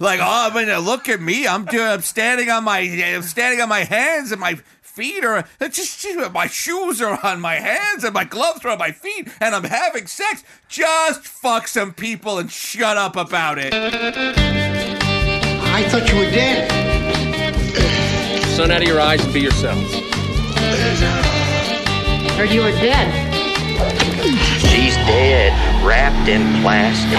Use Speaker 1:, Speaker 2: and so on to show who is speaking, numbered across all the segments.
Speaker 1: Like, oh, I mean, look at me. I'm doing. I'm standing on my. I'm standing on my hands and my feet are it's just my shoes are on my hands and my gloves are on my feet and I'm having sex. Just fuck some people and shut up about it.
Speaker 2: I thought you were dead.
Speaker 3: Sun out of your eyes and be yourselves.
Speaker 4: Heard you were dead.
Speaker 5: She's dead, wrapped in plastic.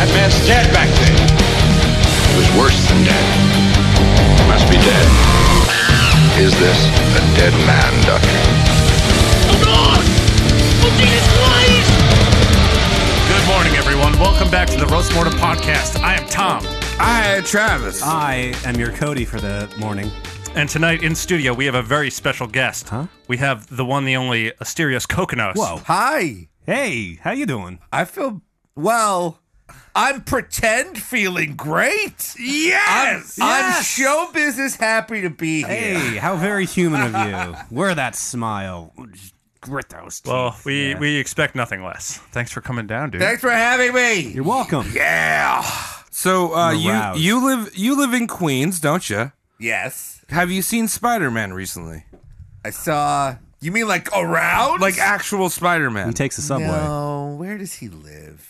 Speaker 6: That man's dead back there.
Speaker 7: It was worse than dead. Must be dead. Is this a dead man, Doctor?
Speaker 8: Good morning, everyone. Welcome back to the Roast Mortem Podcast. I am Tom,
Speaker 1: I, Travis.
Speaker 9: I am your Cody for the morning.
Speaker 8: and tonight in studio we have a very special guest. Huh? We have the one, the only Asterios Kokonos.
Speaker 9: Whoa.
Speaker 1: Hi.
Speaker 9: Hey, how you doing?
Speaker 1: I feel well. I'm pretend feeling great. Yes. I'm,
Speaker 9: Yes!
Speaker 1: show business happy to be here.
Speaker 9: Hey, how very human of you. Where that smile? Just grit those teeth.
Speaker 8: Well, Oh, we,
Speaker 9: Yeah.
Speaker 8: we expect nothing less. Thanks for coming down, dude.
Speaker 1: Thanks for having me.
Speaker 9: You're welcome.
Speaker 1: Yeah.
Speaker 10: So uh, you
Speaker 9: Aroused.
Speaker 10: you live you live in Queens, don't you?
Speaker 1: Yes.
Speaker 10: Have you seen Spider Man recently?
Speaker 1: I saw. You mean like around?
Speaker 10: Like actual Spider Man?
Speaker 9: He takes the subway.
Speaker 1: No, where does he live?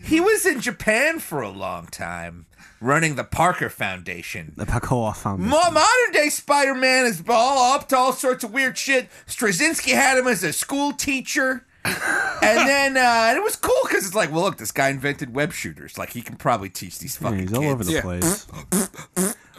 Speaker 1: He was in Japan for a long time, running the Parker Foundation.
Speaker 9: The Pacoa found
Speaker 1: Mo- modern day Spider Man is all up to all sorts of weird shit. Straczynski had him as a school teacher. and then uh, and it was cool because it's like, well, look, this guy invented web shooters. Like, he can probably teach these fucking
Speaker 9: He's
Speaker 1: kids.
Speaker 9: all over the
Speaker 10: Yeah.
Speaker 9: place.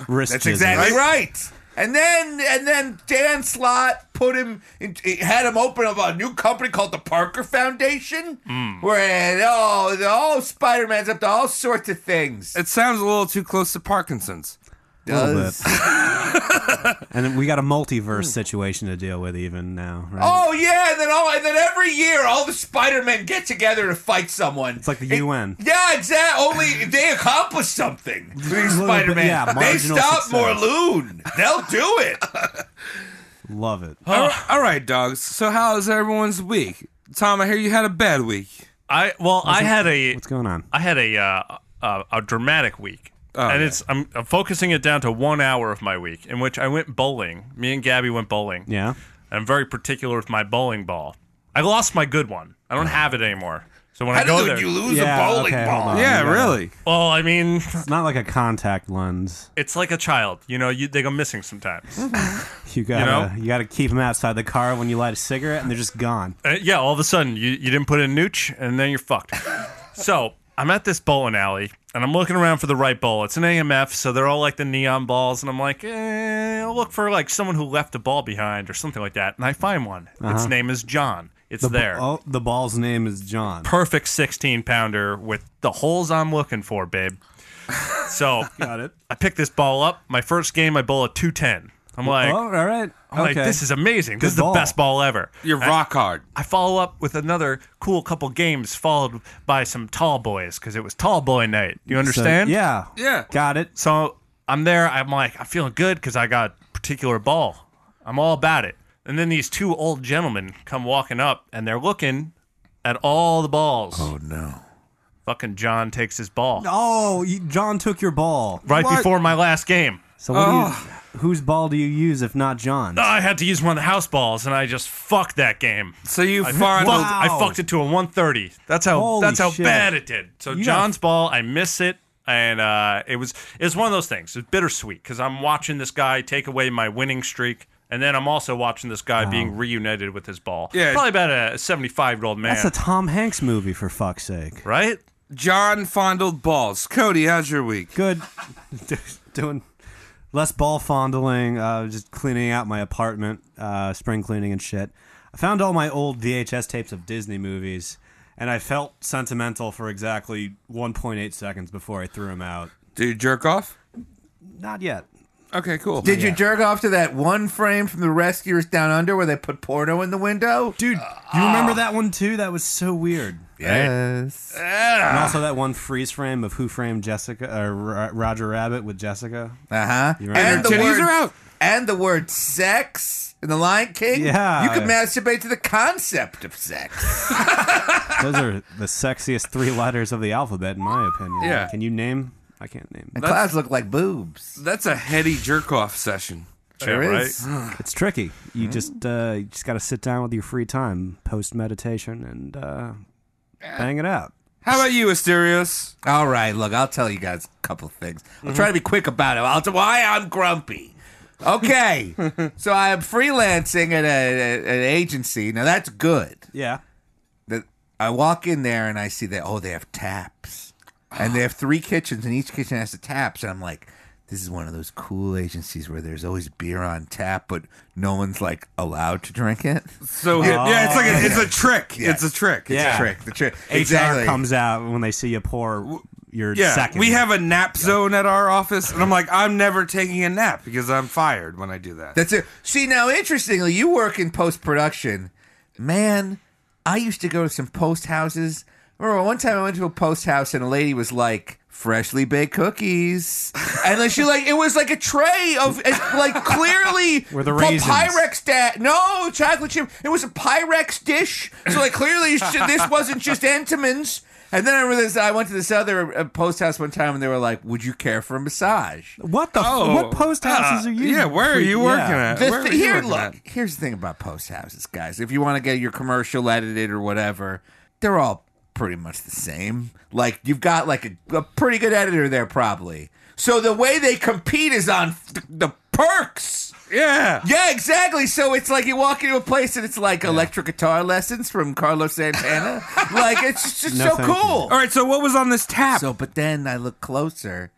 Speaker 9: Wrist
Speaker 1: That's
Speaker 9: jizzing.
Speaker 1: exactly right. And then and then Dan Slott put him in, had him open up a new company called the Parker Foundation,
Speaker 10: Hmm.
Speaker 1: where oh the oh Spider Man's up to all sorts of things.
Speaker 10: It sounds a little too close to Parkinson's.
Speaker 9: little And then we got a multiverse situation to deal with even now. Right?
Speaker 1: Oh yeah, and then all and then every year all the Spider Men get together to fight someone.
Speaker 9: It's like the
Speaker 1: It-
Speaker 9: UN.
Speaker 1: Yeah, exactly. Only they accomplish something. These
Speaker 9: Little bit-
Speaker 1: Spider Man,
Speaker 9: yeah,
Speaker 1: they
Speaker 9: marginal
Speaker 1: stop
Speaker 9: success.
Speaker 1: Morloon. They'll do it.
Speaker 9: Love it.
Speaker 10: All right- all right, dogs. So how's everyone's week? Tom, I hear you had a bad week.
Speaker 8: I well, I had a
Speaker 9: What's going on?
Speaker 8: I had a uh, a, a dramatic week, and
Speaker 10: yeah.
Speaker 8: it's I'm, I'm focusing it down to one hour of my week in which I went bowling. Me and Gabby went bowling.
Speaker 9: Yeah.
Speaker 8: I'm very particular with my bowling ball. I lost my good one. I don't have it anymore. So when I,
Speaker 1: I
Speaker 8: go
Speaker 1: know
Speaker 8: there,
Speaker 1: you lose
Speaker 9: Yeah,
Speaker 1: a bowling
Speaker 9: okay, hold
Speaker 1: ball.
Speaker 9: on.
Speaker 10: yeah,
Speaker 9: yeah.
Speaker 10: really.
Speaker 8: well, I mean,
Speaker 9: It's not like a contact lens.
Speaker 8: it's like a child. You know, you, they go missing sometimes.
Speaker 9: Mm-hmm. You gotta you, gotta keep them outside the car when you light a cigarette, and they're just gone.
Speaker 8: Uh, yeah, all of a sudden you, you didn't put in nooch, and then you're fucked. so I'm at this bowling alley, and I'm looking around for the right ball. It's an AMF, so they're all like the neon balls, and I'm like, eh, I'll look for like someone who left a ball behind or something like that, and I find one. Its name is John. It's
Speaker 9: Uh-huh. The,
Speaker 8: there.
Speaker 9: Oh, the ball's name is John.
Speaker 8: Perfect 16 pounder with the holes I'm looking for, babe. So
Speaker 9: Got it.
Speaker 8: I pick this ball up. My first game, I bowl a 210. I'm like,
Speaker 9: oh, all right.
Speaker 8: I'm like,
Speaker 9: okay.
Speaker 8: this is amazing. this is
Speaker 9: ball.
Speaker 8: the best ball ever.
Speaker 10: You're rock hard.
Speaker 8: I follow up with another cool couple games, followed by some tall boys because it was tall boy night. You
Speaker 9: So,
Speaker 8: understand?
Speaker 9: yeah.
Speaker 10: Yeah.
Speaker 9: Got it.
Speaker 8: So I'm there. I'm like, I'm feeling good because I got a particular ball. I'm all about it. And then these two old gentlemen come walking up and they're looking at all the balls. Oh no! Fucking John takes his ball
Speaker 9: Oh, you, John took your ball.
Speaker 8: right
Speaker 10: What?
Speaker 8: before my last game.
Speaker 9: So what
Speaker 8: Oh.
Speaker 9: do you, whose ball do you use if not John's?
Speaker 8: I had to use one of the house balls and I just fucked that game.
Speaker 10: So you
Speaker 8: I
Speaker 10: find
Speaker 8: fucked,
Speaker 9: Wow.
Speaker 8: I fucked it to a 130. That's how
Speaker 9: Holy
Speaker 8: that's how
Speaker 9: shit.
Speaker 8: bad it did. So
Speaker 9: You
Speaker 8: John's ball, I miss it, and uh, it was it was one of those things. It's bittersweet because I'm watching this guy take away my winning streak, and then I'm also watching this guy being reunited with his ball.
Speaker 10: Yeah.
Speaker 8: probably about a 75 year old man,
Speaker 9: That's a Tom Hanks movie for fuck's sake.
Speaker 8: right?
Speaker 10: John fondled balls. Cody, how's your week?
Speaker 9: Good. Doing less ball fondling, uh, just cleaning out my apartment, uh, spring cleaning and shit. I found all my old VHS tapes of Disney movies, and I felt sentimental for exactly 1.8 seconds before I threw them out.
Speaker 10: Do you jerk off?
Speaker 9: Not yet.
Speaker 10: Okay, cool.
Speaker 1: Did you jerk off to that one frame from the Rescuers Down Under where they put porno in the window?
Speaker 9: Dude, you remember that one too? That was so weird.
Speaker 1: Yes.
Speaker 9: And also that one freeze frame of Who Framed Jessica or uh, Roger Rabbit with Jessica.
Speaker 1: Uh huh.
Speaker 9: right.
Speaker 1: And the
Speaker 10: Titties
Speaker 1: word,
Speaker 10: are out.
Speaker 1: and the word sex in The Lion King,
Speaker 11: Yeah.
Speaker 1: you could masturbate to the concept of sex.
Speaker 11: Those are the sexiest three letters of the alphabet, in my opinion.
Speaker 9: Yeah.
Speaker 11: Can you name? I can't name.
Speaker 1: And clouds look like boobs.
Speaker 9: That's a heady jerk off session.
Speaker 1: Sure
Speaker 8: Yeah,
Speaker 1: is.
Speaker 11: It's tricky. You
Speaker 9: Hmm?
Speaker 11: just uh, you just got to sit down with your free time post meditation and uh, bang it out.
Speaker 9: How about you, Asterios?
Speaker 1: All right, look, I'll tell you guys a couple things. I'll try to be quick about it. I'll tell why I'm grumpy. Okay, so I am freelancing at a, at an agency. Now that's good.
Speaker 11: Yeah.
Speaker 1: That I walk in there and I see that oh they have taps, and they have three kitchens and each kitchen has the taps. And I'm like, this is one of those cool agencies where there's always beer on tap, but no one's like allowed to drink it.
Speaker 9: So hip. yeah, it's like a, it's a trick.
Speaker 1: Yes.
Speaker 9: It's a trick. It's a
Speaker 11: Yeah.
Speaker 1: The trick, the trick,
Speaker 11: HR comes out when they see you pour your
Speaker 9: Yeah,
Speaker 11: second.
Speaker 9: we have a nap zone at our office, and I'm like, I'm never taking a nap because I'm fired when I do that.
Speaker 1: That's it. See, now interestingly, you work in post production. Man, I used to go to some post houses. Remember one time I went to a post house and a lady was like, freshly baked cookies. And then she like it was like a tray of it's like clearly
Speaker 11: Were the
Speaker 1: Py-
Speaker 11: raisins.
Speaker 1: Pyrex da- no chocolate chip. It was a Pyrex dish. So like clearly sh- this wasn't just Entenmann's. And then I realized I went to this other uh, post house one time and they were like, "Would you care for a massage?"
Speaker 11: What the? f-
Speaker 9: Oh.
Speaker 11: what post houses
Speaker 9: Uh,
Speaker 11: are you?
Speaker 9: Yeah, where are you
Speaker 11: freaking-
Speaker 9: working
Speaker 11: yeah.
Speaker 9: at?
Speaker 1: The
Speaker 9: Where
Speaker 1: thi-
Speaker 9: are you
Speaker 1: here,
Speaker 9: working
Speaker 1: look.
Speaker 9: at?
Speaker 1: Here's the thing about post houses, guys. If you want to get your commercial edited or whatever, they're all pretty much the same. Like you've got like a, a pretty good editor there, probably. So the way they compete is on th- the perks.
Speaker 9: Yeah.
Speaker 1: Yeah, exactly. So it's like you walk into a place and it's like electric guitar lessons from Carlos Santana. like it's just, just
Speaker 11: No,
Speaker 1: so
Speaker 11: thank you.
Speaker 1: cool.
Speaker 9: All right, so what was on this tap?
Speaker 1: So, but then I look closer.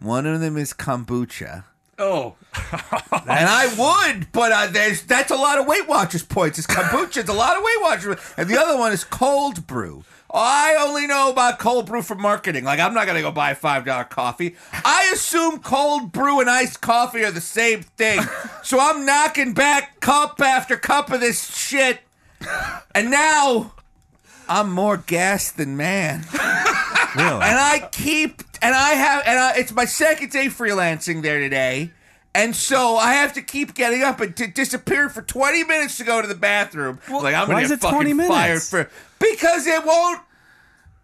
Speaker 1: One of them is kombucha.
Speaker 9: oh,
Speaker 1: And I would, but uh, there's that's a lot of Weight Watchers points. It's kombucha. It's a lot of Weight Watchers. And the other one is cold brew. I only know about cold brew for marketing. Like I'm not gonna go buy a five dollar coffee. I assume cold brew and iced coffee are the same thing. So I'm knocking back cup after cup of this shit. And now I'm more gassed than man
Speaker 11: Really?
Speaker 1: and I keep and I have and I, it's my second day freelancing there today. And so I have to keep getting up and d- disappear for 20 minutes to go to the bathroom. like I'm
Speaker 11: why
Speaker 1: going
Speaker 11: is
Speaker 1: to
Speaker 11: it
Speaker 1: get fucking
Speaker 11: 20 minutes?
Speaker 1: fired for because it won't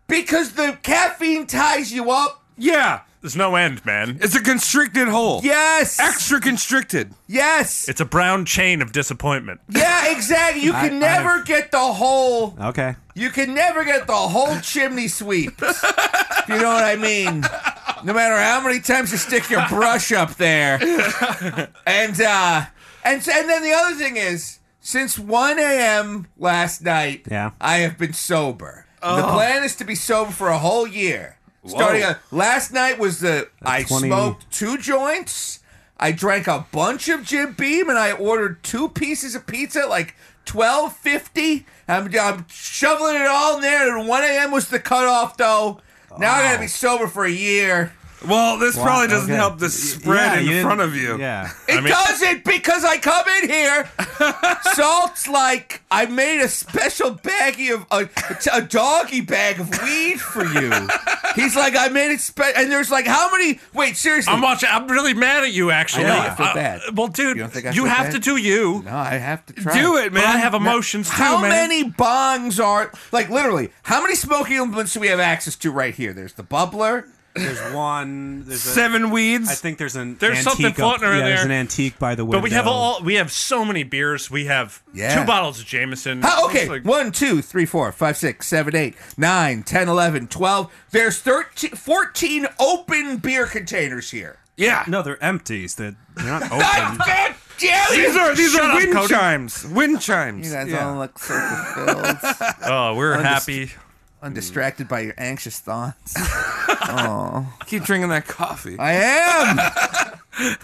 Speaker 1: because the caffeine ties you up.
Speaker 9: yeah.
Speaker 8: There's no end, man.
Speaker 9: It's a constricted hole.
Speaker 1: Yes.
Speaker 9: Extra constricted.
Speaker 1: yes.
Speaker 8: It's a brown chain of disappointment.
Speaker 1: yeah, exactly. You
Speaker 11: I-
Speaker 1: can
Speaker 11: I
Speaker 1: never
Speaker 11: have-
Speaker 1: get the whole
Speaker 11: okay.
Speaker 1: you can never get the whole chimney sweep. if you know what I mean. No matter how many times you stick your brush up there. And uh and and then the other thing is since 1 a.m. last night,
Speaker 11: Yeah.
Speaker 1: I have been sober. The plan is to be sober for a whole year. Starting on, last night was the I
Speaker 11: 20
Speaker 1: smoked two joints. I drank a bunch of Jim Beam and I ordered two pieces of pizza at like 12.50. I'm, I'm shoveling it all in there. And 1 a.m. was the cutoff, though. Now I gotta be sober for a year.
Speaker 9: Well, this probably
Speaker 11: Wow,
Speaker 9: doesn't
Speaker 11: okay.
Speaker 9: help the
Speaker 11: Yeah,
Speaker 9: spread
Speaker 11: you
Speaker 9: in
Speaker 11: didn't-
Speaker 9: front of you.
Speaker 11: Yeah.
Speaker 1: It
Speaker 8: mean-
Speaker 1: doesn't because I come in here. Salt's like I made a special baggie of a, a doggy bag of weed for you. He's like I made it spe- and there's like how many? Wait, seriously?
Speaker 8: I'm watching. I'm really mad at you, actually.
Speaker 1: I know, I feel
Speaker 8: Uh,
Speaker 1: bad.
Speaker 8: well, dude,
Speaker 1: You
Speaker 8: you,
Speaker 1: don't think I feel
Speaker 8: have
Speaker 1: bad?
Speaker 8: to do you.
Speaker 1: no, I have to try.
Speaker 9: Do it,
Speaker 8: But I
Speaker 9: man.
Speaker 8: have emotions too,
Speaker 1: How
Speaker 8: man.
Speaker 1: many bongs are like literally? How many smoking implements do we have access to right here? There's the bubbler.
Speaker 11: There's one. There's a,
Speaker 9: Seven weeds.
Speaker 11: I think there's an.
Speaker 8: There's
Speaker 11: antique
Speaker 8: something
Speaker 11: up-
Speaker 8: floating around
Speaker 11: yeah, There's
Speaker 8: there.
Speaker 11: an antique by the window.
Speaker 8: But we have all. We have so many beers. We have
Speaker 1: Yeah.
Speaker 8: two bottles of Jameson.
Speaker 1: How, okay,
Speaker 8: It's like-
Speaker 1: one, two, three, four, five, six, seven, eight, nine, 10, 11, 12. There's 13, 14 open beer containers here.
Speaker 9: yeah.
Speaker 11: No, they're empties. They're, they're not
Speaker 1: God,
Speaker 11: open.
Speaker 1: God damn it!
Speaker 9: These are these
Speaker 8: Shut
Speaker 9: are
Speaker 8: up,
Speaker 9: wind
Speaker 8: Cody.
Speaker 9: chimes. Wind chimes.
Speaker 1: You guys
Speaker 9: Yeah.
Speaker 1: all look so fulfilled.
Speaker 8: oh, we're happy.
Speaker 1: I'm distracted by your anxious thoughts.
Speaker 9: Keep drinking that coffee.
Speaker 1: I am.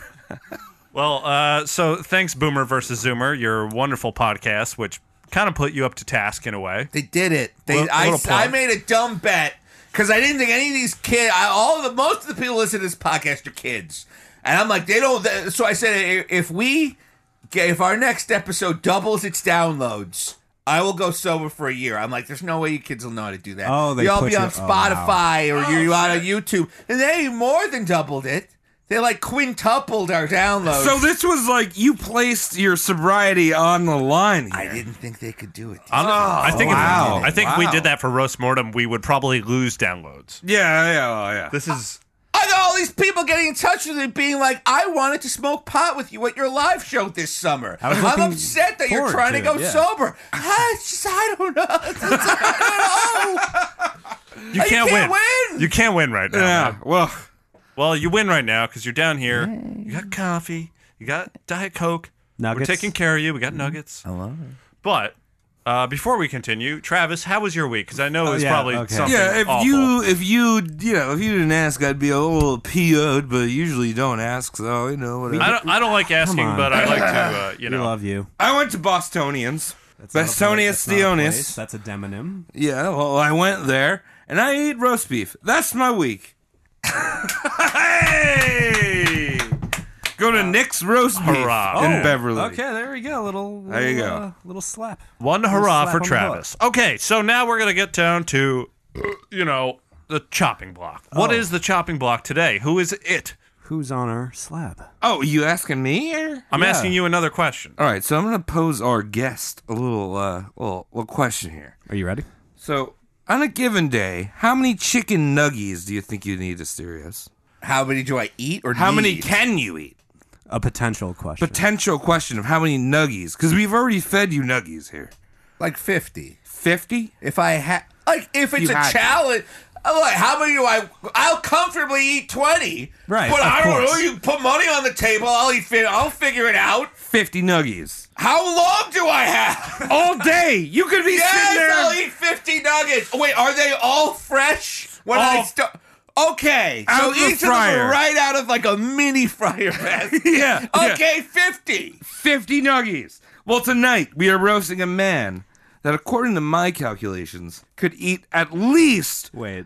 Speaker 8: Well, uh, so thanks, Boomer versus Zoomer, your wonderful podcast, which kind of put you up to task in a way.
Speaker 1: They did it. They.
Speaker 8: Little-
Speaker 1: I,
Speaker 8: little
Speaker 1: I
Speaker 8: plug.
Speaker 1: made a dumb bet because I didn't think any of these kids. I, all the most of the people listening to this podcast are kids, and I'm like, they don't. th- So I said, "I- if we, get- if our next episode doubles its downloads. I will go sober for a year. I'm like, there's no way you kids will know how to do that.
Speaker 11: Oh, they
Speaker 1: You'll all
Speaker 11: put
Speaker 1: be
Speaker 11: you-
Speaker 1: on
Speaker 11: oh, wow.
Speaker 1: Spotify or you're on YouTube. And they more than doubled it. They like quintupled our downloads.
Speaker 9: So this was like you placed your sobriety on the line
Speaker 1: I
Speaker 9: here.
Speaker 1: didn't think they could do it.
Speaker 8: I'm- I think if-
Speaker 9: wow.
Speaker 8: I think if we
Speaker 9: Wow.
Speaker 8: did that for roast mortem, we would probably lose downloads.
Speaker 9: Yeah, yeah, oh, yeah.
Speaker 8: This is
Speaker 1: I got all these people getting in touch with me, being like, "I wanted to smoke pot with you at your live show this summer.
Speaker 11: was
Speaker 1: I'm
Speaker 11: looking
Speaker 1: upset that you're
Speaker 11: forward
Speaker 1: trying to,
Speaker 11: to
Speaker 1: go
Speaker 11: it, yeah.
Speaker 1: sober. Ah, it's just, I don't know. It's just, I
Speaker 8: you
Speaker 1: You
Speaker 8: can't,
Speaker 1: can't
Speaker 8: win.
Speaker 1: win.
Speaker 8: You can't win right now.
Speaker 9: yeah.
Speaker 8: man.
Speaker 9: Well,
Speaker 8: Well, you win right now because you're down here. You got coffee. You got diet coke.
Speaker 11: Nuggets.
Speaker 8: We're taking care of you. We got nuggets. Mm-hmm. I love it. But uh, before we continue, Travis, how was your week? Because I know it was
Speaker 11: Oh, yeah,
Speaker 8: probably
Speaker 11: okay.
Speaker 8: something
Speaker 9: yeah. If
Speaker 8: awful.
Speaker 9: you, if you, you know, if you didn't ask, I'd be a little PO'd. But usually you don't ask, so you know whatever.
Speaker 8: I don't, I don't like asking,
Speaker 11: on.
Speaker 8: but I like to, uh, you
Speaker 11: We
Speaker 8: know.
Speaker 11: love you.
Speaker 9: I went to Bostonians.
Speaker 11: That's not a
Speaker 9: Bastonia
Speaker 11: place. That's not a place.
Speaker 9: Stionis.
Speaker 11: That's a demonym.
Speaker 9: Yeah, well, I went there and I ate roast beef. That's my week. hey! Go to Nick's Roast Beef
Speaker 8: Hurrah.
Speaker 9: in
Speaker 8: Oh,
Speaker 9: Beverly.
Speaker 11: Okay, there you go. Little, little
Speaker 9: There you go.
Speaker 11: uh, little slap.
Speaker 8: One hurrah
Speaker 11: slap
Speaker 8: for
Speaker 11: on the
Speaker 8: Travis. Okay, so now we're gonna get down to, you know, the chopping block. What
Speaker 11: Oh.
Speaker 8: is the chopping block today? Who is it?
Speaker 11: Who's on our slab?
Speaker 9: Oh, you asking me here?
Speaker 8: I'm asking you another question.
Speaker 9: All right, so I'm gonna pose our guest a little, uh, little, little question here.
Speaker 11: Are you ready?
Speaker 9: So, on a given day, how many chicken nuggies do you think you need, Asterios?
Speaker 1: don't know. How many do I eat or
Speaker 9: How many
Speaker 1: need?
Speaker 9: can you eat?
Speaker 11: A potential question.
Speaker 9: Potential question of how many nuggies, because we've already fed you nuggies here.
Speaker 1: Like fifty.
Speaker 9: Fifty?
Speaker 1: If I had, like, if it's
Speaker 9: You
Speaker 1: a
Speaker 9: had to.
Speaker 1: challenge. I'm like, how many do I? I'll comfortably eat twenty.
Speaker 11: Right,
Speaker 1: But
Speaker 11: of
Speaker 1: I don't know.
Speaker 11: course.
Speaker 1: You put money on the table. I'll eat. fi- I'll figure it out.
Speaker 9: Fifty nuggies.
Speaker 1: How long do I have?
Speaker 9: All day. You could be sitting there.
Speaker 1: Yes, I'll eat 50 nuggets. Oh, Wait, are they all fresh? When I
Speaker 9: All-
Speaker 1: start. Okay,
Speaker 9: Out
Speaker 1: so
Speaker 9: of the
Speaker 1: each of them
Speaker 9: fryer.
Speaker 1: are right out of like a mini fryer basket.
Speaker 9: Yeah, yeah.
Speaker 1: Okay, 50.
Speaker 9: 50 nuggies. Well, tonight we are roasting a man that, according to my calculations, could eat at least
Speaker 11: Wait.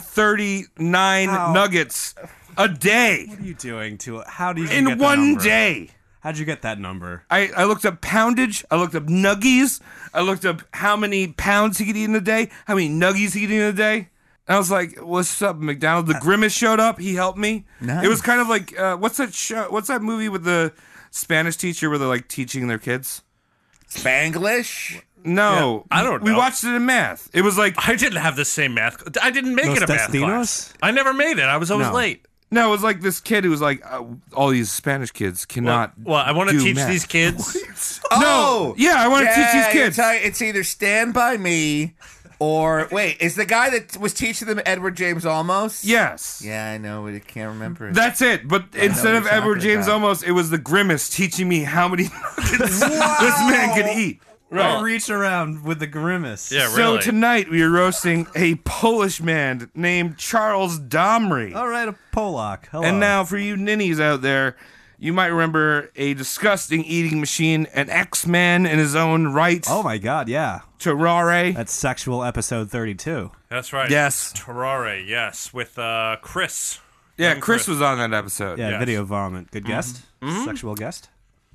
Speaker 9: 439
Speaker 11: How?
Speaker 9: nuggets a day
Speaker 11: What are you doing to it? How do you get
Speaker 9: in
Speaker 11: the
Speaker 9: one
Speaker 11: number?
Speaker 9: day.
Speaker 11: How'd you get that number?
Speaker 9: I, I looked up poundage. I looked up nuggies. I looked up how many pounds he could eat in a day, how many nuggies he could eat in a day. I was like, "What's up, McDonald?"
Speaker 8: Uh,
Speaker 9: The Grimace showed up. He helped me. It was kind of like uh, what's that show? What's that movie with the Spanish teacher where they're like teaching their kids?
Speaker 1: Spanglish?
Speaker 9: No,
Speaker 8: Yeah, I don't
Speaker 9: We
Speaker 8: know.
Speaker 9: watched it in math. It was like
Speaker 8: I didn't have the same math. I didn't make
Speaker 11: Los
Speaker 8: it a math
Speaker 11: Testinos?
Speaker 8: class. I never made it. I was always
Speaker 11: No.
Speaker 8: late.
Speaker 9: no, it was like this kid who was like, uh, all these Spanish kids
Speaker 8: Well,
Speaker 9: cannot.
Speaker 8: well, I want to
Speaker 9: do
Speaker 8: teach
Speaker 9: math.
Speaker 8: these kids.
Speaker 1: Oh!
Speaker 9: yeah, I want to teach these kids.
Speaker 1: It's, it's either Stand By Me or. Wait, is the guy that was teaching them Edward James Almost?
Speaker 9: yes,
Speaker 1: Yeah, I know, but I can't remember. it.
Speaker 9: that's it. But
Speaker 1: what
Speaker 9: instead of
Speaker 1: you're
Speaker 9: Edward
Speaker 1: talking
Speaker 9: James
Speaker 1: about.
Speaker 9: almost, it was the grimace teaching me how many nuggets this man could eat.
Speaker 11: Right. reach around with the grimace.
Speaker 8: Yeah,
Speaker 9: So
Speaker 8: really.
Speaker 9: tonight we are roasting a Polish man named Charles Domry.
Speaker 11: All right, a Polak. Hello.
Speaker 9: And now, for you ninnies out there, you might remember a disgusting eating machine, an X-Man in his own right.
Speaker 11: Oh my God! Yeah,
Speaker 9: Terrare.
Speaker 11: that's sexual episode thirty-two.
Speaker 8: That's right.
Speaker 9: Yes.
Speaker 8: Terrare. Yes, with uh, Chris.
Speaker 9: Yeah,
Speaker 8: Young
Speaker 9: Chris
Speaker 8: Chris.
Speaker 9: was on that episode.
Speaker 11: Yeah,
Speaker 8: Yes.
Speaker 11: video uh, vomit. Good guest.
Speaker 9: Mm-hmm.
Speaker 11: Sexual guest.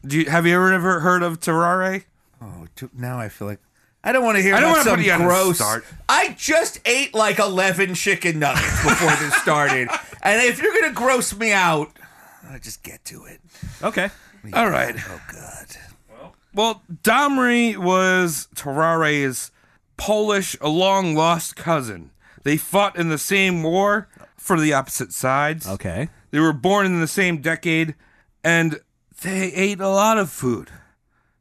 Speaker 9: Do you, have you ever ever heard of Terrare?
Speaker 1: Oh, dude, now I feel like I don't want to hear
Speaker 9: I don't
Speaker 1: about
Speaker 9: wanna
Speaker 1: some
Speaker 9: put you on the
Speaker 1: gross.
Speaker 9: start.
Speaker 1: I just ate like eleven chicken nuggets before this started, and if you're gonna gross me out, I'll just get to it.
Speaker 11: Okay.
Speaker 9: All right.
Speaker 1: Oh God,
Speaker 9: Well, Domri was Terrare's Polish long lost cousin. They fought in the same war for the opposite sides.
Speaker 11: Okay.
Speaker 9: They were born in the same decade, and they ate a lot of food.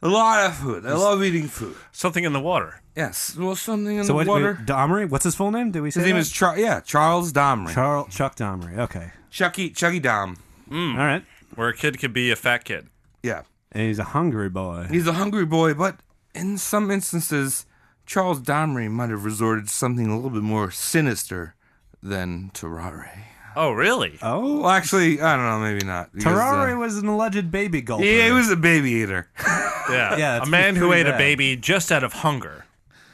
Speaker 9: A lot of food. They love eating food.
Speaker 8: Something in the water.
Speaker 9: Yes. Well, something in
Speaker 11: So
Speaker 9: the
Speaker 11: what?
Speaker 9: water.
Speaker 11: wait, Domry? What's his full name? Did we say
Speaker 9: His name
Speaker 11: that?
Speaker 9: is Char- yeah Charles Domri.
Speaker 11: Charles Chuck Domry. Okay.
Speaker 9: Chucky Chucky E. Dom.
Speaker 11: All right.
Speaker 8: Where a kid could be a fat kid.
Speaker 9: Yeah.
Speaker 11: And he's a hungry boy.
Speaker 9: He's a hungry boy, but in some instances, Charles Domry might have resorted to something a little bit more sinister than Terrare.
Speaker 8: Oh, really?
Speaker 11: Oh.
Speaker 9: Well, actually, I don't know, maybe not. because,
Speaker 11: Terrari
Speaker 9: uh,
Speaker 11: was an alleged baby gulper.
Speaker 9: yeah, he was a baby eater.
Speaker 8: Yeah.
Speaker 11: Yeah,
Speaker 8: a
Speaker 11: it's
Speaker 8: man who
Speaker 11: pretty
Speaker 8: ate a
Speaker 11: bad.
Speaker 8: baby just out of hunger.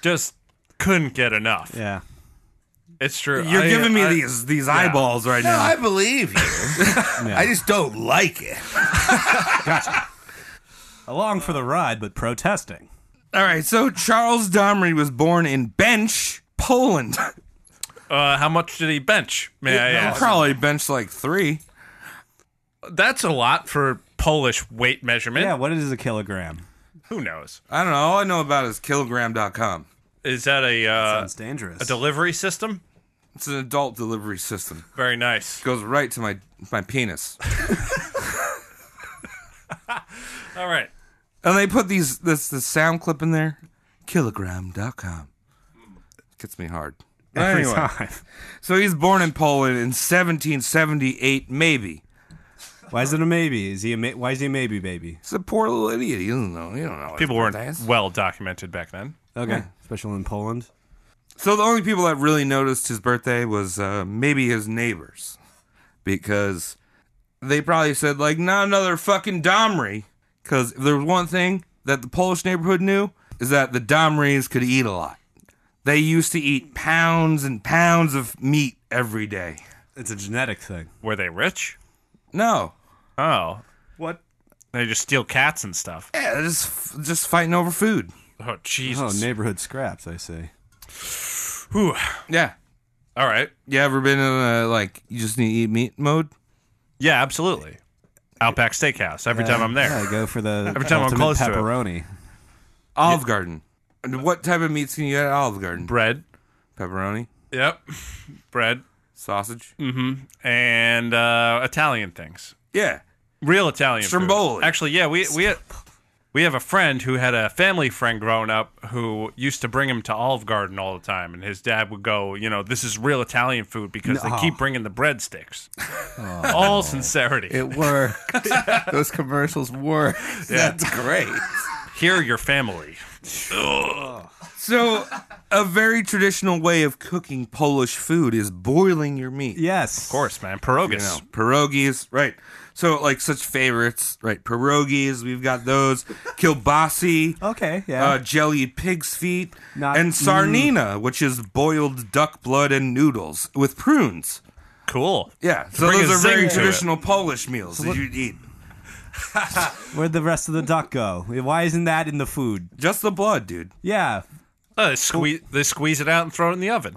Speaker 8: Just couldn't get enough.
Speaker 11: Yeah.
Speaker 8: It's true.
Speaker 9: You're
Speaker 8: I-
Speaker 9: giving me
Speaker 8: I-
Speaker 9: these these eyeballs right
Speaker 1: no,
Speaker 9: now.
Speaker 1: I believe you. I just don't like it.
Speaker 11: Along for the ride, but protesting.
Speaker 9: All right, so Charles Domry was born in Bench, Poland.
Speaker 8: Uh, how much did he bench? May I ask?
Speaker 9: Probably bench like three.
Speaker 8: that's a lot for Polish weight measurement.
Speaker 11: Yeah, what is a kilogram?
Speaker 8: Who knows?
Speaker 9: I don't know. All I know about is kilogram.com.
Speaker 8: Is that a uh,
Speaker 11: Sounds dangerous.
Speaker 8: a delivery system?
Speaker 9: It's an adult delivery system.
Speaker 8: Very nice.
Speaker 9: Goes right to my my penis.
Speaker 8: All right.
Speaker 9: And they put these this the sound clip in there. Kilogram.com. Gets me hard.
Speaker 11: Every
Speaker 9: Anyway.
Speaker 11: time.
Speaker 9: So he's born in Poland in 1778, maybe.
Speaker 11: Why is it a maybe? Is he a ma- why is he a maybe baby?
Speaker 9: He's a poor little idiot. He doesn't know. He don't know. his
Speaker 8: People weren't
Speaker 9: birthdays.
Speaker 8: well documented back then.
Speaker 11: Okay, special in Poland.
Speaker 9: So the only people that really noticed his birthday was uh, maybe his neighbors, because they probably said like, "Not another fucking Domry." Because if there was one thing that the Polish neighborhood knew is that the Domries could eat a lot. They used to eat pounds and pounds of meat every day.
Speaker 11: It's a genetic thing.
Speaker 8: Were they rich?
Speaker 9: No,
Speaker 8: Oh,
Speaker 11: What?
Speaker 8: they just steal cats and stuff.
Speaker 9: yeah, just just fighting over food.
Speaker 8: Oh
Speaker 11: Oh,
Speaker 8: Jesus.
Speaker 11: neighborhood scraps. I see.
Speaker 8: Whew.
Speaker 9: Yeah,
Speaker 8: All right.
Speaker 9: you ever been in a like you just need to eat meat mode?
Speaker 8: Yeah, absolutely. Outback Steakhouse. Every time I'm there.
Speaker 11: Yeah, I go for the
Speaker 8: Every time I'm
Speaker 11: ultimate
Speaker 8: close to it.
Speaker 11: pepperoni.
Speaker 9: Olive Garden. And What type of meats can you get at Olive Garden?
Speaker 8: Bread.
Speaker 9: Pepperoni,
Speaker 8: Yep. Bread
Speaker 9: sausage.
Speaker 8: and uh, Italian things.
Speaker 9: Yeah.
Speaker 8: Real Italian. food.
Speaker 9: Stromboli.
Speaker 8: Actually, yeah, we we we have a friend who had a family friend growing up who used to bring him to Olive Garden all the time, and his dad would go, you know, this is real Italian food because they
Speaker 11: No.
Speaker 8: keep bringing the breadsticks. All sincerity.
Speaker 12: It worked. Those commercials worked.
Speaker 1: That's great.
Speaker 8: Hear your family.
Speaker 9: So, a very traditional way of cooking Polish food is boiling your meat.
Speaker 11: Yes,
Speaker 8: Of course, man. Pierogies.
Speaker 9: You know, pierogies, right. So, like, such favorites, right? Pierogies, we've got those. Kielbasi.
Speaker 11: Okay, yeah.
Speaker 9: Uh, jellied pig's feet.
Speaker 11: Not-
Speaker 9: and
Speaker 8: mm.
Speaker 9: sarnina, which is boiled duck blood and noodles with prunes.
Speaker 8: Cool.
Speaker 9: Yeah. So,
Speaker 8: bring
Speaker 9: those
Speaker 8: a
Speaker 9: are very
Speaker 8: zing to it.
Speaker 9: traditional Polish meals that you'd eat.
Speaker 11: Where'd the rest of the duck go? Why isn't that in the food?
Speaker 9: Just the blood, dude.
Speaker 11: Yeah,
Speaker 8: Uh, they, squeeze, they squeeze it out and throw it in the oven.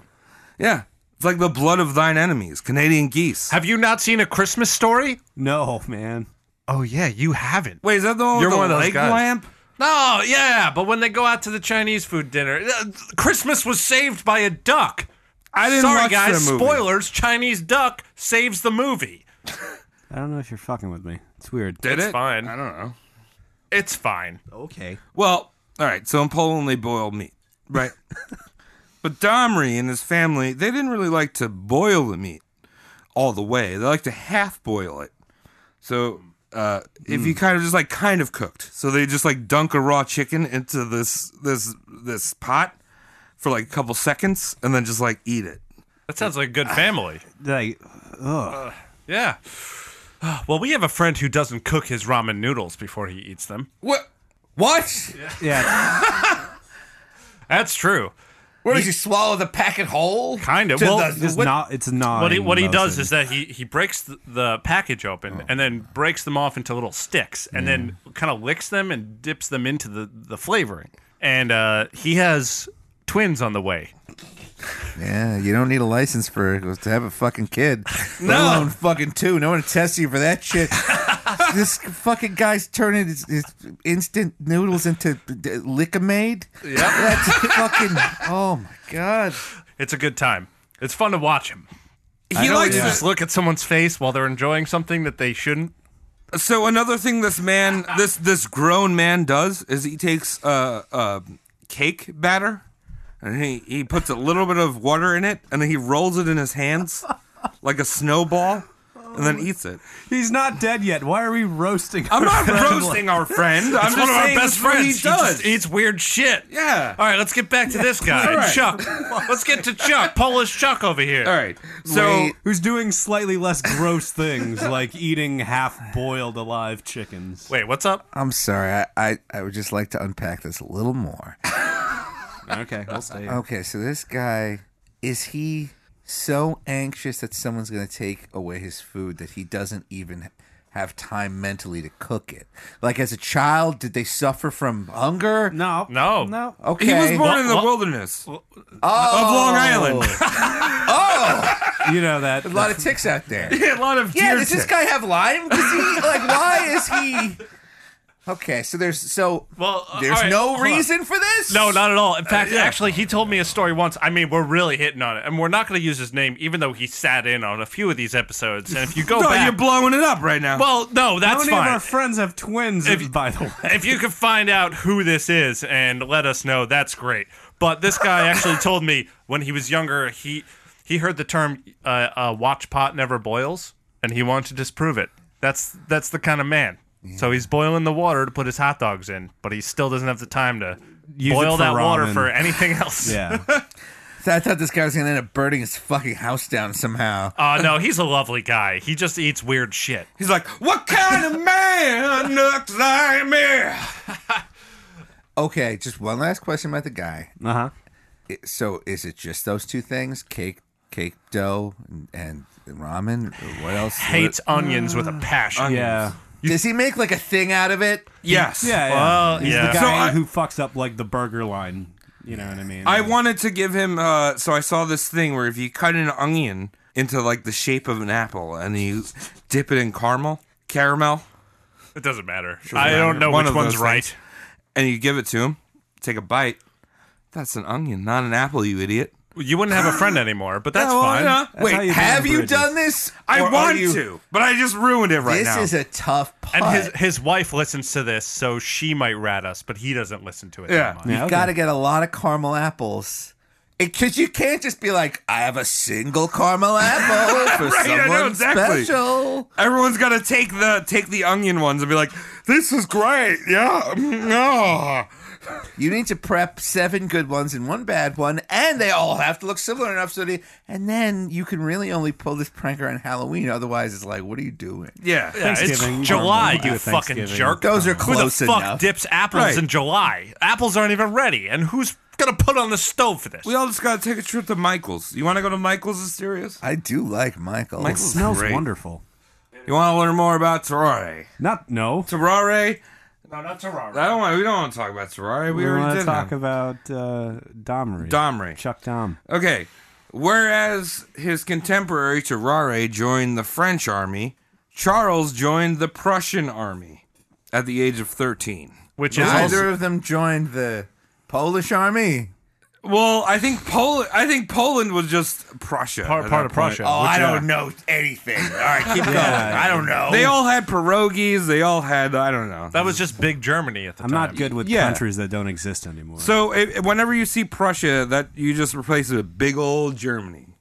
Speaker 9: Yeah. It's like the blood of thine enemies, Canadian geese.
Speaker 8: Have you not seen a Christmas story?
Speaker 11: no, man.
Speaker 8: Oh yeah, you haven't.
Speaker 9: Wait, is that the one
Speaker 8: You're
Speaker 9: with
Speaker 8: one of
Speaker 9: the
Speaker 8: those
Speaker 9: leg
Speaker 8: guys.
Speaker 9: lamp?
Speaker 8: No, yeah, but when they go out to the Chinese food dinner, uh, Christmas was saved by a duck.
Speaker 9: I didn't
Speaker 8: Sorry,
Speaker 9: watch
Speaker 8: guys.
Speaker 9: the movie.
Speaker 8: Spoilers: Chinese duck saves the movie.
Speaker 11: I don't know if you're fucking with me. It's weird.
Speaker 9: Did
Speaker 8: it's
Speaker 9: it?
Speaker 8: fine.
Speaker 9: I don't know.
Speaker 8: It's fine.
Speaker 11: Okay.
Speaker 9: Well, all right. So in Poland, they boil meat, right? but Domri and his family, they didn't really like to boil the meat all the way. They like to half boil it. So uh, if you kind of just like kind of cooked, so they just like dunk a raw chicken into this this this pot for like a couple seconds, and then just like eat it.
Speaker 8: That sounds like a good family.
Speaker 11: Like,
Speaker 8: Yeah. Well, we have a friend who doesn't cook his ramen noodles before he eats them.
Speaker 1: What? What?
Speaker 11: yeah,
Speaker 8: That's true.
Speaker 1: What does he swallow the packet whole?
Speaker 8: Kinda.
Speaker 1: To
Speaker 8: Well,
Speaker 11: it's just
Speaker 1: what-
Speaker 11: not. It's not.
Speaker 8: Oh, What he what he does is that he he breaks the, the package
Speaker 9: Oh.
Speaker 8: open and then breaks them off into little sticks and then
Speaker 9: Mm.
Speaker 8: kind of licks them and dips them into the the flavoring. And uh, he has twins on the way.
Speaker 12: Yeah, you don't need a license for to have a fucking kid, let alone fucking two. No one to test you for that shit. this fucking guy's turning his, his instant noodles into lickamaid. Yeah, that's fucking. Oh my god.
Speaker 8: It's a good time. It's fun to watch him.
Speaker 9: He likes
Speaker 8: to
Speaker 9: it.
Speaker 8: just look at someone's face while they're enjoying something that they shouldn't.
Speaker 9: So another thing this man, this this grown man does is he takes uh, uh, cake batter, and he he puts a little bit of water in it, and then he rolls it in his hands like a snowball, and then eats it.
Speaker 11: He's not dead yet. Why are we roasting?
Speaker 9: I'm
Speaker 11: our
Speaker 9: not
Speaker 11: friend?
Speaker 9: roasting our friend. I'm
Speaker 8: It's
Speaker 9: just
Speaker 8: one of our
Speaker 9: saying
Speaker 8: best
Speaker 9: that's what
Speaker 8: friends.
Speaker 9: He does.
Speaker 8: just eats weird shit.
Speaker 9: Yeah.
Speaker 8: All right, let's get back to this guy,
Speaker 9: right.
Speaker 8: Chuck. Let's get to Chuck, Polish Chuck over here.
Speaker 9: All right. So
Speaker 12: Wait.
Speaker 11: Who's doing slightly less gross things like eating half boiled alive chickens?
Speaker 8: Wait, what's up?
Speaker 12: I'm sorry. I, I I would just like to unpack this a little more.
Speaker 11: Okay, we'll stay.
Speaker 8: Uh,
Speaker 12: Okay, so this guy is he so anxious that someone's going to take away his food that he doesn't even
Speaker 1: have time mentally to cook it. Like as a child, did they suffer from hunger?
Speaker 11: No.
Speaker 8: No.
Speaker 11: No.
Speaker 1: Okay.
Speaker 9: He was born
Speaker 8: Well,
Speaker 9: in the
Speaker 8: well-
Speaker 9: wilderness
Speaker 1: Oh.
Speaker 9: of Long Island.
Speaker 11: You know that.
Speaker 1: A lot of ticks out there.
Speaker 9: a lot of
Speaker 1: Yeah,
Speaker 9: deer
Speaker 1: does this
Speaker 9: tick.
Speaker 1: guy have Lyme disease? like, why is he? Okay, so there's so
Speaker 8: Well, uh,
Speaker 1: there's
Speaker 8: all right,
Speaker 1: no
Speaker 8: hold on.
Speaker 1: reason for this.
Speaker 8: No, not at all. In fact, actually, he told me a story once. I mean, we're really hitting on it, and we're not going to use his name, even though he sat in on a few of these episodes. And if you go
Speaker 9: No,
Speaker 8: back,
Speaker 9: you're blowing it up right now.
Speaker 8: well, no,
Speaker 11: How
Speaker 8: that's
Speaker 11: many of
Speaker 8: fine.
Speaker 11: our friends have twins,
Speaker 8: If-
Speaker 11: by the way?
Speaker 8: if you can find out who this is and let us know, that's great. But this guy actually told me when he was younger, he he heard the term uh, uh, "watch pot never boils," and he wanted to disprove it. That's that's the kind of man. So he's boiling the water to put his hot dogs in, but he still doesn't have the time to
Speaker 11: Use it
Speaker 8: boil
Speaker 11: for
Speaker 8: that water
Speaker 11: ramen.
Speaker 8: for anything else.
Speaker 11: Yeah.
Speaker 1: I thought this guy was gonna end up burning his fucking house down somehow.
Speaker 8: Uh, no, he's a lovely guy. He just eats weird shit.
Speaker 9: He's like, what kind of man looks like me?
Speaker 1: Okay, just one last question about the guy.
Speaker 11: Uh
Speaker 9: Uh-huh.
Speaker 11: huh.
Speaker 1: I- So is it just those two things, cake, cake dough, and, and ramen? What else?
Speaker 8: Hates onions with a
Speaker 11: Ah.
Speaker 8: passion.
Speaker 11: Yeah.
Speaker 1: Does he make like a thing out of it?
Speaker 9: Yes.
Speaker 11: Yeah. yeah.
Speaker 8: Well,
Speaker 11: He's
Speaker 8: yeah.
Speaker 11: the guy
Speaker 9: So I-
Speaker 11: who fucks up like the burger line. You know what I mean?
Speaker 9: I wanted to give him. Uh, so I saw this thing where if you cut an onion into like the shape of an apple and you dip it in caramel, caramel,
Speaker 8: It doesn't matter. I
Speaker 9: matter.
Speaker 8: don't know
Speaker 9: One
Speaker 8: which
Speaker 9: of
Speaker 8: one's
Speaker 9: those
Speaker 8: right.
Speaker 9: things. and you give it to him, take a bite. That's an onion, not an apple, you idiot.
Speaker 8: You wouldn't have a friend anymore, but that's
Speaker 9: Yeah, well,
Speaker 8: fine.
Speaker 9: yeah.
Speaker 11: That's how
Speaker 9: Wait,
Speaker 11: you burn
Speaker 1: Have you
Speaker 11: bridges.
Speaker 1: done this?
Speaker 9: I
Speaker 1: Or are
Speaker 9: want
Speaker 1: you-
Speaker 9: to, but I just ruined it right
Speaker 1: This
Speaker 9: now.
Speaker 1: is a tough putt.
Speaker 8: And his his wife listens to this, so she might rat us, but he doesn't listen to it.
Speaker 9: Yeah.
Speaker 8: that much.
Speaker 11: Yeah, okay.
Speaker 1: Got to get a lot of caramel apples. Because you can't just be like, I have a single caramel apple for
Speaker 9: Right, I know,
Speaker 1: someone
Speaker 9: exactly.
Speaker 1: special.
Speaker 9: Everyone's got to take the take the onion ones and be like, "This is great, yeah." mm, ah." No,
Speaker 1: You need to prep seven good ones and one bad one, and they all have to look similar enough so they, and then you can really only pull this pranker on Halloween. Otherwise, it's like, what are you doing?
Speaker 9: yeah,
Speaker 8: Yeah, it's
Speaker 11: Thanksgiving.
Speaker 8: July,
Speaker 11: Normal.
Speaker 8: you
Speaker 11: Yeah,
Speaker 8: fucking
Speaker 11: Thanksgiving.
Speaker 8: jerk.
Speaker 1: Those are
Speaker 8: Who the
Speaker 1: close
Speaker 8: fuck
Speaker 1: enough.
Speaker 8: dips apples
Speaker 9: Right.
Speaker 8: in July? Apples aren't even ready, and who's gonna put on the stove for this?
Speaker 9: We all just got to take a trip to Michael's. You want to go to Michael's? Is serious?
Speaker 1: I do like Michael.
Speaker 11: Oh, It
Speaker 9: Michael's-
Speaker 11: smells
Speaker 9: Great.
Speaker 11: wonderful.
Speaker 9: You want to learn more about Terrare?
Speaker 11: Not no.
Speaker 9: Terrare?
Speaker 8: no, not Ferrari.
Speaker 9: I don't want. We don't want to talk about Terrare. We,
Speaker 11: We,
Speaker 9: already
Speaker 11: want
Speaker 9: did
Speaker 11: to talk
Speaker 9: him.
Speaker 11: about uh, Domry.
Speaker 9: Domri.
Speaker 11: Chuck Dom.
Speaker 9: Okay. Whereas his contemporary Terrare joined the French army, Charles joined the Prussian army at the age of thirteen.
Speaker 8: Which is also-
Speaker 1: Neither of them joined the Polish army.
Speaker 9: Well, I think Poland. I think Poland was just Prussia.
Speaker 8: Part-
Speaker 9: at
Speaker 8: part
Speaker 9: that
Speaker 8: of Prussia.
Speaker 9: point.
Speaker 1: Oh,
Speaker 8: Which,
Speaker 1: I
Speaker 8: uh,
Speaker 1: don't know anything. All right, keep going.
Speaker 11: Yeah.
Speaker 1: I don't know.
Speaker 9: They all had pierogies. They all had I don't know.
Speaker 8: that was just big Germany at the
Speaker 11: I'm
Speaker 8: time.
Speaker 11: not good with
Speaker 9: Yeah.
Speaker 11: countries that don't exist anymore.
Speaker 9: So it, whenever you see Prussia, that you just replace it with big old Germany.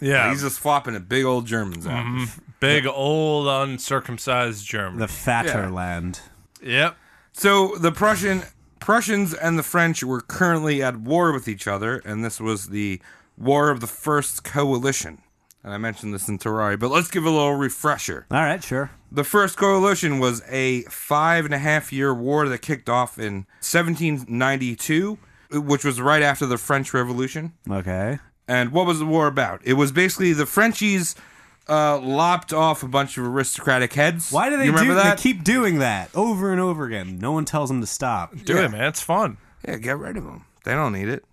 Speaker 8: Yeah,
Speaker 9: He's just flopping a big old Germans out.
Speaker 8: big old uncircumcised German.
Speaker 11: the fatter
Speaker 9: Yeah.
Speaker 11: land.
Speaker 8: yep.
Speaker 9: So the Prussian Prussians and the French were currently at war with each other, and this was the War of the First Coalition. And I mentioned this in Terrari, but let's give a little refresher.
Speaker 11: All right, sure.
Speaker 9: The First Coalition was a five and a half year war that kicked off in 1792, which was right after the French Revolution.
Speaker 11: Okay.
Speaker 9: And what was the war about? It was basically the Frenchies uh, lopped off a bunch of aristocratic heads.
Speaker 11: Why do they
Speaker 9: you remember
Speaker 11: do?
Speaker 9: that?
Speaker 11: They keep doing that over and over again. No one tells them to stop.
Speaker 8: Do it, man. It's fun.
Speaker 9: yeah, get rid of them. They don't need it.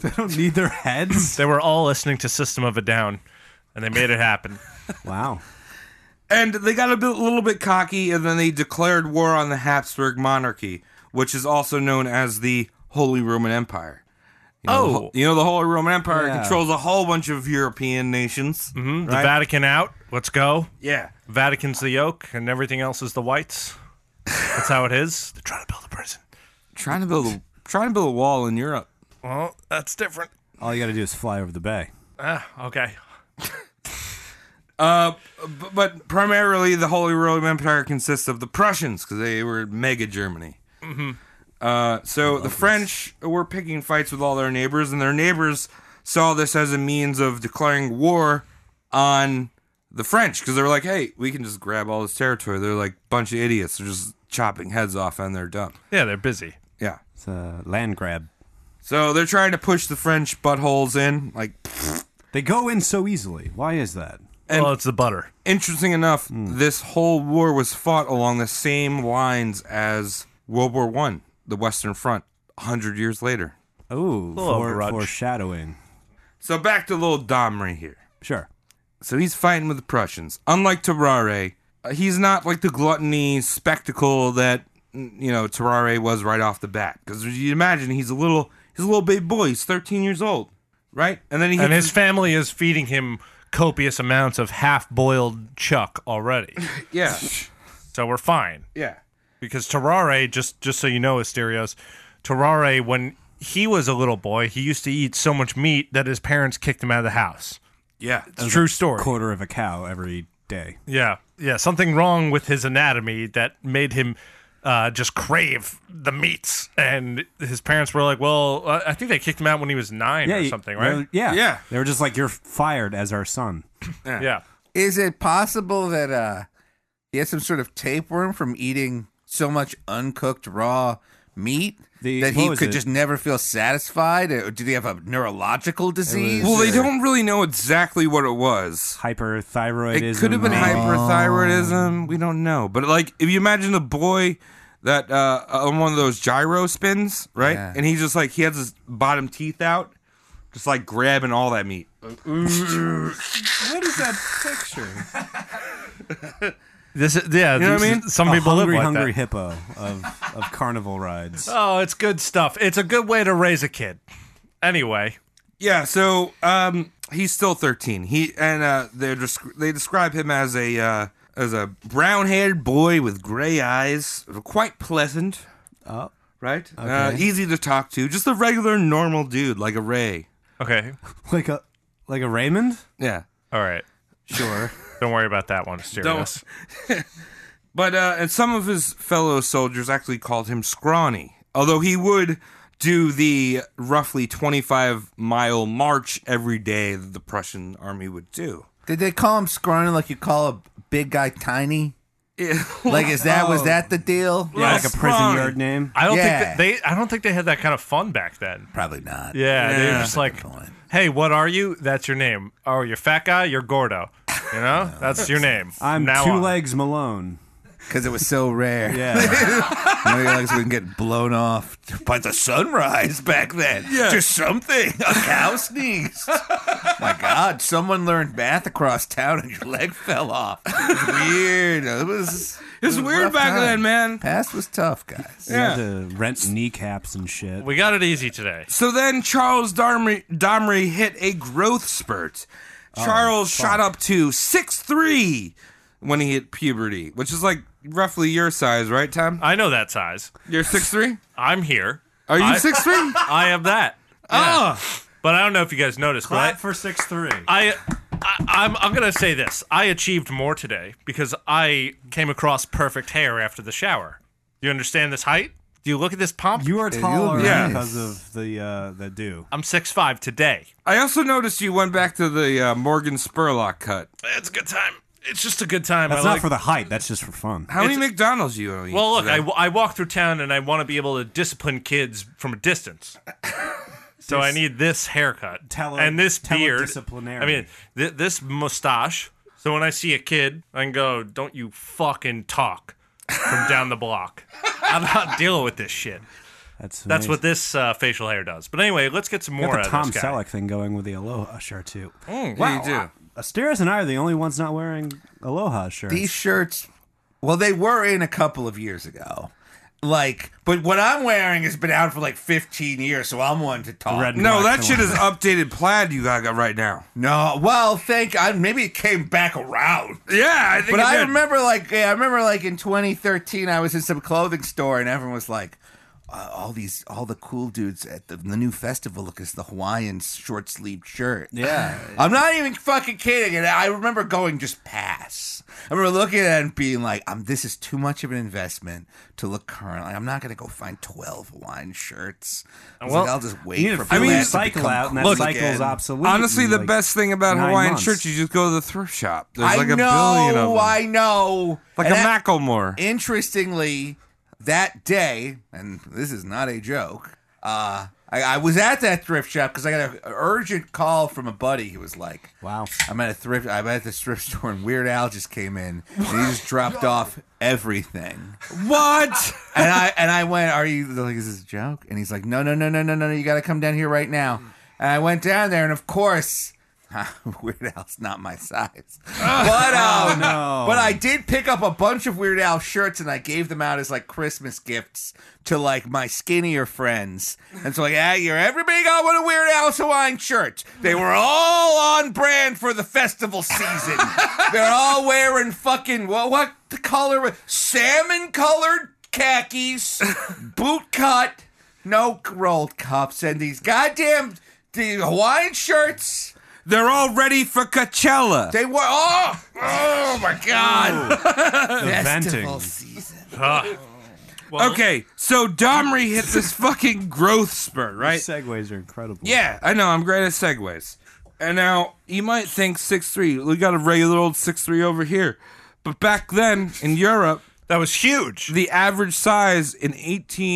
Speaker 11: They don't need their heads.
Speaker 8: They were all listening to System of a Down, and they made it happen.
Speaker 11: wow.
Speaker 9: And they got a bit, little bit cocky, and then they declared war on the Habsburg monarchy, which is also known as the Holy Roman Empire. You know, the
Speaker 8: Oh.
Speaker 9: Ho- you know the Holy Roman Empire
Speaker 11: Yeah.
Speaker 9: controls a whole bunch of European nations.
Speaker 8: Hmm? The Vatican out. Let's go.
Speaker 9: Yeah,
Speaker 8: Vatican's the yoke, and everything else is the whites. That's how it is. They're trying to build a prison.
Speaker 9: trying to build, a, trying to build a wall in Europe.
Speaker 8: Well, that's different.
Speaker 11: All you got to do is fly over the bay.
Speaker 8: Ah, okay.
Speaker 9: B- but primarily, the Holy Roman Empire consists of the Prussians because they were mega Germany. Uh, so the French were picking fights with all their neighbors, and their neighbors saw this as a means of declaring war on the French because they were like, "Hey, we can just grab all this territory." They're like bunch of idiots. They're just chopping heads off, and they're done.
Speaker 8: Yeah, they're busy.
Speaker 9: Yeah.
Speaker 11: It's a land grab.
Speaker 9: So they're trying to push the French buttholes in, like
Speaker 11: They go in so easily. Why is that?
Speaker 9: And
Speaker 8: well, it's the butter.
Speaker 9: interesting enough,
Speaker 8: Hmm.
Speaker 9: this whole war was fought along the same lines as World War One, the Western Front, hundred years later.
Speaker 11: Oh,
Speaker 8: little
Speaker 11: for,
Speaker 8: grudge.
Speaker 11: foreshadowing.
Speaker 9: So back to little Domri here.
Speaker 11: Sure.
Speaker 9: So he's fighting with the Prussians. Unlike Terrare, uh, he's not like the gluttony spectacle that mm, you know Terrare was right off the bat. Because you imagine he's a little he's a little baby boy. He's 13 years old, right? And then he
Speaker 8: And
Speaker 9: hits
Speaker 8: his family is feeding him copious amounts of half boiled chuck already.
Speaker 9: yeah
Speaker 8: so we're fine.
Speaker 9: yeah
Speaker 8: because Terrare, just just so you know, Asterios, Terrare, when he was a little boy, he used to eat so much meat that his parents kicked him out of the house.
Speaker 9: yeah.
Speaker 8: It's a true story.
Speaker 11: Quarter of a cow every day.
Speaker 8: Yeah, yeah, something wrong with his anatomy that made him uh, just crave the meats. And his parents were like, "Well, uh, I think they kicked him out when he was nine or
Speaker 11: you-
Speaker 8: something,
Speaker 11: they
Speaker 8: right?"
Speaker 11: were- Yeah.
Speaker 9: Yeah.
Speaker 11: They were just like, you're fired as our son.
Speaker 8: Yeah.
Speaker 1: Is it possible that uh, he had some sort of tapeworm from eating so much uncooked raw meat
Speaker 11: The-
Speaker 1: that
Speaker 11: what
Speaker 1: he
Speaker 11: was
Speaker 1: could
Speaker 11: it?
Speaker 1: just never feel satisfied? Or did he have a neurological disease?
Speaker 9: Well, they
Speaker 1: Or-
Speaker 9: don't really know exactly what it was.
Speaker 11: Hyperthyroidism.
Speaker 9: It could have been
Speaker 11: maybe.
Speaker 9: hyperthyroidism. We don't know. But like, if you imagine a boy that uh, on one of those gyro spins, right?
Speaker 1: Yeah.
Speaker 9: And he just like he has his bottom teeth out, just like grabbing all that meat.
Speaker 11: What is that picture?
Speaker 8: This is yeah. You
Speaker 9: know what I mean?
Speaker 8: Some
Speaker 11: A
Speaker 8: people
Speaker 11: hungry,
Speaker 8: live like
Speaker 11: hungry
Speaker 8: that.
Speaker 11: hippo of, of carnival rides.
Speaker 8: Oh, it's good stuff. It's a good way to raise a kid. Anyway,
Speaker 9: Yeah. So um, he's still thirteen. He and uh, they desc- they describe him as a uh, as a brown haired boy with gray eyes, quite pleasant.
Speaker 11: Oh.
Speaker 9: Right. Uh, easy to talk to. Just a regular normal dude like a Ray.
Speaker 8: okay,
Speaker 11: Like a like a Raymond?
Speaker 9: Yeah.
Speaker 8: all right.
Speaker 11: Sure.
Speaker 8: Don't worry about that one, Asterios.
Speaker 9: Don't. But uh, and some of his fellow soldiers actually called him Scrawny, although he would do the roughly 25 mile march every day that the Prussian army would do.
Speaker 1: Did they call him scrawny like you call a big guy tiny?
Speaker 9: Yeah. Oh.
Speaker 1: Like, is that was that the deal?
Speaker 11: Yeah, like a prison
Speaker 9: Scrawny.
Speaker 11: yard name.
Speaker 8: I don't
Speaker 1: Yeah.
Speaker 8: think that they. I don't think they had that kind of fun back then.
Speaker 1: Probably not.
Speaker 8: Yeah, they were
Speaker 9: Yeah.
Speaker 8: just like,
Speaker 1: point.
Speaker 8: "Hey, what are you? That's your name. Oh, you're fat guy. You're Gordo. You know, that's your name.
Speaker 11: I'm
Speaker 8: now
Speaker 11: two
Speaker 8: on.
Speaker 11: legs Malone.
Speaker 1: because it was so rare.
Speaker 11: Yeah.
Speaker 1: Now you're like, so we can get blown off by the sunrise back then. Yeah. Just something. A cow sneezed. My God, someone learned math across town and your leg fell off. It's weird. It was.
Speaker 9: It was
Speaker 1: a
Speaker 9: weird
Speaker 1: rough
Speaker 9: back
Speaker 1: time.
Speaker 9: then, man.
Speaker 1: Past was tough, guys.
Speaker 11: You
Speaker 9: Yeah.
Speaker 11: had to rent kneecaps and shit.
Speaker 8: We got it easy today.
Speaker 9: So then Charles Domry, Domry hit a growth spurt.
Speaker 1: Oh,
Speaker 9: Charles shot up to 6'3 when he hit puberty, which is like roughly your size, right, Tom?
Speaker 8: I know that size.
Speaker 9: You're 6'3?
Speaker 8: I'm here.
Speaker 9: Are you
Speaker 8: I-
Speaker 9: 6'3?
Speaker 8: I am that.
Speaker 9: Ah.
Speaker 8: But I don't know if you guys noticed, but I-
Speaker 11: for six three.
Speaker 8: I, I I'm I'm gonna say this. I achieved more today because I came across perfect hair after the shower. You understand this height? Do you look at this pump?
Speaker 11: You are taller
Speaker 1: look nice.
Speaker 11: because of the uh, the dew.
Speaker 8: I'm six five today.
Speaker 9: I also noticed you went back to the uh, Morgan Spurlock cut.
Speaker 8: It's a good time. It's just a good time.
Speaker 11: That's
Speaker 8: I
Speaker 11: not
Speaker 8: like-
Speaker 11: for the height. That's just for fun.
Speaker 9: How many McDonald's you owe?
Speaker 8: Well, look, I, I walk through town and I want to be able to discipline kids from a distance. So I need this haircut
Speaker 11: Tele-
Speaker 8: and this beard.
Speaker 11: teledisciplinary.
Speaker 8: I mean, th- this mustache. So when I see a kid, I can go, "Don't you fucking talk from down the block." I'm not dealing with this shit.
Speaker 11: That's
Speaker 8: That's what
Speaker 11: amazing.
Speaker 8: this uh, facial hair does. But anyway, let's get some
Speaker 11: You
Speaker 8: more
Speaker 11: got
Speaker 8: out
Speaker 11: the
Speaker 8: of
Speaker 11: Tom
Speaker 8: this guy.
Speaker 11: Selleck thing going with the Aloha shirt too.
Speaker 9: wow. you do.
Speaker 11: Asteris and I are the only ones not wearing Aloha shirts.
Speaker 1: These shirts, well, they were in a couple of years ago. Like, but what I'm wearing has been out for like 15 years, so I'm one to talk.
Speaker 11: Red and
Speaker 9: No,
Speaker 11: black
Speaker 9: that
Speaker 11: the
Speaker 9: shit
Speaker 11: one.
Speaker 9: is updated plaid you got got right now.
Speaker 1: No, well, thank. I maybe it came back around.
Speaker 9: Yeah, I think.
Speaker 1: But I remember, like, yeah, I remember, like, in 2013, I was in some clothing store, and everyone was like, uh, "All these, all the cool dudes at the, the new festival look is the Hawaiian short sleeved shirt."
Speaker 11: Yeah.
Speaker 1: I'm not even fucking kidding. And I remember going just pass. I remember looking at it and being like, um, this is too much of an investment to look current. Like, I'm not going to go find 12 Hawaiian shirts. I was
Speaker 8: Well,
Speaker 1: like, I'll just wait
Speaker 11: You need
Speaker 1: for
Speaker 11: to I
Speaker 1: people
Speaker 11: mean,
Speaker 1: to
Speaker 11: cycle
Speaker 1: become
Speaker 11: out, and that
Speaker 1: cool
Speaker 11: cycle's
Speaker 1: again.
Speaker 11: obsolete.
Speaker 9: Honestly,
Speaker 11: in,
Speaker 9: the
Speaker 11: like,
Speaker 9: best thing about
Speaker 11: nine
Speaker 9: Hawaiian
Speaker 11: months.
Speaker 9: shirts, you just go to the thrift shop. There's
Speaker 1: I
Speaker 9: like a billion of
Speaker 1: know,
Speaker 9: them.
Speaker 1: I know. And
Speaker 9: like a
Speaker 1: that-
Speaker 9: Macklemore.
Speaker 1: interestingly, that day, and this is not a joke, uh, I, I was at that thrift shop because I got an urgent call from a buddy. He was like,
Speaker 11: Wow.
Speaker 1: I'm at a thrift. I'm at this thrift store, and Weird Al just came in, and he just dropped off everything.
Speaker 9: What?
Speaker 1: And I and I went, "Are you like is this a joke?" And he's like, "No, no, no, no, no, no, no. You got to come down here right now." And I went down there, and of course, Weird Al's not my size. But um,
Speaker 11: no.
Speaker 1: but I did pick up a bunch of Weird Al shirts, and I gave them out as like Christmas gifts to like my skinnier friends. And so like that year, everybody got one of Weird Al's Hawaiian shirts. They were all on brand for the festival season. They're all wearing fucking what? What the color? was- Salmon colored khakis, boot cut, no rolled cups, and these goddamn the Hawaiian shirts.
Speaker 9: They're all ready for Coachella.
Speaker 1: They were oh oh my god!
Speaker 11: The venting.
Speaker 1: season.
Speaker 9: okay, so Domri hit this fucking growth spurt, right?
Speaker 11: Segways are incredible.
Speaker 9: Yeah, I know. I'm great at segues. And now you might think six three. We got a regular old six three over here, but back then in Europe,
Speaker 8: That was huge.
Speaker 9: the average size in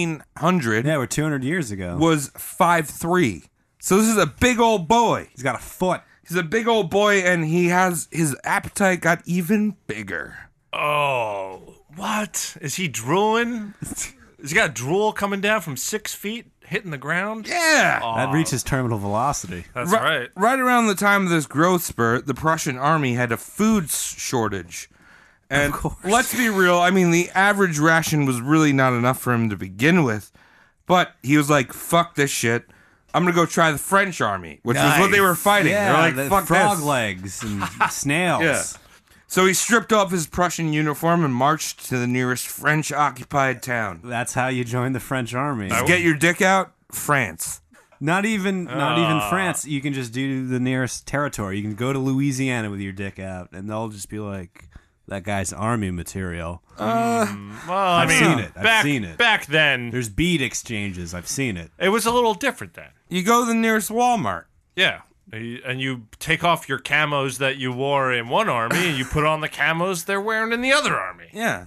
Speaker 9: 1800
Speaker 11: Yeah, we're 200 years ago.
Speaker 9: was five three. So this is a big old boy.
Speaker 11: He's got a foot.
Speaker 9: He's a big old boy, and he has his appetite got even bigger.
Speaker 8: Oh, what is he drooling? Has he got drool coming down from six feet, hitting the ground?
Speaker 9: Yeah.
Speaker 11: That reaches terminal velocity.
Speaker 8: That's
Speaker 9: Ri-
Speaker 8: right.
Speaker 9: Right around the time of this growth spurt, the Prussian army had a food s- shortage. And let's be real, I mean, the average ration was really not enough for him to begin with. But he was like, fuck this shit. I'm going to go try the French army, which was what they were fighting. they
Speaker 11: Yeah,
Speaker 9: were like,
Speaker 11: the
Speaker 9: fuck
Speaker 11: frog
Speaker 9: this.
Speaker 11: legs and snails.
Speaker 9: Yeah. So he stripped off his Prussian uniform and marched to the nearest French occupied town.
Speaker 11: That's how you join the French army.
Speaker 9: Get your Ah. dick out, France.
Speaker 11: Not even, not even France. You can just do the nearest territory. You can go to Louisiana with your dick out, and they'll just be like, "That guy's army material."
Speaker 8: Well, I
Speaker 11: I've
Speaker 8: mean,
Speaker 11: seen it. I've
Speaker 8: Back,
Speaker 11: seen it.
Speaker 8: Back then,
Speaker 11: There's bead exchanges. I've seen it.
Speaker 8: it was a little different then.
Speaker 9: You go to the nearest Walmart.
Speaker 8: Yeah. And you take off your camos that you wore in one army and you put on the camos they're wearing in the other army.
Speaker 9: Yeah.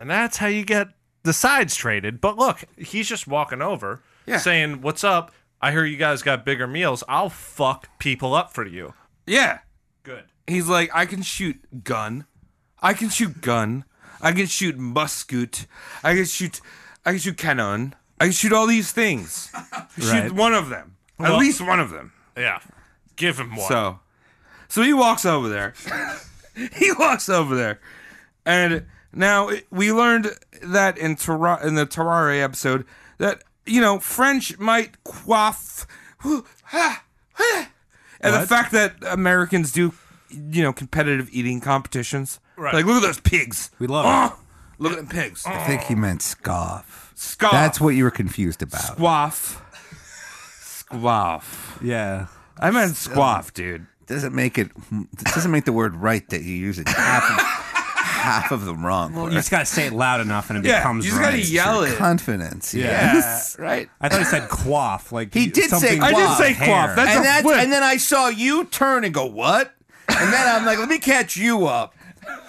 Speaker 8: And that's how you get the sides traded. But look, he's just walking over
Speaker 9: Yeah.
Speaker 8: saying, What's up? I hear you guys got bigger meals. I'll fuck people up for you.
Speaker 9: Yeah.
Speaker 8: Good.
Speaker 9: He's like, I can shoot gun. I can shoot gun. I can shoot muscoot. I can shoot. I can shoot cannon. I can shoot all these things. Shoot
Speaker 11: Right.
Speaker 9: one of them. At
Speaker 8: Well-
Speaker 9: least one of them.
Speaker 8: Yeah. Give him one.
Speaker 9: So, so he walks over there. he walks over there, and now it- we learned that in Terra- in the Terraria episode that you know French might quaff, and the
Speaker 11: What?
Speaker 9: fact that Americans do, you know, competitive eating competitions.
Speaker 8: Right.
Speaker 9: Like, look at those pigs.
Speaker 11: We love it. Oh.
Speaker 9: Look at them pigs.
Speaker 12: I think he meant scoff.
Speaker 9: Scoff.
Speaker 12: That's what you were confused about.
Speaker 9: squaff. Squaff.
Speaker 11: Yeah.
Speaker 9: I meant squaff, dude.
Speaker 12: Doesn't make it. Doesn't make the word right that you use it half of, half of the wrong.
Speaker 11: You
Speaker 12: word.
Speaker 11: just gotta say it loud enough, and it
Speaker 9: Yeah, you
Speaker 11: becomes
Speaker 9: just
Speaker 11: right.
Speaker 9: gotta yell it.
Speaker 12: Confidence.
Speaker 11: Yeah.
Speaker 12: Yes. Right.
Speaker 11: I thought he said quaff. Like
Speaker 12: He did say
Speaker 11: something
Speaker 12: quaff.
Speaker 11: with
Speaker 12: I did
Speaker 9: say
Speaker 11: hair.
Speaker 9: quaff. That's
Speaker 12: and
Speaker 9: a
Speaker 12: that's,
Speaker 9: flip.
Speaker 12: and then I saw you turn and go, what? And then I'm like, let me catch you up.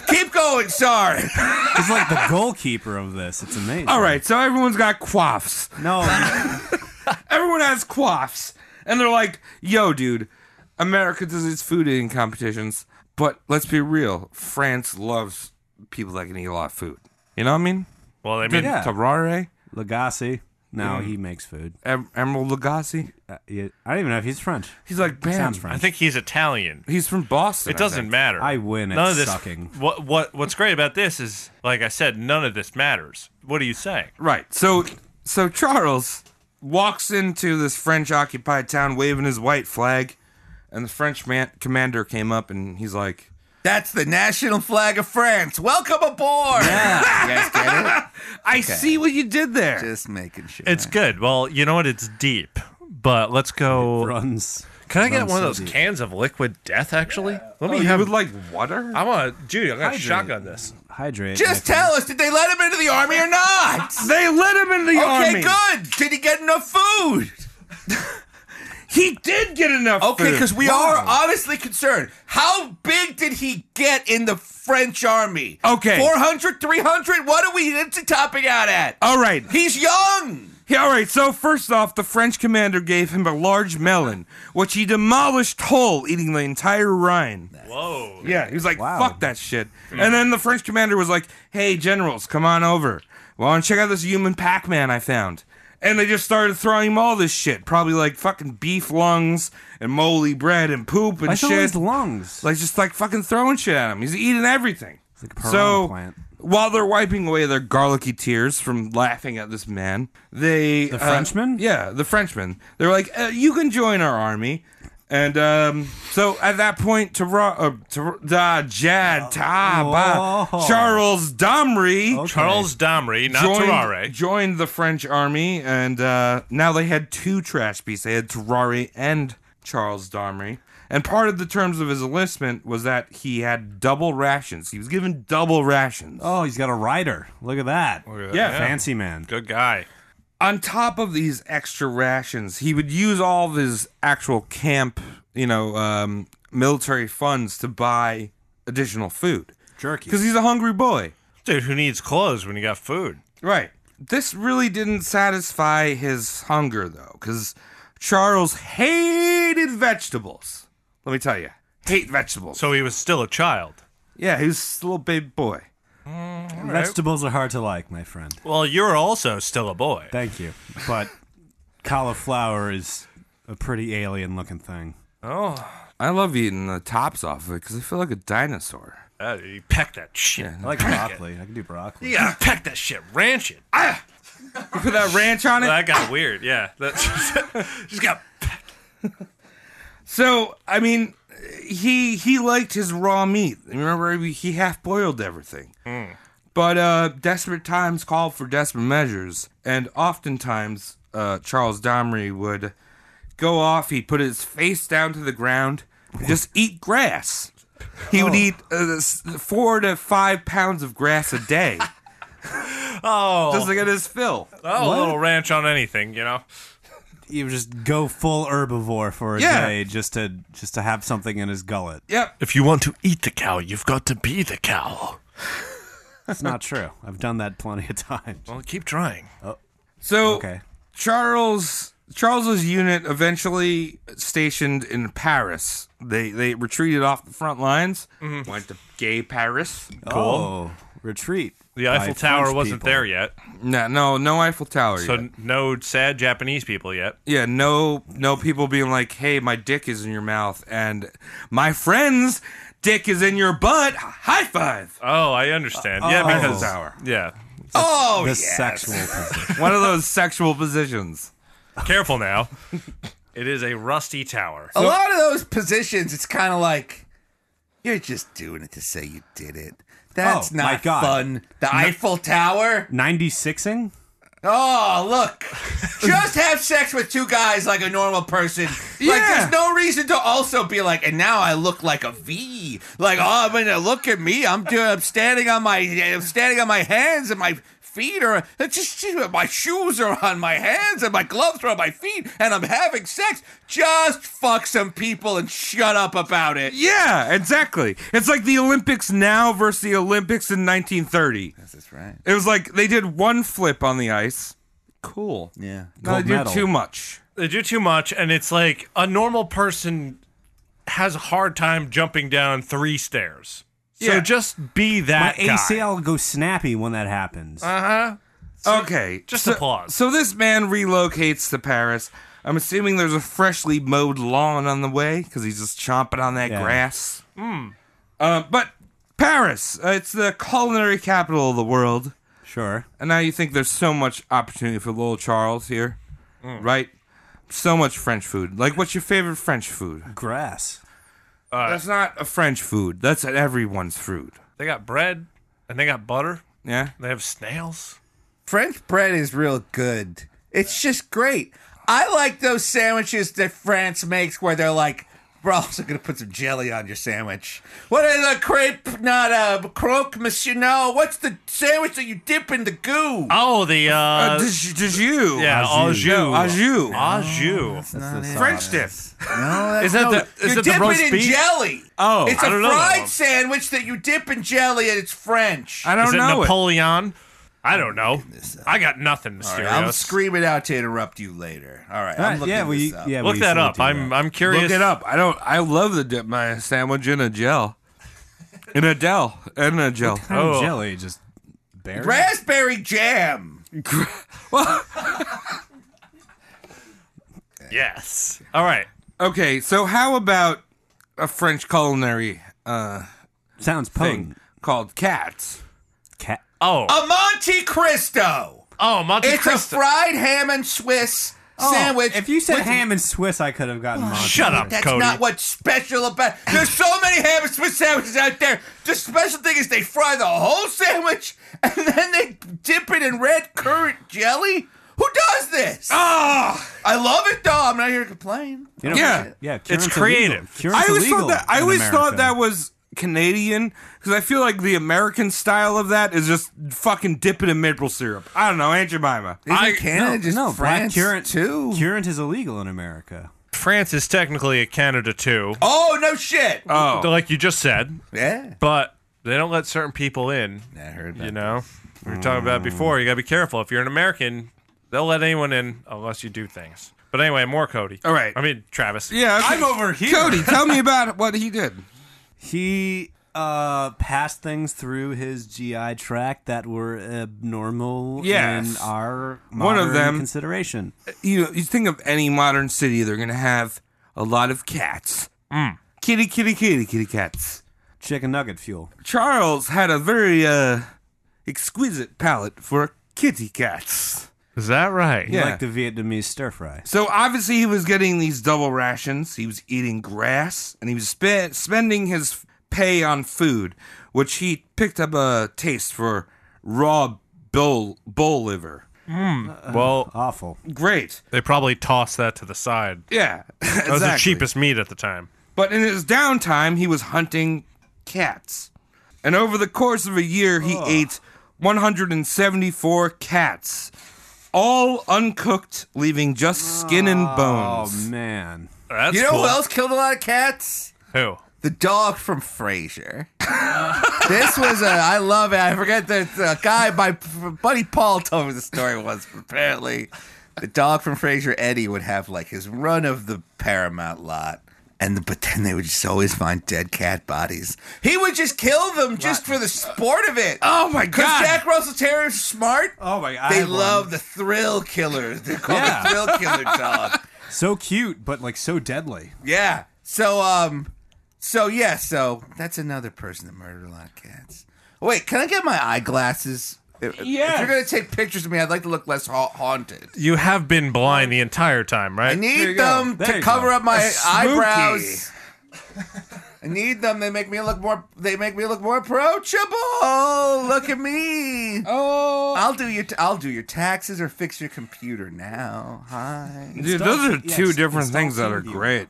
Speaker 12: Keep going, sorry.
Speaker 11: He's like the goalkeeper of this. It's amazing.
Speaker 9: All right, so everyone's got quaffs.
Speaker 11: No,
Speaker 9: everyone has quaffs and they're like yo dude america does its food eating competitions but let's be real france loves people that can eat a lot of food you know what i mean
Speaker 8: well, I mean,
Speaker 11: Yeah.
Speaker 9: Tarare,
Speaker 11: Lagasse. No, he makes food.
Speaker 9: em- emerald lagasse
Speaker 11: Uh, yeah, I don't even know if he's French.
Speaker 9: he's like man
Speaker 11: Sounds French.
Speaker 8: I think he's Italian.
Speaker 9: he's from boston
Speaker 8: It doesn't matter.
Speaker 11: I win at
Speaker 8: none of this,
Speaker 11: sucking.
Speaker 8: What what what's great about this is, like I said, none of this matters. What are you saying?
Speaker 9: right so so charles walks into this french occupied town waving his white flag and the french man- commander came up and he's like
Speaker 1: That's the national flag of France. Welcome aboard. Yeah. you guys get it?
Speaker 9: i see what you did there
Speaker 12: Just making sure.
Speaker 8: It's good. Well, you know what? It's deep. But let's go.
Speaker 11: Runs.
Speaker 8: Can I get
Speaker 11: runs
Speaker 8: one of
Speaker 11: so deep.
Speaker 8: those cans of liquid death? Actually, let me
Speaker 9: Oh, you
Speaker 8: have.
Speaker 9: would like water
Speaker 8: I want, dude. I got a
Speaker 11: Hydrate.
Speaker 8: shotgun this.
Speaker 11: Hydrate.
Speaker 1: Just tell us, did they let him into the army or not?
Speaker 9: they let him in the army
Speaker 1: Okay, good. Did he get enough food?
Speaker 9: He did get enough.
Speaker 1: Okay,
Speaker 9: food.
Speaker 1: because we are honestly concerned. How big did he get in the French army?
Speaker 9: Okay.
Speaker 1: 400, 300? What are we it's topping out at?
Speaker 9: Uh, all right.
Speaker 1: He's young.
Speaker 9: Yeah, all right, so first off, the French commander gave him a large melon, which he demolished whole, eating the entire rind.
Speaker 8: Whoa.
Speaker 9: Yeah, he was like, fuck that shit. And then the French commander was like, hey, generals, come on over. Well, and check out this human Pac Man I found. And they just started throwing him all this shit. Probably like fucking beef lungs and moly bread and poop and
Speaker 11: I saw
Speaker 9: shit.
Speaker 11: his lungs.
Speaker 9: Like just like fucking throwing shit at him. He's eating everything.
Speaker 11: like a piranha
Speaker 9: so
Speaker 11: plant.
Speaker 9: while they're wiping away their garlicky tears from laughing at this man, they the
Speaker 11: Frenchman?
Speaker 9: yeah, the Frenchman. They're like, uh, you can join our army. And um, so at that point, Tara, uh, Tara, da, Jad, Ta, Ba,
Speaker 11: Oh.
Speaker 9: Charles Domry
Speaker 8: Charles Domry, not
Speaker 9: joined,
Speaker 8: Terrare.
Speaker 9: joined the French army, and uh, now they had two trash beasts. They had Terrari and Charles Domry. And part of the terms of his enlistment was that he had double rations. He was given double rations.
Speaker 11: Oh, he's got a rider. Look at that.
Speaker 9: Oh, Yeah.
Speaker 11: Fancy man.
Speaker 8: Good guy.
Speaker 9: On top of these extra rations, he would use all of his actual camp, you know, um, military funds to buy additional food.
Speaker 11: Jerky.
Speaker 9: Because he's a hungry boy.
Speaker 8: Dude, who needs clothes when you got food?
Speaker 9: Right. This really didn't satisfy his hunger, though, because Charles hated vegetables. Let me tell you, hate vegetables.
Speaker 8: So he was still a child.
Speaker 9: yeah, he was a little baby boy.
Speaker 11: Vegetables are hard to like, my friend.
Speaker 8: Well, you're also still a boy.
Speaker 11: Thank you. But cauliflower is a pretty alien looking thing.
Speaker 8: Oh,
Speaker 9: I love eating the tops off of it because I feel like a dinosaur.
Speaker 8: Uh, you peck that shit.
Speaker 11: I like broccoli. I can do broccoli.
Speaker 8: Yeah, peck that shit. Ranch it.
Speaker 9: You put that ranch on it.
Speaker 8: that got weird. Yeah, that's just got.
Speaker 9: So I mean, he he liked his raw meat. Remember, he- he half boiled everything. But uh, desperate times called for desperate measures, and oftentimes uh, Charles Domry would go off. He'd put his face down to the ground, and just eat grass. He would eat uh, s- four to five pounds of grass a day,
Speaker 8: Oh,
Speaker 9: just to get his fill.
Speaker 8: oh a little ranch on anything, you know.
Speaker 11: You just go full herbivore for a
Speaker 9: Yeah.
Speaker 11: day just to just to have something in his gullet.
Speaker 9: Yep.
Speaker 8: If you want to eat the cow, you've got to be the cow.
Speaker 11: It's not true. I've done that plenty of times.
Speaker 8: Well, keep trying.
Speaker 9: So
Speaker 11: Okay.
Speaker 9: Charles Charles's unit eventually stationed in Paris. They they retreated off the front lines. Went to gay Paris.
Speaker 11: Cool. Oh, retreat.
Speaker 8: The Eiffel
Speaker 11: by
Speaker 8: Tower
Speaker 11: French
Speaker 8: wasn't
Speaker 11: people.
Speaker 8: there yet,
Speaker 9: No, no, no Eiffel Tower.
Speaker 8: so
Speaker 9: yet.
Speaker 8: n- no sad Japanese people yet.
Speaker 9: Yeah, no, no people being like, "Hey, my dick is in your mouth," and my friend's dick is in your butt. High five.
Speaker 8: Oh, I understand. yeah,
Speaker 11: Oh.
Speaker 8: because
Speaker 9: Tower.
Speaker 8: yeah,
Speaker 9: Oh,
Speaker 11: The
Speaker 9: yes.
Speaker 11: sexual position.
Speaker 9: One of those sexual positions.
Speaker 8: careful now. it is a rusty tower.
Speaker 1: a lot of those positions, it's kind of like you're just doing it to say you did it. That's
Speaker 11: Oh, my
Speaker 1: not
Speaker 11: God.
Speaker 1: fun. The Eiffel Tower.
Speaker 11: 96ing?
Speaker 1: Oh, look. just have sex with two guys like a normal person. Like,
Speaker 9: Yeah.
Speaker 1: there's no reason to also be like, and now I look like a V. Like, oh, I mean, look at me. I'm, doing, I'm standing on my, I'm standing on my hands and my feet are, it's just, my shoes are on my hands and my gloves are on my feet and I'm having sex. Just fuck some people and shut up about it.
Speaker 9: Yeah, exactly. It's like the Olympics now versus the Olympics in 1930.
Speaker 1: That's right.
Speaker 9: It was like they did one flip on the ice. Cool.
Speaker 1: Yeah.
Speaker 9: No, they
Speaker 11: Gold
Speaker 9: did
Speaker 11: medal.
Speaker 9: too much.
Speaker 8: They do too much, and it's like a normal person has a hard time jumping down three stairs. So
Speaker 9: Yeah.
Speaker 8: just be
Speaker 11: My
Speaker 8: that guy.
Speaker 11: ACL goes snappy when that happens.
Speaker 9: okay.
Speaker 8: just
Speaker 9: so,
Speaker 8: applause.
Speaker 9: So this man relocates to Paris. I'm assuming there's a freshly mowed lawn on the way because he's just chomping on that
Speaker 11: Yeah.
Speaker 9: grass. Uh, but Paris, uh, it's the culinary capital of the world.
Speaker 11: sure.
Speaker 9: And now you think there's so much opportunity for little Charles here, right? So much French food. Like, what's your favorite French food?
Speaker 11: Grass.
Speaker 9: That's not a French food. That's everyone's food.
Speaker 8: They got bread and they got butter.
Speaker 9: Yeah.
Speaker 8: They have snails.
Speaker 1: French bread is real good. It's just great. I like those sandwiches that France makes where they're like, we're also going to put some jelly on your sandwich. What is a crepe? Not a croque, monsieur. No, what's the sandwich that you dip in the goo?
Speaker 8: Oh, the uh,
Speaker 9: Uh, did, did you?
Speaker 8: yeah, au jus.
Speaker 9: No, au jus.
Speaker 8: Au jus.
Speaker 11: That's the
Speaker 9: French
Speaker 11: sauce.
Speaker 9: dip.
Speaker 1: No, that's
Speaker 8: Is that
Speaker 1: no-
Speaker 8: the- is
Speaker 1: you
Speaker 8: that the
Speaker 1: dip
Speaker 8: roast
Speaker 1: it in
Speaker 8: beef?
Speaker 1: jelly.
Speaker 9: Oh,
Speaker 1: it's
Speaker 8: I
Speaker 1: a
Speaker 8: don't know that
Speaker 1: fried
Speaker 8: one.
Speaker 1: sandwich that you dip in jelly, and it's French.
Speaker 9: I don't
Speaker 8: Is it
Speaker 9: know. it.
Speaker 8: Napoleon? I don't know. I got nothing,
Speaker 1: All
Speaker 8: Mysterio.
Speaker 1: right, I'll scream it out to interrupt you later. All right,
Speaker 8: All
Speaker 11: Uh,
Speaker 1: I'm
Speaker 8: right,
Speaker 1: looking
Speaker 8: yeah,
Speaker 1: this
Speaker 8: we-
Speaker 1: up.
Speaker 8: yeah, Look we that should up. do I'm- that. I'm curious.
Speaker 9: Look it up. I don't. I love the dip my sandwich in a gel, in a gel, in a gel.
Speaker 11: kind of jelly? Just berry.
Speaker 1: Raspberry jam.
Speaker 8: Yes. All right.
Speaker 9: Okay. So how about a French culinary? uh
Speaker 11: Sounds
Speaker 9: thing called cats.
Speaker 11: Cat.
Speaker 8: Oh.
Speaker 1: A Monte Cristo.
Speaker 8: Oh, Monte
Speaker 1: it's
Speaker 8: Cristo.
Speaker 1: a fried ham and Swiss sandwich.
Speaker 11: oh, If you said
Speaker 1: with-
Speaker 11: ham and Swiss, I could have gotten.
Speaker 9: Oh,
Speaker 11: Monty.
Speaker 8: Shut up,
Speaker 1: That's
Speaker 8: Cody.
Speaker 1: not what's special about. There's so many ham and Swiss sandwiches out there. The special thing is they fry the whole sandwich and then they dip it in red currant jelly. Who does this?
Speaker 9: Oh,
Speaker 1: I love it though. I'm not here to complain.
Speaker 11: You
Speaker 9: Yeah.
Speaker 11: yeah.
Speaker 8: It's creative.
Speaker 9: I always thought that. I always thought that was Canadian because I feel like the American style of that is just fucking dip it in maple syrup. I don't know, Aunt Jemima.
Speaker 1: Isn't
Speaker 8: I-
Speaker 1: Canada just
Speaker 11: no,
Speaker 1: France
Speaker 11: black currant
Speaker 1: too?
Speaker 11: Current is illegal in America.
Speaker 8: France is technically a Canada too,
Speaker 1: Oh no shit.
Speaker 9: Oh,
Speaker 8: like you just said,
Speaker 1: yeah,
Speaker 8: but they don't let certain people in.
Speaker 1: I heard
Speaker 8: You know, we were talking about it before. You gotta be careful. If you're an American, they'll let anyone in unless you do things. But anyway, more Cody.
Speaker 9: All right.
Speaker 8: I mean Travis.
Speaker 9: yeah. okay.
Speaker 8: I'm over here.
Speaker 9: Cody, tell me about what he did.
Speaker 11: He uh, passed things through his GI tract that were abnormal
Speaker 9: Yes.
Speaker 11: in our
Speaker 9: One of
Speaker 11: modern
Speaker 9: them-
Speaker 11: consideration.
Speaker 9: You know, you think of any modern city, they're gonna have a lot of cats.
Speaker 8: Mm.
Speaker 9: Kitty, kitty, kitty, kitty cats.
Speaker 11: Chicken nugget fuel.
Speaker 9: Charles had a very uh, exquisite palate for kitty cats.
Speaker 8: Is that right?
Speaker 9: Yeah.
Speaker 11: Like the Vietnamese stir fry.
Speaker 9: So obviously he was getting these double rations. He was eating grass and he was spe- spending his pay on food, which he picked up a taste for raw bull bull liver.
Speaker 8: Well,
Speaker 11: Awful.
Speaker 9: Great.
Speaker 8: they probably tossed that to the side.
Speaker 9: Yeah.
Speaker 8: That was
Speaker 9: exactly.
Speaker 8: the cheapest meat at the time.
Speaker 9: But in his downtime, he was hunting cats. And over the course of a year, he ate 174 cats, all uncooked, leaving just skin and
Speaker 11: Oh
Speaker 9: bones.
Speaker 11: man.
Speaker 8: That's
Speaker 1: You know
Speaker 8: cool.
Speaker 1: who else killed a lot of cats?
Speaker 8: Who?
Speaker 1: The dog from Frasier. this was a I love it. I forget that the guy my buddy Paul told me the story once. but Apparently, the dog from Frasier Eddie would have like his run of the Paramount lot, and the, but then they would just always find dead cat bodies. He would just kill them just for the sport of it.
Speaker 9: Oh my
Speaker 1: Because
Speaker 9: God.
Speaker 1: Jack Russell Terriers are smart.
Speaker 11: Oh my god.
Speaker 1: They love the thrill killer. They're called
Speaker 11: Yeah.
Speaker 1: the thrill killer dog.
Speaker 11: so cute, but like so deadly.
Speaker 1: Yeah. So um so yeah, so that's another person that murdered a lot of cats. Wait, can I get my eyeglasses? If- If
Speaker 9: Yes.
Speaker 1: you're gonna take pictures of me, I'd like to look less ha- haunted.
Speaker 8: You have been blind the entire time, right?
Speaker 1: I
Speaker 11: There you
Speaker 1: need
Speaker 11: go.
Speaker 1: them
Speaker 11: There
Speaker 1: to
Speaker 11: you
Speaker 1: cover
Speaker 11: go.
Speaker 1: up my
Speaker 9: Spooky.
Speaker 1: eyebrows. I need them. They make me look more. They make me look more approachable. Look at me.
Speaker 9: Oh.
Speaker 1: I'll do your. T- I'll do your taxes or fix your computer now. Hi.
Speaker 9: Dude,
Speaker 11: Install-
Speaker 9: those are
Speaker 11: yeah,
Speaker 9: two
Speaker 11: s-
Speaker 9: different
Speaker 11: install
Speaker 9: things that are
Speaker 11: TeamViewer.
Speaker 9: great.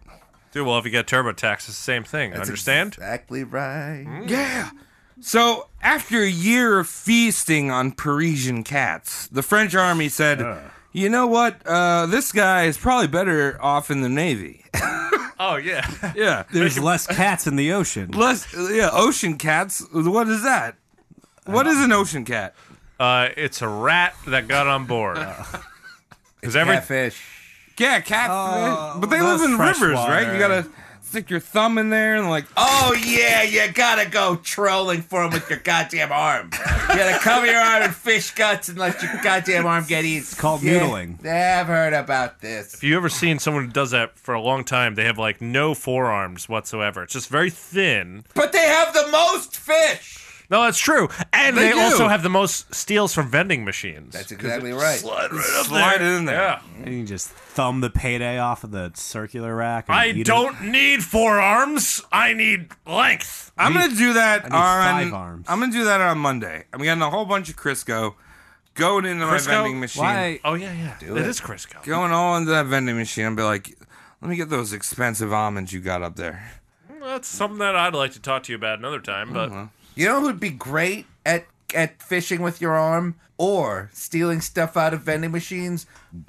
Speaker 8: Dude, well, if you got TurboTax, it's the same thing. Understand?
Speaker 1: Exactly right.
Speaker 11: Mm.
Speaker 9: Yeah. So, after a year of feasting on Parisian cats, the French army said, You know what? Uh, this guy is probably better off in the Navy.
Speaker 8: Oh yeah.
Speaker 9: yeah.
Speaker 11: There's less cats in the ocean.
Speaker 9: Less, yeah, ocean cats. What is that? What is an ocean cat?
Speaker 8: Uh, it's a rat that got on board. Because every
Speaker 1: Catfish.
Speaker 9: Yeah, cats.
Speaker 11: Oh,
Speaker 9: but they
Speaker 11: well,
Speaker 9: live in
Speaker 11: fresh
Speaker 9: rivers, right? You
Speaker 11: water.
Speaker 9: gotta stick your thumb in there and, like,
Speaker 1: Oh yeah, you gotta go trolling for him with your goddamn arm. You gotta cover your arm in fish guts and let your goddamn arm get eaten. It's
Speaker 11: called noodling.
Speaker 1: I've heard about this.
Speaker 8: if you ever seen someone who does that for a long time, they have like no forearms whatsoever. It's just very thin.
Speaker 1: But they have the most fish.
Speaker 8: No, that's true. And they,
Speaker 9: They do.
Speaker 8: also have the most steals from vending machines.
Speaker 1: That's exactly right.
Speaker 9: slide it in there.
Speaker 8: yeah.
Speaker 11: And you just thumb the payday off of the circular rack. And
Speaker 8: I
Speaker 11: eat it.
Speaker 8: don't need forearms. I need length.
Speaker 9: I'm gonna do that
Speaker 11: need
Speaker 9: on.
Speaker 11: five arms.
Speaker 9: I'm gonna do that on Monday. I'm getting a whole bunch of Crisco, going into my
Speaker 8: Crisco?
Speaker 9: vending machine,
Speaker 11: Why?
Speaker 8: Oh yeah, yeah. it is Crisco.
Speaker 9: going all into that vending machine, and be like, "Let me get those expensive almonds you got up there."
Speaker 8: That's something that I'd like to talk to you about another time. But
Speaker 1: You know who'd be great at at fishing with your arm or stealing stuff out of vending machines?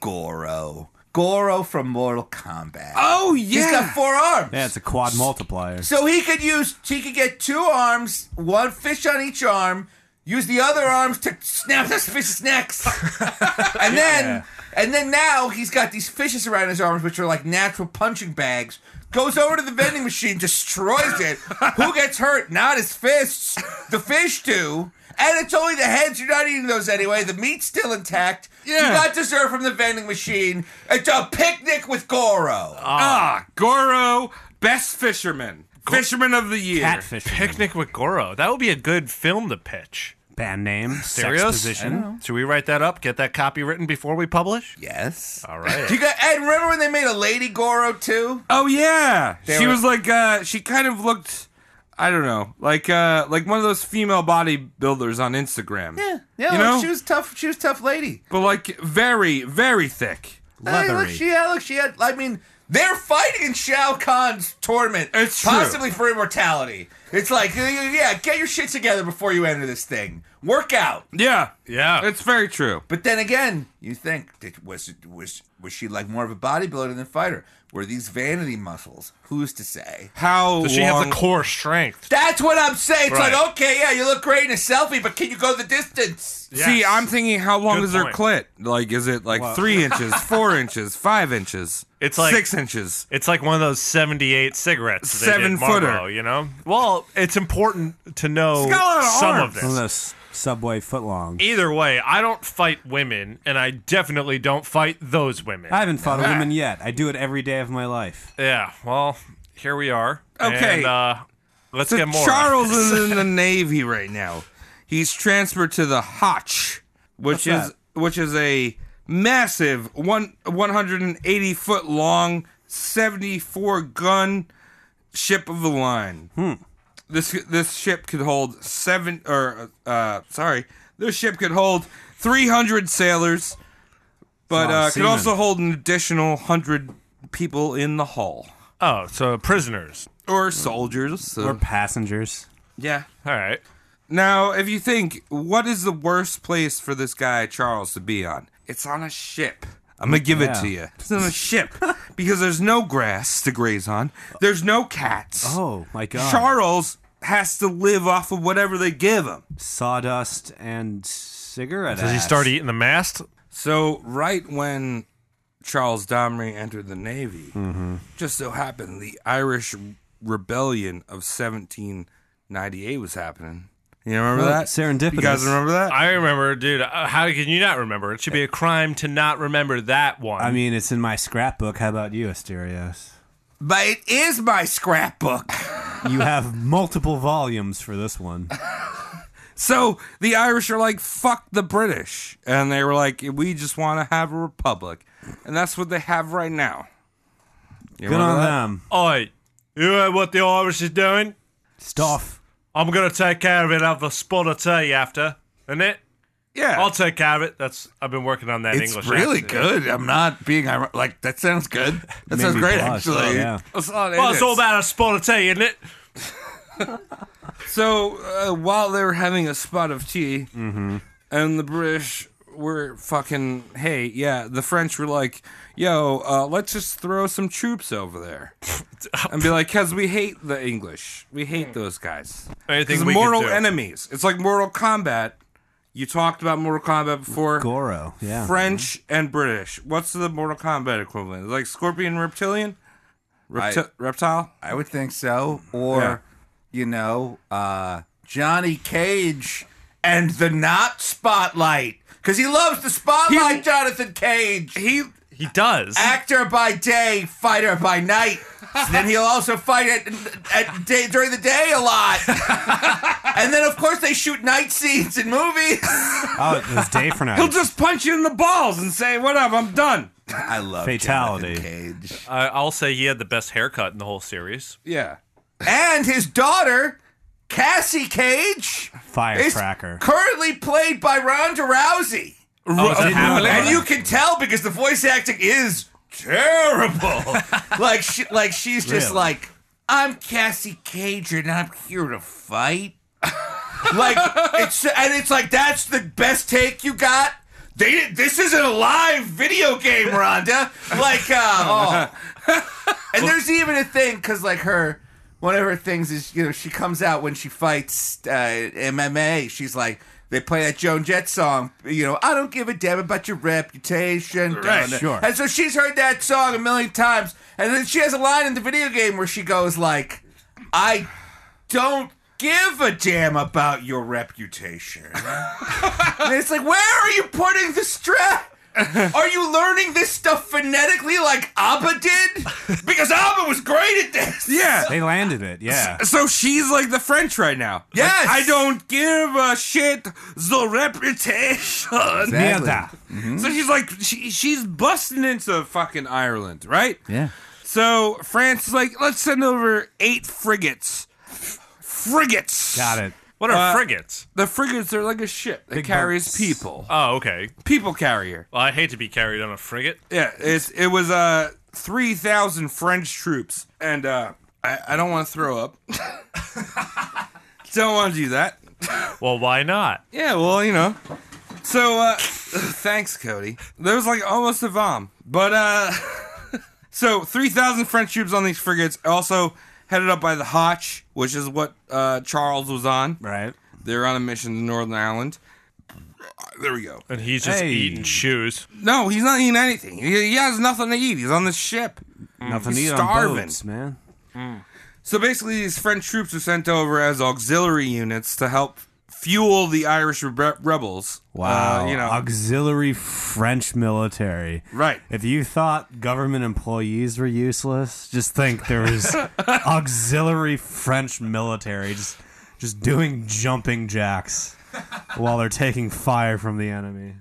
Speaker 1: Goro. Goro from Mortal Kombat.
Speaker 9: Oh
Speaker 1: He's got four arms.
Speaker 11: Yeah, it's a quad multiplier.
Speaker 1: So he could use, he could get two arms, one fish on each arm, Use the other arms to snap those fish's necks. and then and then now he's got these fishes around his arms, which are like natural punching bags. Goes over to the vending machine, destroys it. Who gets hurt? Not his fists. The fish do. And it's only the heads. You're not eating those anyway. The meat's still intact. You
Speaker 9: Yeah.
Speaker 1: got dessert from the vending machine. It's a picnic with Goro.
Speaker 9: Ah, Goro, best fisherman, fisherman of the year.
Speaker 8: Picnic with Goro. That would be a good film to pitch.
Speaker 11: Band name. Sex
Speaker 8: Serious?
Speaker 11: position.
Speaker 8: Should we write that up? Get that copy written before we publish?
Speaker 1: yes.
Speaker 8: All
Speaker 1: You
Speaker 8: right.
Speaker 1: got, and remember when they made a lady Goro too?
Speaker 9: Oh yeah, she
Speaker 1: were-
Speaker 9: was like uh, she kind of looked, I don't know, like uh, like one of those female bodybuilders on Instagram.
Speaker 1: Yeah, yeah.
Speaker 9: You
Speaker 1: look,
Speaker 9: know?
Speaker 1: she was tough. She was a tough lady.
Speaker 9: but like very very thick.
Speaker 1: Hey, look,
Speaker 11: Leathery.
Speaker 1: she had. Look, she had. I mean, they're fighting in Shao Kahn's tournament.
Speaker 9: It's true.
Speaker 1: possibly for immortality. It's like, yeah, get your shit together before you enter this thing. Work out.
Speaker 9: Yeah,
Speaker 8: Yeah.
Speaker 9: it's very true.
Speaker 1: But then again, you think did, was was was she like more of a bodybuilder than a fighter? Were these vanity muscles? Who's to say?
Speaker 9: How
Speaker 8: Does she have the
Speaker 9: long-
Speaker 8: core strength?
Speaker 1: That's what I'm saying. It's
Speaker 8: Right.
Speaker 1: like, okay, yeah, you look great in a selfie, but can you go the distance?
Speaker 9: See,
Speaker 8: Yes.
Speaker 9: I'm thinking, how long
Speaker 8: Good
Speaker 9: is her clit?
Speaker 8: point.
Speaker 9: Like, is it like three inches, four inches, five inches?
Speaker 8: It's like-
Speaker 9: six inches.
Speaker 8: It's like one of those 78 cigarettes. that they did
Speaker 9: Seven footer.
Speaker 8: Marlboro, You know? Well, it's important to know
Speaker 9: It's got a lot of
Speaker 8: some
Speaker 9: arms.
Speaker 8: of
Speaker 11: One of
Speaker 8: this.
Speaker 11: those subway footlongs.
Speaker 8: Either way, I don't fight women, and I definitely don't fight those women.
Speaker 11: I haven't fought a woman yet. I do it every day of my life.
Speaker 8: yeah, well, here we are.
Speaker 9: Okay.
Speaker 8: And, uh, let's
Speaker 9: So
Speaker 8: get more.
Speaker 9: Charles is in the Navy right now. He's transferred to the Hotch, which
Speaker 11: What's
Speaker 9: is which is a massive one 180 foot long, 74 gun ship of the line. Hmm. This this ship could hold seven or uh, sorry, this ship could hold 300 sailors, but
Speaker 11: A lot of
Speaker 9: uh, could
Speaker 11: seamen.
Speaker 9: also hold an additional hundred people in the hull
Speaker 8: Oh, so prisoners.
Speaker 9: or soldiers. so-
Speaker 11: We're passengers.
Speaker 9: yeah.
Speaker 8: All right.
Speaker 9: Now, if you think, what is the worst place for this guy Charles to be on? It's on a ship. I'm gonna give it
Speaker 11: Yeah.
Speaker 9: to you. It's on a ship because there's no grass to graze on. There's no cats.
Speaker 11: Oh my god.
Speaker 9: Charles has to live off of whatever they give him.
Speaker 11: Sawdust and cigarette.
Speaker 8: Does he
Speaker 11: ash.
Speaker 8: start eating the mast?
Speaker 9: So right when Charles Domry entered the Navy, just so happened the Irish Rebellion of 1798 was happening. You remember
Speaker 11: Oh,
Speaker 9: that? You guys
Speaker 11: serendipitous.
Speaker 9: remember that?
Speaker 8: I remember, dude. uh, How can you not remember? It should be a crime to not remember that one.
Speaker 11: I mean, it's in my scrapbook. How about you, Asterios?
Speaker 1: But it is my scrapbook.
Speaker 11: You have multiple volumes for this one.
Speaker 9: So the Irish are like, fuck the British. And they were like, we just want to have a republic. And that's what they have right now. You
Speaker 11: Good
Speaker 9: remember
Speaker 11: on
Speaker 9: that?
Speaker 11: them.
Speaker 8: Oi, you know what the Irish is doing?
Speaker 11: Stuff.
Speaker 8: I'm gonna take care of it. Have a spot of tea after, and it.
Speaker 9: Yeah.
Speaker 8: I'll take care of it. That's I've been working on that
Speaker 1: It's
Speaker 8: English.
Speaker 1: really
Speaker 8: accent.
Speaker 1: good. I'm not being ir- like that. Sounds good. That sounds
Speaker 11: Made me
Speaker 1: great,
Speaker 11: blush. Oh,
Speaker 1: actually.
Speaker 11: Yeah.
Speaker 9: That's all it
Speaker 8: Well, Oh, it's
Speaker 9: is.
Speaker 8: all about a spot of tea, isn't it?
Speaker 9: So uh, while they were having a spot of tea,
Speaker 8: Mm-hmm.
Speaker 9: and the British were fucking, hey, yeah, the French were like, yo, uh, let's just throw some troops over there. and be like, because we hate the English. We hate those guys.
Speaker 8: Anything
Speaker 9: It's
Speaker 8: we could
Speaker 9: mortal
Speaker 8: do.
Speaker 9: enemies. It's like Mortal Kombat. You talked about Mortal Kombat before.
Speaker 11: Goro. Yeah.
Speaker 9: French and British. What's the Mortal Kombat equivalent? Like Scorpion, Reptilian, Repti-
Speaker 1: I-
Speaker 9: Reptile.
Speaker 1: I would think so. Or,
Speaker 9: Yeah.
Speaker 1: you know, uh, Johnny Cage and the not spotlight. Because he loves the spotlight, Jonathan Cage. He
Speaker 8: He does.
Speaker 1: actor by day, fighter by night. And then he'll also fight at, at day, during the day a lot. and then, of course, they shoot night scenes in movies.
Speaker 11: Oh, it was day for night.
Speaker 9: He'll just punch you in the balls and say, "What up? I'm done."
Speaker 1: I love
Speaker 11: Fatality.
Speaker 1: Jonathan Cage.
Speaker 8: I, I'll say he had the best haircut in the whole series.
Speaker 9: Yeah.
Speaker 1: and his daughter, Cassie Cage, is
Speaker 11: Firecracker.
Speaker 1: currently played by Ronda Rousey.
Speaker 8: Oh, is that happening?
Speaker 1: And you can tell because the voice acting is terrible. like she, like she's just
Speaker 11: Really?
Speaker 1: like, I'm Cassie Cage and I'm here to fight. like it's and it's like that's the best take you got. They didn't- this isn't a live video game, Rhonda. Like uh, oh. and there's even a thing because like her. One of her things is, you know, she comes out when she fights uh, MMA. She's like, They play that Joan Jett song, you know, I don't give a damn about your reputation.
Speaker 12: Right, sure.
Speaker 1: And so she's heard that song a million times. And then she has a line in the video game where she goes like, I don't give a damn about your reputation. and it's like, where are you putting the stress? Are you learning this stuff phonetically like ABBA did? Because ABBA was great at this.
Speaker 9: Yeah.
Speaker 11: They landed it, yeah.
Speaker 9: So she's like the French right now.
Speaker 1: Yes.
Speaker 9: Like, I don't give a shit the reputation.
Speaker 12: Exactly.
Speaker 11: Mierda.
Speaker 9: So she's like she, she's busting into fucking Ireland, right?
Speaker 12: Yeah.
Speaker 9: So France is like, let's send over eight frigates. Frigates.
Speaker 11: Got it.
Speaker 8: What are
Speaker 9: Uh,
Speaker 8: frigates?
Speaker 9: The frigates are like a ship that
Speaker 11: Big
Speaker 9: carries
Speaker 11: boats.
Speaker 9: people.
Speaker 8: Oh, okay.
Speaker 9: People carrier.
Speaker 8: Well, I hate to be carried on a frigate.
Speaker 9: Yeah, it's it was uh three thousand French troops, and uh I, I don't want to throw up. don't want to do that.
Speaker 8: Well, why not?
Speaker 9: Yeah, well, you know. So, uh, thanks, Cody. There was like almost a bomb. But, uh, so 3,000 French troops on these frigates, also headed up by the Hotch, which is what, uh, Charles was on.
Speaker 11: Right.
Speaker 9: They were on a mission to Northern Ireland. There we go.
Speaker 8: And he's just
Speaker 11: Hey.
Speaker 8: eating shoes.
Speaker 9: No, he's not eating anything. He, he has nothing to eat. He's on the ship.
Speaker 11: Nothing to
Speaker 9: He's
Speaker 11: eat on
Speaker 9: starving.
Speaker 11: boats, man.
Speaker 9: So basically, these French troops were sent over as auxiliary units to help fuel the Irish re- rebels.
Speaker 11: Wow.
Speaker 9: Uh, you know,
Speaker 11: Auxiliary French military.
Speaker 9: Right.
Speaker 11: If you thought government employees were useless, just think there was auxiliary French military just just doing jumping jacks while they're taking fire from the enemy.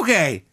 Speaker 1: Okay,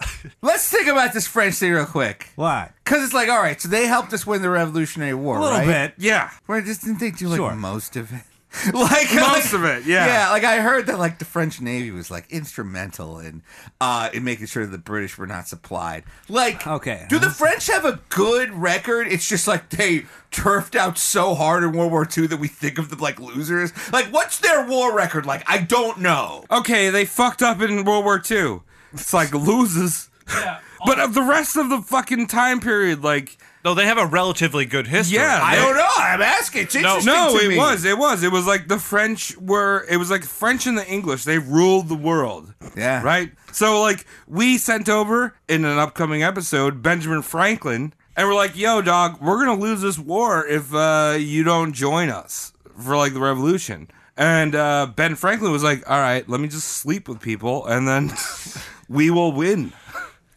Speaker 1: let's think about this French thing real quick.
Speaker 11: Why?
Speaker 1: Because it's like, all right, so they helped us win the Revolutionary War,
Speaker 11: A little
Speaker 1: right?
Speaker 11: bit.
Speaker 9: yeah.
Speaker 1: Where just didn't they do like
Speaker 11: Sure.
Speaker 1: most of it? like like-
Speaker 9: Most of it, yeah.
Speaker 1: Yeah, like I heard that like the French Navy was like instrumental in uh in making sure the British were not supplied. Like
Speaker 11: Okay,
Speaker 1: Do the
Speaker 11: that's-
Speaker 1: French have a good record? It's just like they turfed out so hard in World War II that we think of them like losers. Like what's their war record like? I don't know.
Speaker 9: okay, they fucked up in World War II. It's like loses. but of the rest of the fucking time period, like
Speaker 8: No, they have a relatively good history.
Speaker 9: Yeah,
Speaker 1: I
Speaker 9: they-
Speaker 1: don't know. I'm asking. It's interesting
Speaker 9: no,
Speaker 1: to
Speaker 9: it
Speaker 1: me.
Speaker 9: was, it was, it was like the French were. It was like French and the English. They ruled the world.
Speaker 1: Yeah.
Speaker 9: Right. So like we sent over in an upcoming episode Benjamin Franklin, and we're like, "Yo, dog, we're gonna lose this war if uh, you don't join us for like the revolution." And uh, Ben Franklin was like, "All right, let me just sleep with people, and then we will win."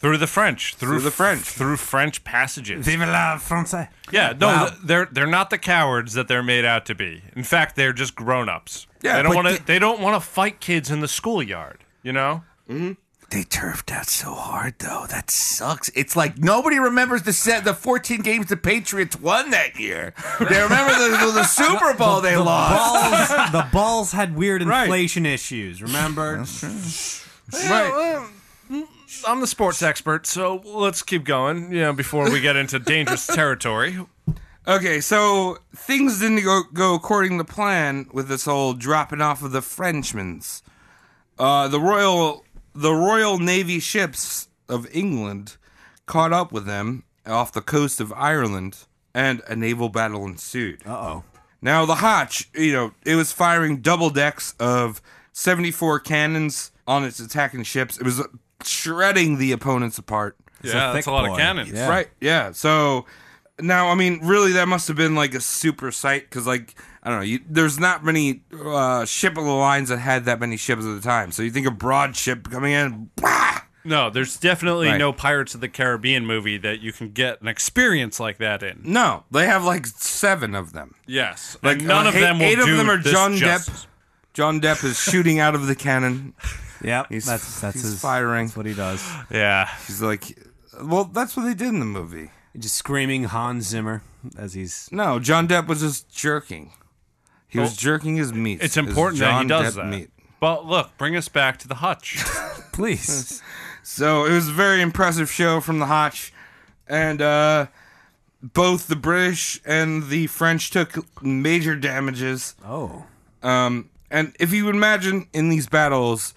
Speaker 8: Through the French. Through,
Speaker 9: Through the French.
Speaker 8: Through French passages.
Speaker 11: Vive la France.
Speaker 8: yeah, no,
Speaker 11: Wow.
Speaker 8: th- they're they're not the cowards that they're made out to be. In fact, they're just grown-ups.
Speaker 9: Yeah,
Speaker 8: they don't
Speaker 9: but
Speaker 8: want to they don't want to fight kids in the schoolyard, you know?
Speaker 1: They turfed out so hard though. That sucks. It's like nobody remembers the set, the 14 games the Patriots won that year. They remember the, the, the Super Bowl they
Speaker 11: the
Speaker 1: lost.
Speaker 11: Balls, the balls had weird inflation issues, remember?
Speaker 9: Right.
Speaker 8: I'm the sports expert, so let's keep going, you know, before we get into dangerous territory.
Speaker 9: Okay, so things didn't go, go according to plan with this whole dropping off of the Frenchmen's. Uh, the royal the Royal Navy ships of England caught up with them off the coast of Ireland, and a naval battle ensued.
Speaker 11: Uh-oh.
Speaker 9: Now the Hotch, you know, it was firing double decks of 74 cannons on its attacking ships. It was shredding the opponents apart.
Speaker 8: yeah, that's
Speaker 11: thick
Speaker 8: a lot
Speaker 11: boy.
Speaker 8: of cannons.
Speaker 11: Yeah.
Speaker 9: Right. Yeah. So now, I mean, really, that must have been like a super sight because, like, I don't know, you, there's not many uh, ship of the lines that had that many ships at the time. So you think a broad ship coming in, bah!
Speaker 8: No, there's definitely
Speaker 9: Right.
Speaker 8: no Pirates of the Caribbean movie that you can get an experience like that in.
Speaker 9: no, they have like seven of them.
Speaker 8: Yes,
Speaker 9: Like
Speaker 8: like none
Speaker 9: uh,
Speaker 8: of
Speaker 9: eight-
Speaker 8: them will
Speaker 9: Eight
Speaker 8: do
Speaker 9: of them are
Speaker 8: this
Speaker 9: John
Speaker 8: justice.
Speaker 9: Depp. John Depp is shooting out of the cannon.
Speaker 11: Yep.
Speaker 9: He's-
Speaker 11: that's that's
Speaker 9: he's
Speaker 11: his
Speaker 9: firing.
Speaker 11: That's what he does.
Speaker 8: Yeah,
Speaker 9: He's like, well, that's what they did in the movie.
Speaker 11: Just screaming Hans Zimmer as he's
Speaker 9: No, John Depp was just jerking. He was jerking his meat.
Speaker 8: it's important that he does that.
Speaker 9: Meat.
Speaker 8: But look, bring us back to the hutch.
Speaker 11: please.
Speaker 9: So it was a very impressive show from the Hotch, and uh, both the British and the French took major damages.
Speaker 11: oh.
Speaker 9: Um, and if you imagine in these battles,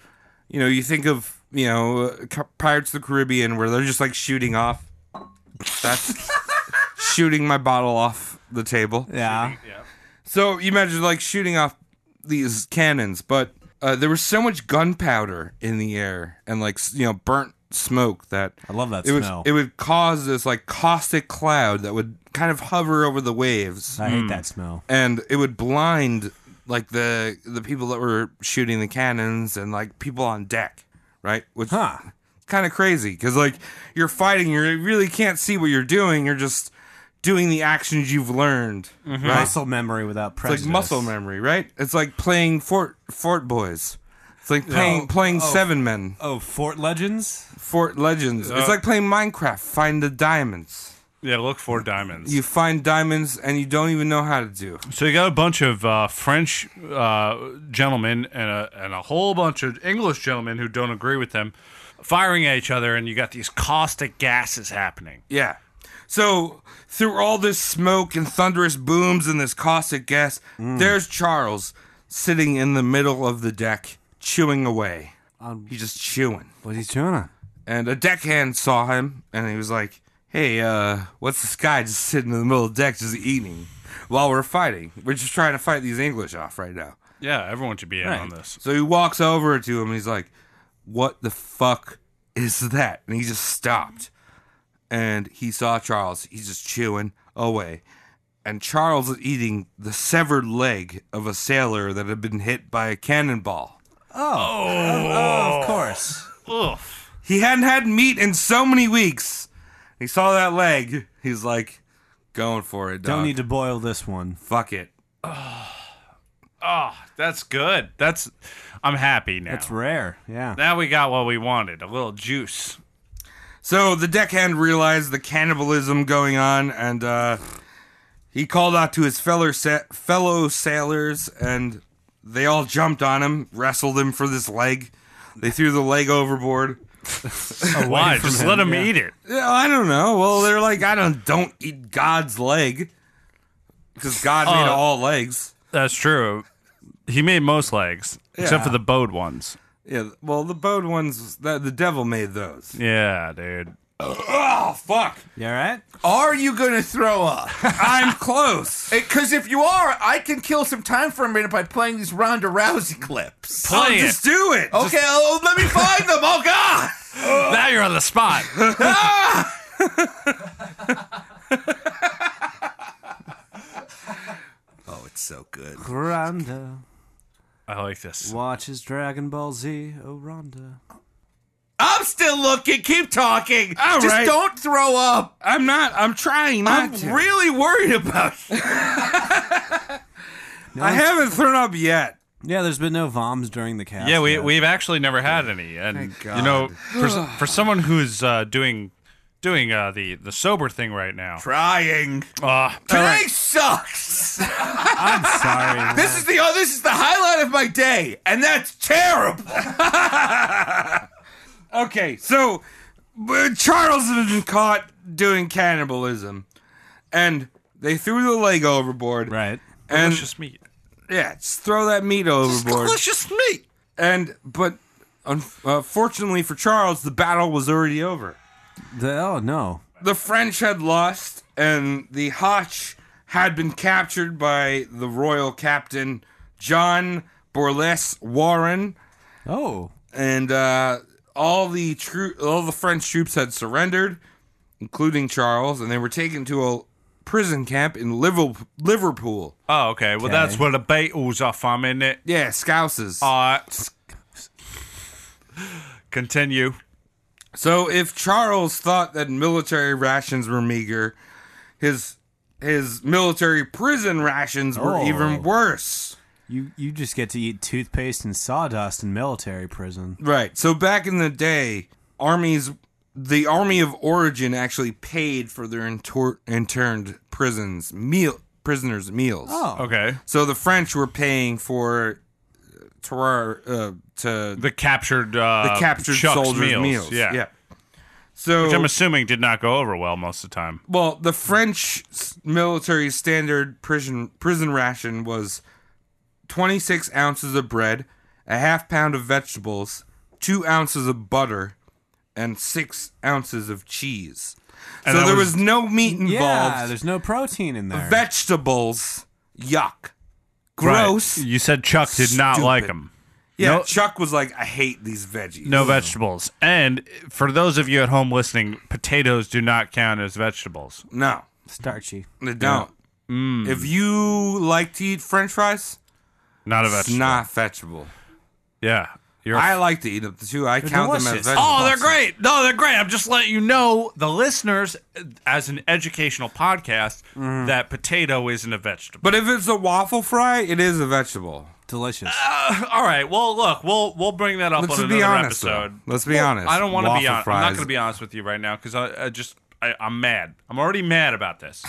Speaker 9: you know, you think of you know uh, Ca- Pirates of the Caribbean where they're just like shooting off. That's shooting my bottle off the table.
Speaker 11: Yeah.
Speaker 9: So you imagine like shooting off these cannons, but uh, there was so much gunpowder in the air and like s- you know burnt smoke that
Speaker 11: I love that
Speaker 9: it was-
Speaker 11: smell.
Speaker 9: it would cause this like caustic cloud that would kind of hover over the waves
Speaker 11: I hate that smell.
Speaker 9: and it would blind like the the people that were shooting the cannons and like people on deck, right? Which
Speaker 11: Huh.
Speaker 9: kind of crazy because like you're fighting, you really can't see what you're doing. You're just doing the actions you've learned, right?
Speaker 11: Muscle memory without
Speaker 9: It's
Speaker 11: prejudice.
Speaker 9: like muscle memory, right? It's like playing Fort Fort Boys. It's like playing playing Seven Men,
Speaker 11: Oh, Uh. Fort Legends.
Speaker 9: Fort Legends. it's like playing Minecraft. Find the diamonds.
Speaker 8: Yeah, look for diamonds.
Speaker 9: You find diamonds and you don't even know how to do.
Speaker 8: so you got a bunch of uh, French uh, gentlemen and a, and a whole bunch of English gentlemen who don't agree with them firing at each other, and you got these caustic gases happening.
Speaker 9: Yeah. So through all this smoke and thunderous booms and this caustic gas,
Speaker 11: Mm.
Speaker 9: there's Charles sitting in the middle of the deck, chewing away.
Speaker 11: Um,
Speaker 9: He's just chewing.
Speaker 11: What he's doing? on?
Speaker 9: And a deckhand saw him, and he was like, "Hey, uh, what's this guy just sitting in the middle of the deck, just eating while we're fighting? We're just trying to fight these English off right now."
Speaker 8: Yeah, everyone should be in on this.
Speaker 9: So he walks over to him and he's like, What the fuck is that? And he just stopped. And he saw Charles. He's just chewing away. And Charles is eating the severed leg of a sailor that had been hit by a cannonball.
Speaker 11: Oh, of course.
Speaker 8: Oof.
Speaker 9: He hadn't had meat in so many weeks. He saw that leg. He's like, Going for it, dog.
Speaker 11: Don't need to boil this one.
Speaker 9: Fuck it.
Speaker 8: Oh, that's good. That's I'm happy now.
Speaker 11: That's rare. Yeah.
Speaker 8: Now we got what we wanted. A little juice.
Speaker 9: So the deckhand realized the cannibalism going on, and uh, he called out to his fellow sa- fellow sailors, and they all jumped on him, wrestled him for this leg. They threw the leg overboard.
Speaker 8: Why? Just let him eat it.
Speaker 9: Yeah, I don't know. Well, they're like, I don't don't eat God's leg, because God made
Speaker 8: Uh,
Speaker 9: all legs.
Speaker 8: That's true. He made most legs, except for the bowed ones.
Speaker 9: Yeah. Well, the bowed ones, the, the devil made those.
Speaker 8: Yeah, dude.
Speaker 9: Oh fuck!
Speaker 11: You all right?
Speaker 12: Are you going to throw up?
Speaker 9: I'm close.
Speaker 12: Because if you are, I can kill some time for a minute by playing these Ronda Rousey clips.
Speaker 8: Play it.
Speaker 9: Just do it.
Speaker 12: Okay, oh, let me find them. Oh God!
Speaker 8: now you're on the spot.
Speaker 12: Oh, it's so good.
Speaker 11: Rhonda
Speaker 8: I like this.
Speaker 11: watches Dragon Ball Z. Oh, Rhonda.
Speaker 12: I'm still looking. Keep talking.
Speaker 9: All
Speaker 12: Just
Speaker 9: right.
Speaker 12: don't throw up.
Speaker 9: I'm not. I'm trying not
Speaker 12: I'm
Speaker 9: to.
Speaker 12: really worried about you.
Speaker 9: I haven't thrown up yet.
Speaker 11: Yeah, there's been no voms during the cast.
Speaker 8: Yeah, we
Speaker 11: yet.
Speaker 8: we've actually never had any, and
Speaker 12: Thank
Speaker 8: you know, for s- for someone who's uh, doing doing uh, the the sober thing right now.
Speaker 12: Trying.
Speaker 8: Uh,
Speaker 12: Today sucks.
Speaker 11: I'm sorry.
Speaker 12: This is the oh, this is the highlight of my day, and that's terrible.
Speaker 9: Okay, so uh, Charles had been caught doing cannibalism, and they threw the leg overboard.
Speaker 11: right.
Speaker 9: and
Speaker 8: delicious meat.
Speaker 9: yeah, just throw that meat overboard.
Speaker 12: Delicious meat.
Speaker 9: And but unfortunately for Charles, the battle was already over.
Speaker 11: The, oh no.
Speaker 9: The French had lost, and the Hotch had been captured by the royal captain John Borless Warren.
Speaker 11: Oh.
Speaker 9: and uh, all the tro- all the French troops had surrendered, including Charles, and they were taken to a prison camp in Liverpool. Liverpool.
Speaker 8: Oh, okay. Well, that's where the Beatles are from, isn't it?
Speaker 9: Yeah, Scousers.
Speaker 8: Uh, continue.
Speaker 9: so if Charles thought that military rations were meager, his his military prison rations were
Speaker 11: Oh.
Speaker 9: even worse.
Speaker 11: You you just get to eat toothpaste and sawdust in military prison.
Speaker 9: Right. So back in the day, armies, the army of origin actually paid for their intor- interned prisons meal prisoners meals.
Speaker 8: Okay.
Speaker 9: So the French were paying for uh, Terrar uh, to the,
Speaker 8: The captured uh,
Speaker 9: captured
Speaker 8: Chuck's
Speaker 9: soldiers' meals.
Speaker 8: Yeah.
Speaker 9: So
Speaker 8: Which I'm assuming did not go over well most of the time.
Speaker 9: well, the French s- military standard prison prison ration was 26 ounces of bread, a half pound of vegetables, two ounces of butter, and six ounces of cheese.
Speaker 8: And
Speaker 9: so
Speaker 8: that
Speaker 9: there
Speaker 8: was-
Speaker 9: was, no meat involved.
Speaker 11: Yeah, there's no protein in there.
Speaker 9: vegetables, yuck, gross.
Speaker 8: Right. You said Chuck did not
Speaker 9: Stupid.
Speaker 8: like him.
Speaker 9: Yeah,
Speaker 8: No-
Speaker 9: Chuck was like, I hate these veggies.
Speaker 8: No vegetables. And for those of you at home listening, potatoes do not count as vegetables.
Speaker 9: No,
Speaker 11: Starchy.
Speaker 9: they don't.
Speaker 8: Mm.
Speaker 9: If you like to eat French fries,
Speaker 8: Not a
Speaker 9: it's
Speaker 8: vegetable.
Speaker 9: not vegetable.
Speaker 8: yeah. You're
Speaker 9: I like to eat them too. I count them as
Speaker 8: delicious.
Speaker 9: vegetables.
Speaker 8: Oh, they're great. No, they're great. I'm just letting you know, the listeners, as an educational podcast,
Speaker 9: Mm-hmm.
Speaker 8: that potato isn't a vegetable.
Speaker 9: But if it's a waffle fry, it is a vegetable.
Speaker 11: Delicious.
Speaker 9: Uh,
Speaker 8: All right. Well, look, we'll we'll bring that up
Speaker 9: Let's
Speaker 8: on
Speaker 9: be
Speaker 8: another
Speaker 9: honest, though.
Speaker 8: episode.
Speaker 9: Let's be
Speaker 8: Well,
Speaker 9: honest.
Speaker 8: I don't want to be
Speaker 9: Waffle
Speaker 8: honest. I'm not
Speaker 9: fries-
Speaker 8: going to be honest with you right now because I, I just I, I'm mad. I'm already mad about this.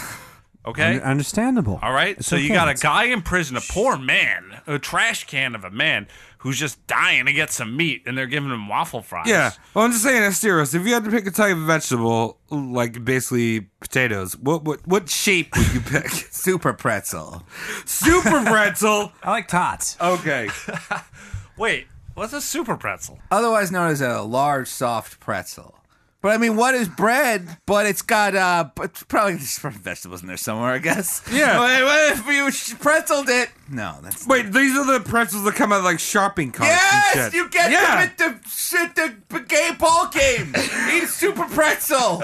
Speaker 8: Okay.
Speaker 11: Un-
Speaker 9: uh,
Speaker 11: Understandable.
Speaker 8: All right.
Speaker 11: It's
Speaker 8: so you
Speaker 11: okay.
Speaker 8: got a
Speaker 11: It's-
Speaker 8: guy in prison, a poor man, a trash can of a man who's just dying to get some meat, and they're giving him waffle fries.
Speaker 9: Yeah. Well, I'm just saying, Asterios, if you had to pick a type of vegetable, like basically potatoes, what what, what shape would you pick?
Speaker 12: Super pretzel.
Speaker 9: Super pretzel.
Speaker 11: I like tots.
Speaker 8: Oh,
Speaker 9: Okay.
Speaker 8: Wait. What's a super pretzel?
Speaker 11: Uh,
Speaker 12: Otherwise known as a large soft pretzel. But I mean, what is bread? But it's got uh, p- it's probably just from vegetables in there somewhere, I guess.
Speaker 9: Yeah.
Speaker 12: What, what if you sh- pretzeled it? No, that's
Speaker 9: Wait, these are the pretzels that come out of like shopping carts. and
Speaker 12: Yes,
Speaker 9: shit.
Speaker 12: you get
Speaker 9: yeah.
Speaker 12: them at the shit the b- gay ball game. Eat a super pretzel.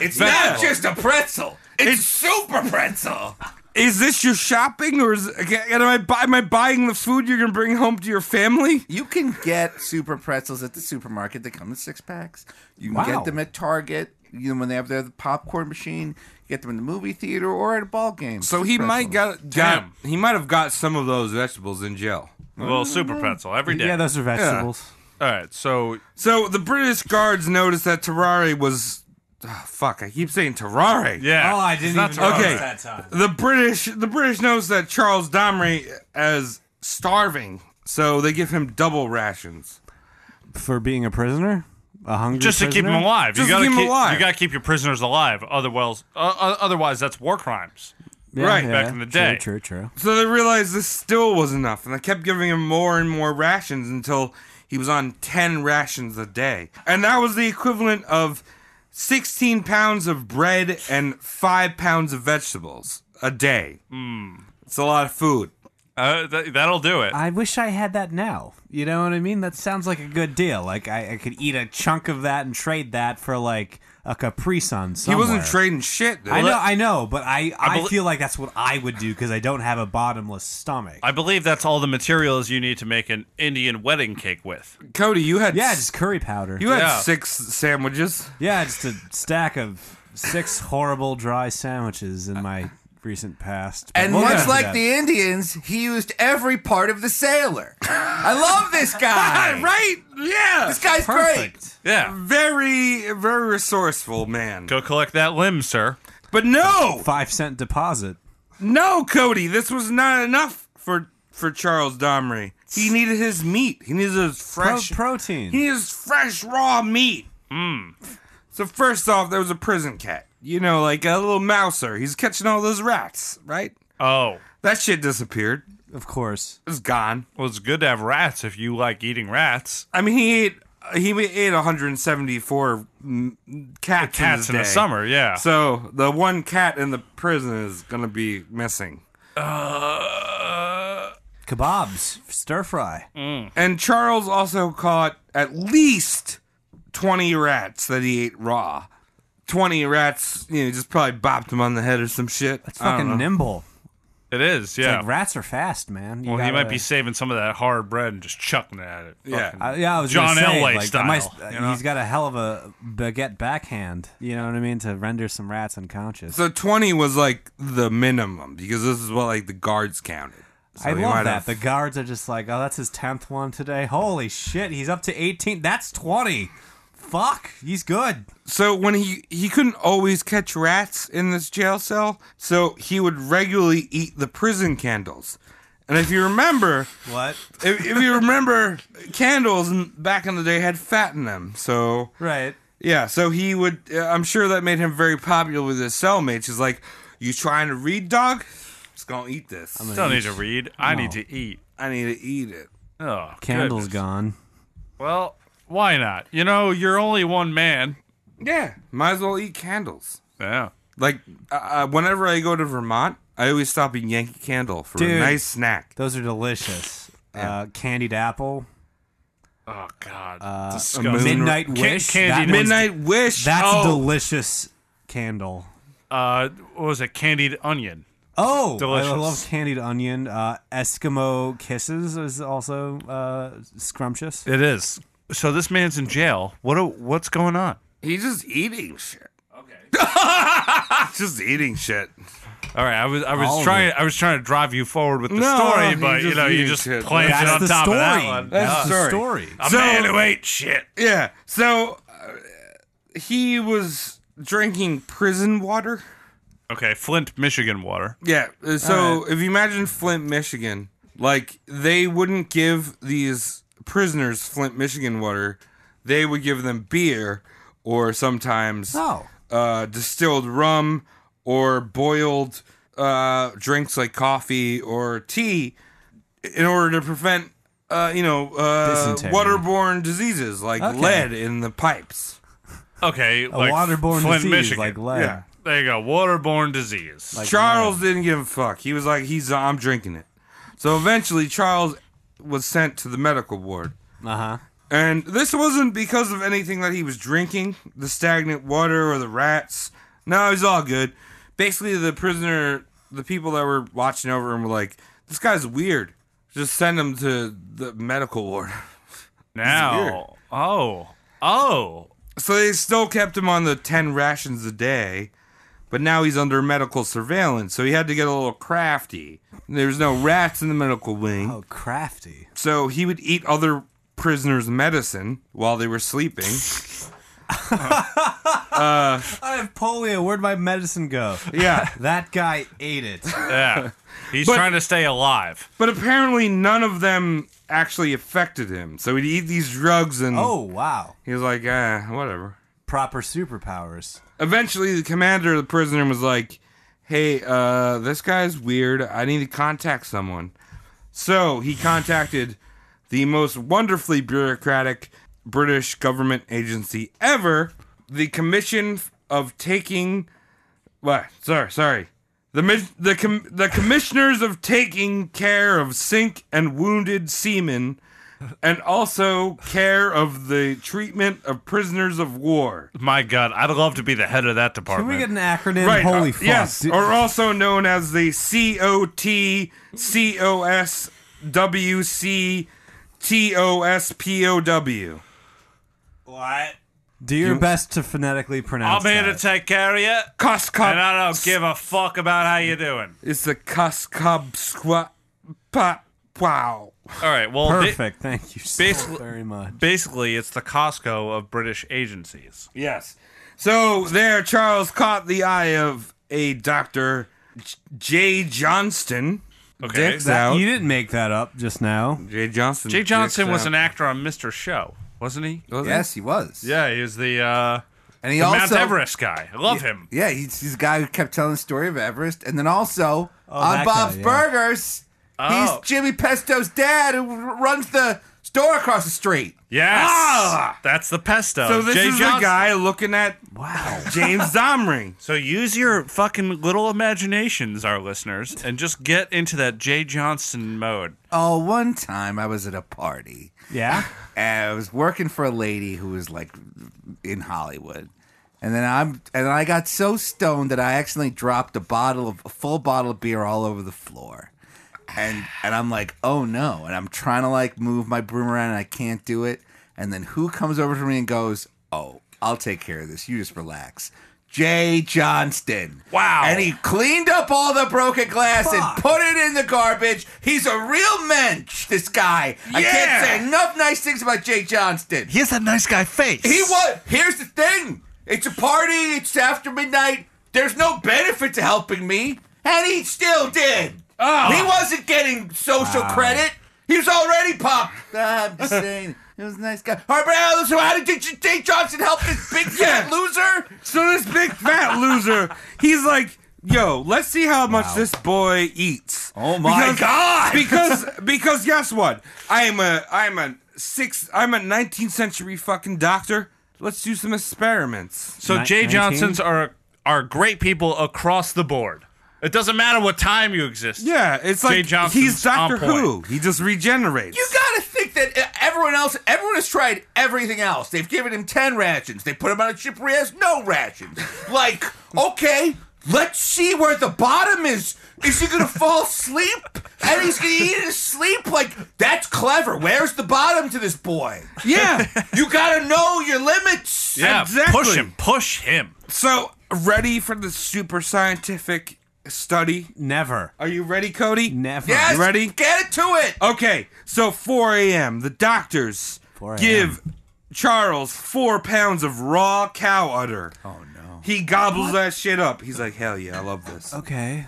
Speaker 12: it's not
Speaker 9: vegetable.
Speaker 12: just a pretzel. It's, super pretzel.
Speaker 9: Is this your shopping, or is okay, am I buy, am I buying the food you're gonna bring home to your family?
Speaker 12: You can get super pretzels at the supermarket. They come in six packs. You can
Speaker 11: Wow.
Speaker 12: get them at Target. You know when they have their popcorn machine. You get them in the movie theater or at a ball game.
Speaker 9: So
Speaker 12: Super
Speaker 9: he might
Speaker 12: pretzels.
Speaker 9: got, got he might have got some of those vegetables in jail.
Speaker 8: Well, super pretzel every day.
Speaker 11: Yeah, those are vegetables.
Speaker 8: All right. So
Speaker 9: So the British guards noticed that Terrari was. ah, fuck, I keep saying Terrari.
Speaker 8: yeah.
Speaker 11: Oh, I didn't
Speaker 8: It's not
Speaker 11: even
Speaker 8: Toronto.
Speaker 11: notice
Speaker 9: Okay.
Speaker 11: that time.
Speaker 9: The British the British knows that Charles Domry as starving, so they give him double rations.
Speaker 11: For being a prisoner? A hungry
Speaker 8: Just to keep
Speaker 11: prisoner?
Speaker 8: him alive.
Speaker 9: Just
Speaker 8: you
Speaker 9: to
Speaker 8: gotta
Speaker 9: keep him
Speaker 8: keep,
Speaker 9: alive.
Speaker 8: You got to keep your prisoners alive. Otherwise, uh, uh, otherwise that's war crimes.
Speaker 11: Yeah,
Speaker 9: Right,
Speaker 11: yeah.
Speaker 8: back in the day.
Speaker 11: True, true, true.
Speaker 9: So they realized this still was enough, and they kept giving him more and more rations until he was on 10 rations a day. And that was the equivalent of 16 pounds of bread and 5 pounds of vegetables a day. It's a lot of food.
Speaker 8: Uh, th- that'll do it.
Speaker 11: I wish I had that now. You know what I mean? That sounds like a good deal. Like I, I could eat a chunk of that and trade that for like a Capri Sun. Somewhere.
Speaker 9: He wasn't trading shit. Though.
Speaker 11: I know, I know, but I, I,
Speaker 8: belie-
Speaker 11: feel like that's what I would do because I don't have a bottomless stomach.
Speaker 8: I believe that's all the materials you need to make an Indian wedding cake with.
Speaker 9: Cody, you had
Speaker 11: yeah,
Speaker 9: s-
Speaker 11: just curry powder.
Speaker 9: you had
Speaker 8: Yeah.
Speaker 9: 6 sandwiches.
Speaker 11: yeah, just a stack of six horrible dry sandwiches in my recent past. But
Speaker 12: And
Speaker 11: we'll get
Speaker 12: much
Speaker 11: to
Speaker 12: like
Speaker 11: that.
Speaker 12: the Indians, he used every part of the sailor. I love this guy.
Speaker 9: Right? Yeah.
Speaker 12: This guy's great.
Speaker 11: perfect.
Speaker 8: Yeah.
Speaker 9: very very resourceful man.
Speaker 8: Go collect that limb, sir.
Speaker 9: But no,
Speaker 11: Five cent deposit.
Speaker 9: no, Cody, this was not enough for for Charles Domry. He needed his meat. He needed his
Speaker 11: Pro-
Speaker 9: fresh
Speaker 11: protein.
Speaker 9: He needs fresh raw meat.
Speaker 8: Hmm.
Speaker 9: So first off, there was a prison cat. You know, like a little mouser. He's catching all those rats, right?
Speaker 8: Oh.
Speaker 9: That shit disappeared.
Speaker 11: of course.
Speaker 9: It's gone.
Speaker 8: Well, it's good to have rats if you like eating rats.
Speaker 9: I mean, he ate he ate 174 mm, cats, in,
Speaker 8: Cats
Speaker 9: his
Speaker 8: in the
Speaker 9: day.
Speaker 8: summer, yeah.
Speaker 9: So the one cat in the prison is gonna be missing.
Speaker 8: Uh,
Speaker 11: Kebabs, stir fry.
Speaker 9: And Charles also caught at least 20 rats that he ate raw. 20 rats, you know, just probably bopped him on the head or some shit.
Speaker 11: That's
Speaker 9: I don't
Speaker 11: fucking
Speaker 9: know.
Speaker 11: nimble.
Speaker 8: it is,
Speaker 11: It's
Speaker 8: yeah.
Speaker 11: Like rats are fast, man. You
Speaker 8: well, he
Speaker 11: gotta-
Speaker 8: might be saving some of that hard bread and just chucking it at it.
Speaker 9: Yeah.
Speaker 8: Fucking-
Speaker 11: I- yeah, I was
Speaker 8: John
Speaker 11: gonna say,
Speaker 8: Elway
Speaker 11: like, I
Speaker 8: style,
Speaker 11: might-
Speaker 8: you know?
Speaker 11: He's got a hell of a baguette backhand. You know what I mean to render some rats unconscious.
Speaker 9: So 20 was like the minimum because this is what like the guards counted. So
Speaker 11: I
Speaker 9: he
Speaker 11: love
Speaker 9: might
Speaker 11: that.
Speaker 9: have-
Speaker 11: The guards are just like, oh, that's his tenth one today. Holy shit, he's up to eighteen. That's twenty. Fuck, he's good.
Speaker 9: so when he he couldn't always catch rats in this jail cell, so he would regularly eat the prison candles. And if you remember,
Speaker 11: What?
Speaker 9: if, if you remember, candles in- back in the day had fat in them. So
Speaker 11: Right.
Speaker 9: Yeah, so he would. Uh, I'm sure that made him very popular with his cellmates. He's like, "You trying to read, dog? Just gonna eat this.
Speaker 8: I don't need to read. I need to eat.
Speaker 9: I need to eat it."
Speaker 8: Oh,
Speaker 11: oh. Candles
Speaker 8: goodness.
Speaker 11: gone.
Speaker 8: Well, why not? You know, you're only one man.
Speaker 9: Yeah, might as well eat candles.
Speaker 8: Yeah.
Speaker 9: Like, uh, uh, whenever I go to Vermont, I always stop at Yankee Candle for
Speaker 11: Dude.
Speaker 9: a nice snack.
Speaker 11: Those are delicious. uh, Candied Apple.
Speaker 8: Oh God.
Speaker 11: Uh,
Speaker 8: Disgusting.
Speaker 11: midnight
Speaker 8: Can-
Speaker 11: wish.
Speaker 8: candied-
Speaker 11: that one's-
Speaker 9: Midnight Wish.
Speaker 11: That's
Speaker 9: Oh.
Speaker 11: a delicious candle.
Speaker 8: Uh, what was it? Candied onion.
Speaker 11: Oh,
Speaker 8: Delicious.
Speaker 11: I love candied onion. Uh, Eskimo kisses is also uh, scrumptious.
Speaker 8: It is. So this man's in jail. What? A, what's going on?
Speaker 9: He's just eating shit. Okay. just eating shit.
Speaker 8: All right, I was I was
Speaker 11: All of
Speaker 8: trying I was trying to drive you forward with the
Speaker 9: No,
Speaker 8: story,
Speaker 9: he
Speaker 8: but you
Speaker 9: just
Speaker 8: know you
Speaker 9: eats
Speaker 8: just
Speaker 9: it.
Speaker 8: planted
Speaker 11: That's
Speaker 8: on
Speaker 11: the
Speaker 8: top of that
Speaker 11: story.
Speaker 8: one.
Speaker 9: That's
Speaker 11: the
Speaker 9: the
Speaker 11: story.
Speaker 8: A
Speaker 9: So-
Speaker 8: man who ate shit.
Speaker 9: Yeah. So uh, he was drinking prison water.
Speaker 8: Okay, Flint, Michigan water.
Speaker 9: Yeah. uh, So if you imagine Flint, Michigan, like they wouldn't give these prisoners Flint, Michigan water. They would give them beer or sometimes
Speaker 11: Oh.
Speaker 9: uh, distilled rum or boiled uh, drinks like coffee or tea in order to prevent, uh, you know, uh,
Speaker 11: Dysentery.
Speaker 9: waterborne diseases like
Speaker 11: Okay.
Speaker 9: lead in the pipes.
Speaker 8: Okay,
Speaker 11: A
Speaker 8: like
Speaker 11: waterborne
Speaker 8: Flint,
Speaker 11: disease
Speaker 8: Michigan.
Speaker 11: like lead.
Speaker 9: Yeah.
Speaker 8: there you go, waterborne disease.
Speaker 11: Like
Speaker 9: Charles didn't give a fuck. He was like, "He's uh, I'm drinking it." So eventually, Charles was sent to the medical ward,
Speaker 11: Uh huh.
Speaker 9: and this wasn't because of anything that he was drinking—the stagnant water or the rats. No, it was all good. Basically, the prisoner, the people that were watching over him, were like, "This guy's weird. Just send him to the medical ward."
Speaker 8: now, oh, oh,
Speaker 9: So they still kept him on the 10 rations a day, but now he's under medical surveillance. So he had to get a little crafty. There was no rats in the medical wing.
Speaker 11: Oh, crafty.
Speaker 9: So he would eat other prisoners' medicine while they were sleeping.
Speaker 11: I have polio. Where'd my medicine go?
Speaker 9: Yeah.
Speaker 11: That guy ate it.
Speaker 8: yeah. He's
Speaker 9: But-
Speaker 8: trying to stay alive.
Speaker 9: But apparently none of them actually affected him. So he'd eat these drugs and
Speaker 11: Oh, wow.
Speaker 9: he was like, eh, whatever.
Speaker 11: Proper superpowers.
Speaker 9: Eventually, the commander of the prisoner was like, "Hey, uh, this guy's weird. I need to contact someone." So he contacted the most wonderfully bureaucratic British government agency ever, the Commission of Taking. What? Sorry, sorry. The mi- the com- the commissioners of taking care of sink and wounded seamen, and also care of the treatment of prisoners of war.
Speaker 8: My God, I'd love to be the head of that
Speaker 11: Can
Speaker 8: department.
Speaker 11: we get an acronym?
Speaker 9: Right.
Speaker 11: Holy
Speaker 9: uh,
Speaker 11: fuck.
Speaker 9: Yes,
Speaker 11: Dude,
Speaker 9: or also known as the C O T C O S W C T O S P O W.
Speaker 11: what? Do your best to phonetically
Speaker 8: I'm
Speaker 11: pronounce
Speaker 8: here to
Speaker 11: that.
Speaker 8: take care of you, and
Speaker 9: Coscob.
Speaker 8: I don't give a fuck about how you're doing.
Speaker 9: It's the Coscob squat. Pa- wow.
Speaker 8: All right, well, ba-
Speaker 11: Perfect. Thank you so
Speaker 8: Basically-
Speaker 11: very much.
Speaker 8: basically, it's the Costco of British agencies.
Speaker 9: Yes. So there, Charles caught the eye of a Doctor J. Johnston.
Speaker 8: Okay.
Speaker 9: Dicks
Speaker 11: That-
Speaker 9: out.
Speaker 11: you didn't make that up just now.
Speaker 9: J. Johnston.
Speaker 8: Jake Johnson was an
Speaker 9: actor.
Speaker 8: actor on Mr. Show, wasn't he?
Speaker 1: Yes, he was.
Speaker 8: Yeah, he was the, uh,
Speaker 1: and he
Speaker 8: the
Speaker 1: also
Speaker 8: Mount Everest guy. I love him.
Speaker 1: Yeah, he's, he's the guy who kept telling the story of Everest, and then also on
Speaker 11: that
Speaker 1: Bob's
Speaker 11: guy, yeah.
Speaker 1: Burgers,
Speaker 8: Oh.
Speaker 1: he's Jimmy Pesto's dad who r- runs the store across the street.
Speaker 8: Yes,
Speaker 9: Ah!
Speaker 8: that's the pesto.
Speaker 9: So this
Speaker 8: Jay
Speaker 9: is
Speaker 8: Johnson.
Speaker 9: the guy looking at wow James Domring.
Speaker 8: So use your fucking little imaginations, our listeners, and just get into that Jay Johnson mode.
Speaker 1: Oh, one time I was at a party.
Speaker 11: Yeah.
Speaker 1: and I was working for a lady who was like in Hollywood. And then I'm and I got so stoned that I accidentally dropped a bottle of a full bottle of beer all over the floor. And and I'm like, "Oh no." And I'm trying to like move my broom around and I can't do it. And then who comes over to me and goes, "Oh, I'll take care of this. You just relax." Jay Johnston.
Speaker 8: Wow.
Speaker 1: And he cleaned up all the broken glass
Speaker 11: Fuck.
Speaker 1: and put it in the garbage. He's a real mensch, this guy. I
Speaker 8: Yeah.
Speaker 1: can't say enough nice things about Jake Johnston.
Speaker 8: He has that nice guy face.
Speaker 1: He was. Here's the thing. It's a party. It's after midnight. There's no benefit to helping me, and he still did. He wasn't getting social credit. He was already popped. Ah, I'm just saying. He was a nice guy. Harper Allen, uh, so how did J- Jake Johnson help this big fat loser?
Speaker 9: So this big fat loser, he's like, "Yo, let's see how much this boy eats."
Speaker 1: Oh my God.
Speaker 9: Because because guess what? I am a I'm a six I'm a 19th century fucking doctor. Let's do some experiments.
Speaker 8: So
Speaker 11: Ni-
Speaker 8: Jay
Speaker 11: 19?
Speaker 8: Johnsons are are great people across the board. It doesn't matter what time you exist.
Speaker 9: Yeah, it's
Speaker 8: Jay
Speaker 9: like
Speaker 8: Johnson's
Speaker 9: he's Doctor
Speaker 8: on point.
Speaker 9: Who. He just regenerates.
Speaker 1: You gotta think that uh, everyone else, everyone has tried everything else. They've given him ten rations. They put him on a ship where he has no rations. Like, okay, let's see where the bottom is. Is he gonna fall asleep? And he's gonna eat in his sleep? Like, that's clever. Where's the bottom to this boy?
Speaker 9: yeah,
Speaker 1: You gotta know your limits.
Speaker 8: Yeah,
Speaker 9: exactly.
Speaker 8: push him, push him.
Speaker 9: So, ready for the super scientific study?
Speaker 11: Never.
Speaker 9: Are you ready, Cody?
Speaker 11: Never.
Speaker 1: Yes,
Speaker 9: You ready?
Speaker 1: Get it to it.
Speaker 9: Okay, so 4 a.m. The doctors
Speaker 11: 4 a.m..
Speaker 9: give Charles four pounds of raw cow udder. Oh no! He gobbles that shit up. He's like, hell yeah, I love this.
Speaker 11: Okay.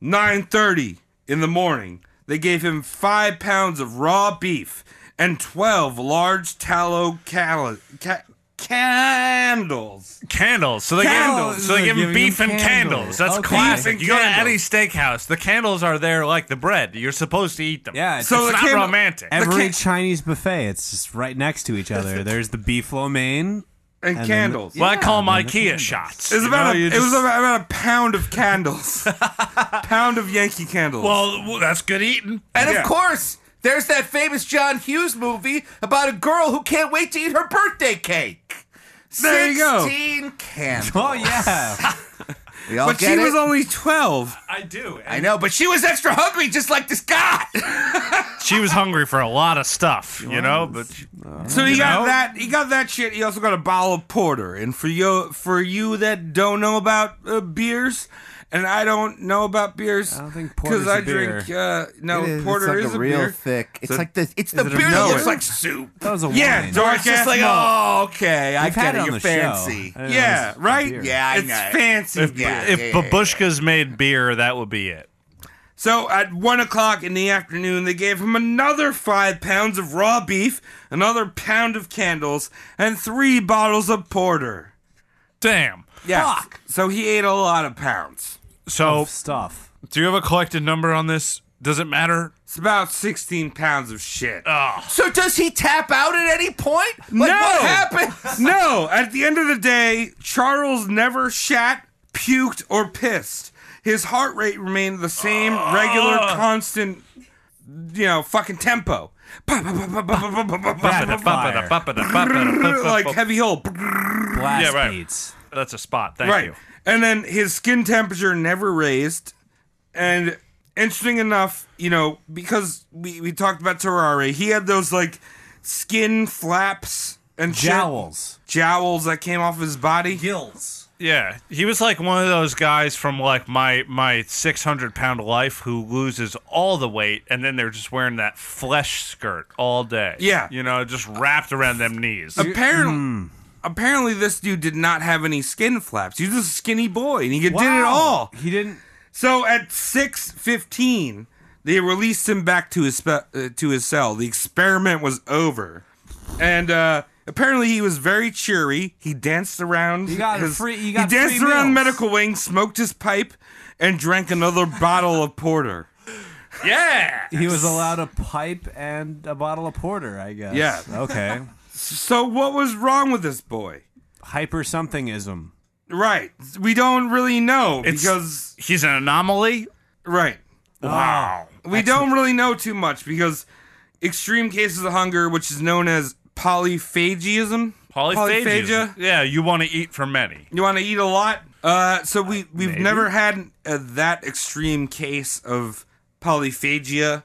Speaker 9: 9:30 in the morning, they gave him five pounds of raw beef and 12 large tallow cala- ca- candles.
Speaker 8: Candles. So they give
Speaker 11: Candles.
Speaker 8: him, so they give him
Speaker 11: Giving
Speaker 8: beef
Speaker 11: him
Speaker 8: and
Speaker 11: candles.
Speaker 8: candles. That's
Speaker 11: Okay.
Speaker 8: classic.
Speaker 9: Oh, Beef and
Speaker 8: You go to any
Speaker 9: candles.
Speaker 8: steakhouse, the candles are there like the bread. You're supposed to eat them.
Speaker 9: So
Speaker 11: Yeah. it's
Speaker 9: the
Speaker 8: it's not
Speaker 9: candle-
Speaker 8: romantic.
Speaker 11: every
Speaker 9: can-
Speaker 11: Chinese buffet, it's just right next to each other. There's the beef lo mein.
Speaker 9: And,
Speaker 11: And then the-
Speaker 9: candles.
Speaker 8: well, I call my
Speaker 11: that's
Speaker 8: IKEA
Speaker 11: candles.
Speaker 8: shots.
Speaker 9: It was
Speaker 8: you
Speaker 9: about
Speaker 8: know,
Speaker 9: a,
Speaker 8: you
Speaker 9: it was
Speaker 8: just-
Speaker 9: about, about a pound of candles, pound of Yankee candles.
Speaker 8: well, well, that's good eating.
Speaker 1: And
Speaker 9: Yeah.
Speaker 1: of course, there's that famous John Hughes movie about a girl who can't wait to eat her birthday cake.
Speaker 9: There you go.
Speaker 1: 16 candles.
Speaker 11: Oh yeah.
Speaker 12: We all
Speaker 9: but she
Speaker 12: get it?
Speaker 9: was only twelve.
Speaker 8: I do.
Speaker 1: I know, but she was extra hungry, just like this guy.
Speaker 8: She was hungry for a lot of stuff, you know. But
Speaker 9: So he got
Speaker 8: know?
Speaker 9: that. He got that shit. He also got a bottle of porter. And for you, for you that don't know about uh, beers, and I don't know about beers. I
Speaker 11: don't think porter's
Speaker 9: I
Speaker 11: a beer.
Speaker 9: drink. Uh, no,
Speaker 12: It is.
Speaker 9: porter
Speaker 12: it's like
Speaker 9: is
Speaker 12: a
Speaker 9: a
Speaker 12: real
Speaker 9: beer.
Speaker 12: thick. It's
Speaker 9: So-
Speaker 12: like the it's the
Speaker 11: it a
Speaker 12: beer that
Speaker 9: no?
Speaker 12: looks like
Speaker 1: soup.
Speaker 11: That was a
Speaker 9: Yeah,
Speaker 11: wine.
Speaker 9: dark
Speaker 1: It's just
Speaker 9: ass
Speaker 1: like,
Speaker 9: malt.
Speaker 1: oh, okay, I
Speaker 11: We've
Speaker 1: get
Speaker 11: had
Speaker 1: it.
Speaker 11: it on
Speaker 1: You're
Speaker 11: the show.
Speaker 1: fancy.
Speaker 11: I didn't know
Speaker 9: Yeah,
Speaker 11: this was a
Speaker 9: right.
Speaker 11: beer.
Speaker 1: Yeah, I
Speaker 9: it's
Speaker 1: know.
Speaker 9: fancy.
Speaker 8: if,
Speaker 9: beer.
Speaker 8: if
Speaker 1: yeah,
Speaker 8: Babushkas made beer, that would be it.
Speaker 9: So at one o'clock in the afternoon, they gave him another five pounds of raw beef, another pound of candles, and three bottles of porter.
Speaker 8: Damn.
Speaker 9: Yeah. So he ate a lot of pounds.
Speaker 8: So,
Speaker 11: Stuff.
Speaker 8: do you have a collected number on this? Does it matter?
Speaker 9: It's about 16 pounds of shit.
Speaker 1: So does he tap out at any point? Like,
Speaker 9: No.
Speaker 1: What happened?
Speaker 9: no, at the end of the day, Charles never shat, puked, or pissed. His heart rate remained the same regular, constant, you know, fucking tempo.
Speaker 8: Bumpa-da,
Speaker 9: Like
Speaker 8: bumpa-da, bumpa-da, bumpa-da, bumpa-da, bumpa-da.
Speaker 9: heavy hole.
Speaker 11: Blast
Speaker 8: Yeah, right.
Speaker 11: beats.
Speaker 8: That's a spot. Thank
Speaker 9: right.
Speaker 8: you.
Speaker 9: And then his skin temperature never raised. And interesting enough, you know, because we, we talked about Terrari, he had those like skin flaps and shit-
Speaker 11: Jowls.
Speaker 9: jowls that came off his body.
Speaker 11: Gills.
Speaker 8: Yeah, he was like one of those guys from like my my six hundred pound life who loses all the weight and then they're just wearing that flesh skirt all day.
Speaker 9: Yeah.
Speaker 8: you know, just wrapped around them knees.
Speaker 9: Apparently,
Speaker 11: Hmm.
Speaker 9: apparently, this dude did not have any skin flaps. He was just a skinny boy, and he did it all.
Speaker 11: He didn't.
Speaker 9: So at six fifteen, they released him back to his spe- uh, to his cell. The experiment was over, and uh, apparently he was very cheery. He danced around.
Speaker 11: You got a free- you got
Speaker 9: he danced
Speaker 11: free
Speaker 9: around the
Speaker 11: meals.
Speaker 9: medical wing, smoked his pipe, and drank another bottle of porter.
Speaker 8: yeah,
Speaker 11: He was allowed a pipe and a bottle of porter. I guess.
Speaker 9: Yeah.
Speaker 11: Okay.
Speaker 9: So what was wrong with this boy?
Speaker 11: Hyper somethingism.
Speaker 9: Right, we don't really know
Speaker 8: It's-
Speaker 9: because
Speaker 8: he's an anomaly.
Speaker 9: right.
Speaker 8: Oh. Wow.
Speaker 9: We don't really know too much because extreme cases of hunger, which is known as polyphagism.
Speaker 8: Polyphagia. Yeah, you want to eat for many.
Speaker 9: You want to eat a lot? Uh, so we we've
Speaker 11: maybe.
Speaker 9: never had uh that extreme case of polyphagia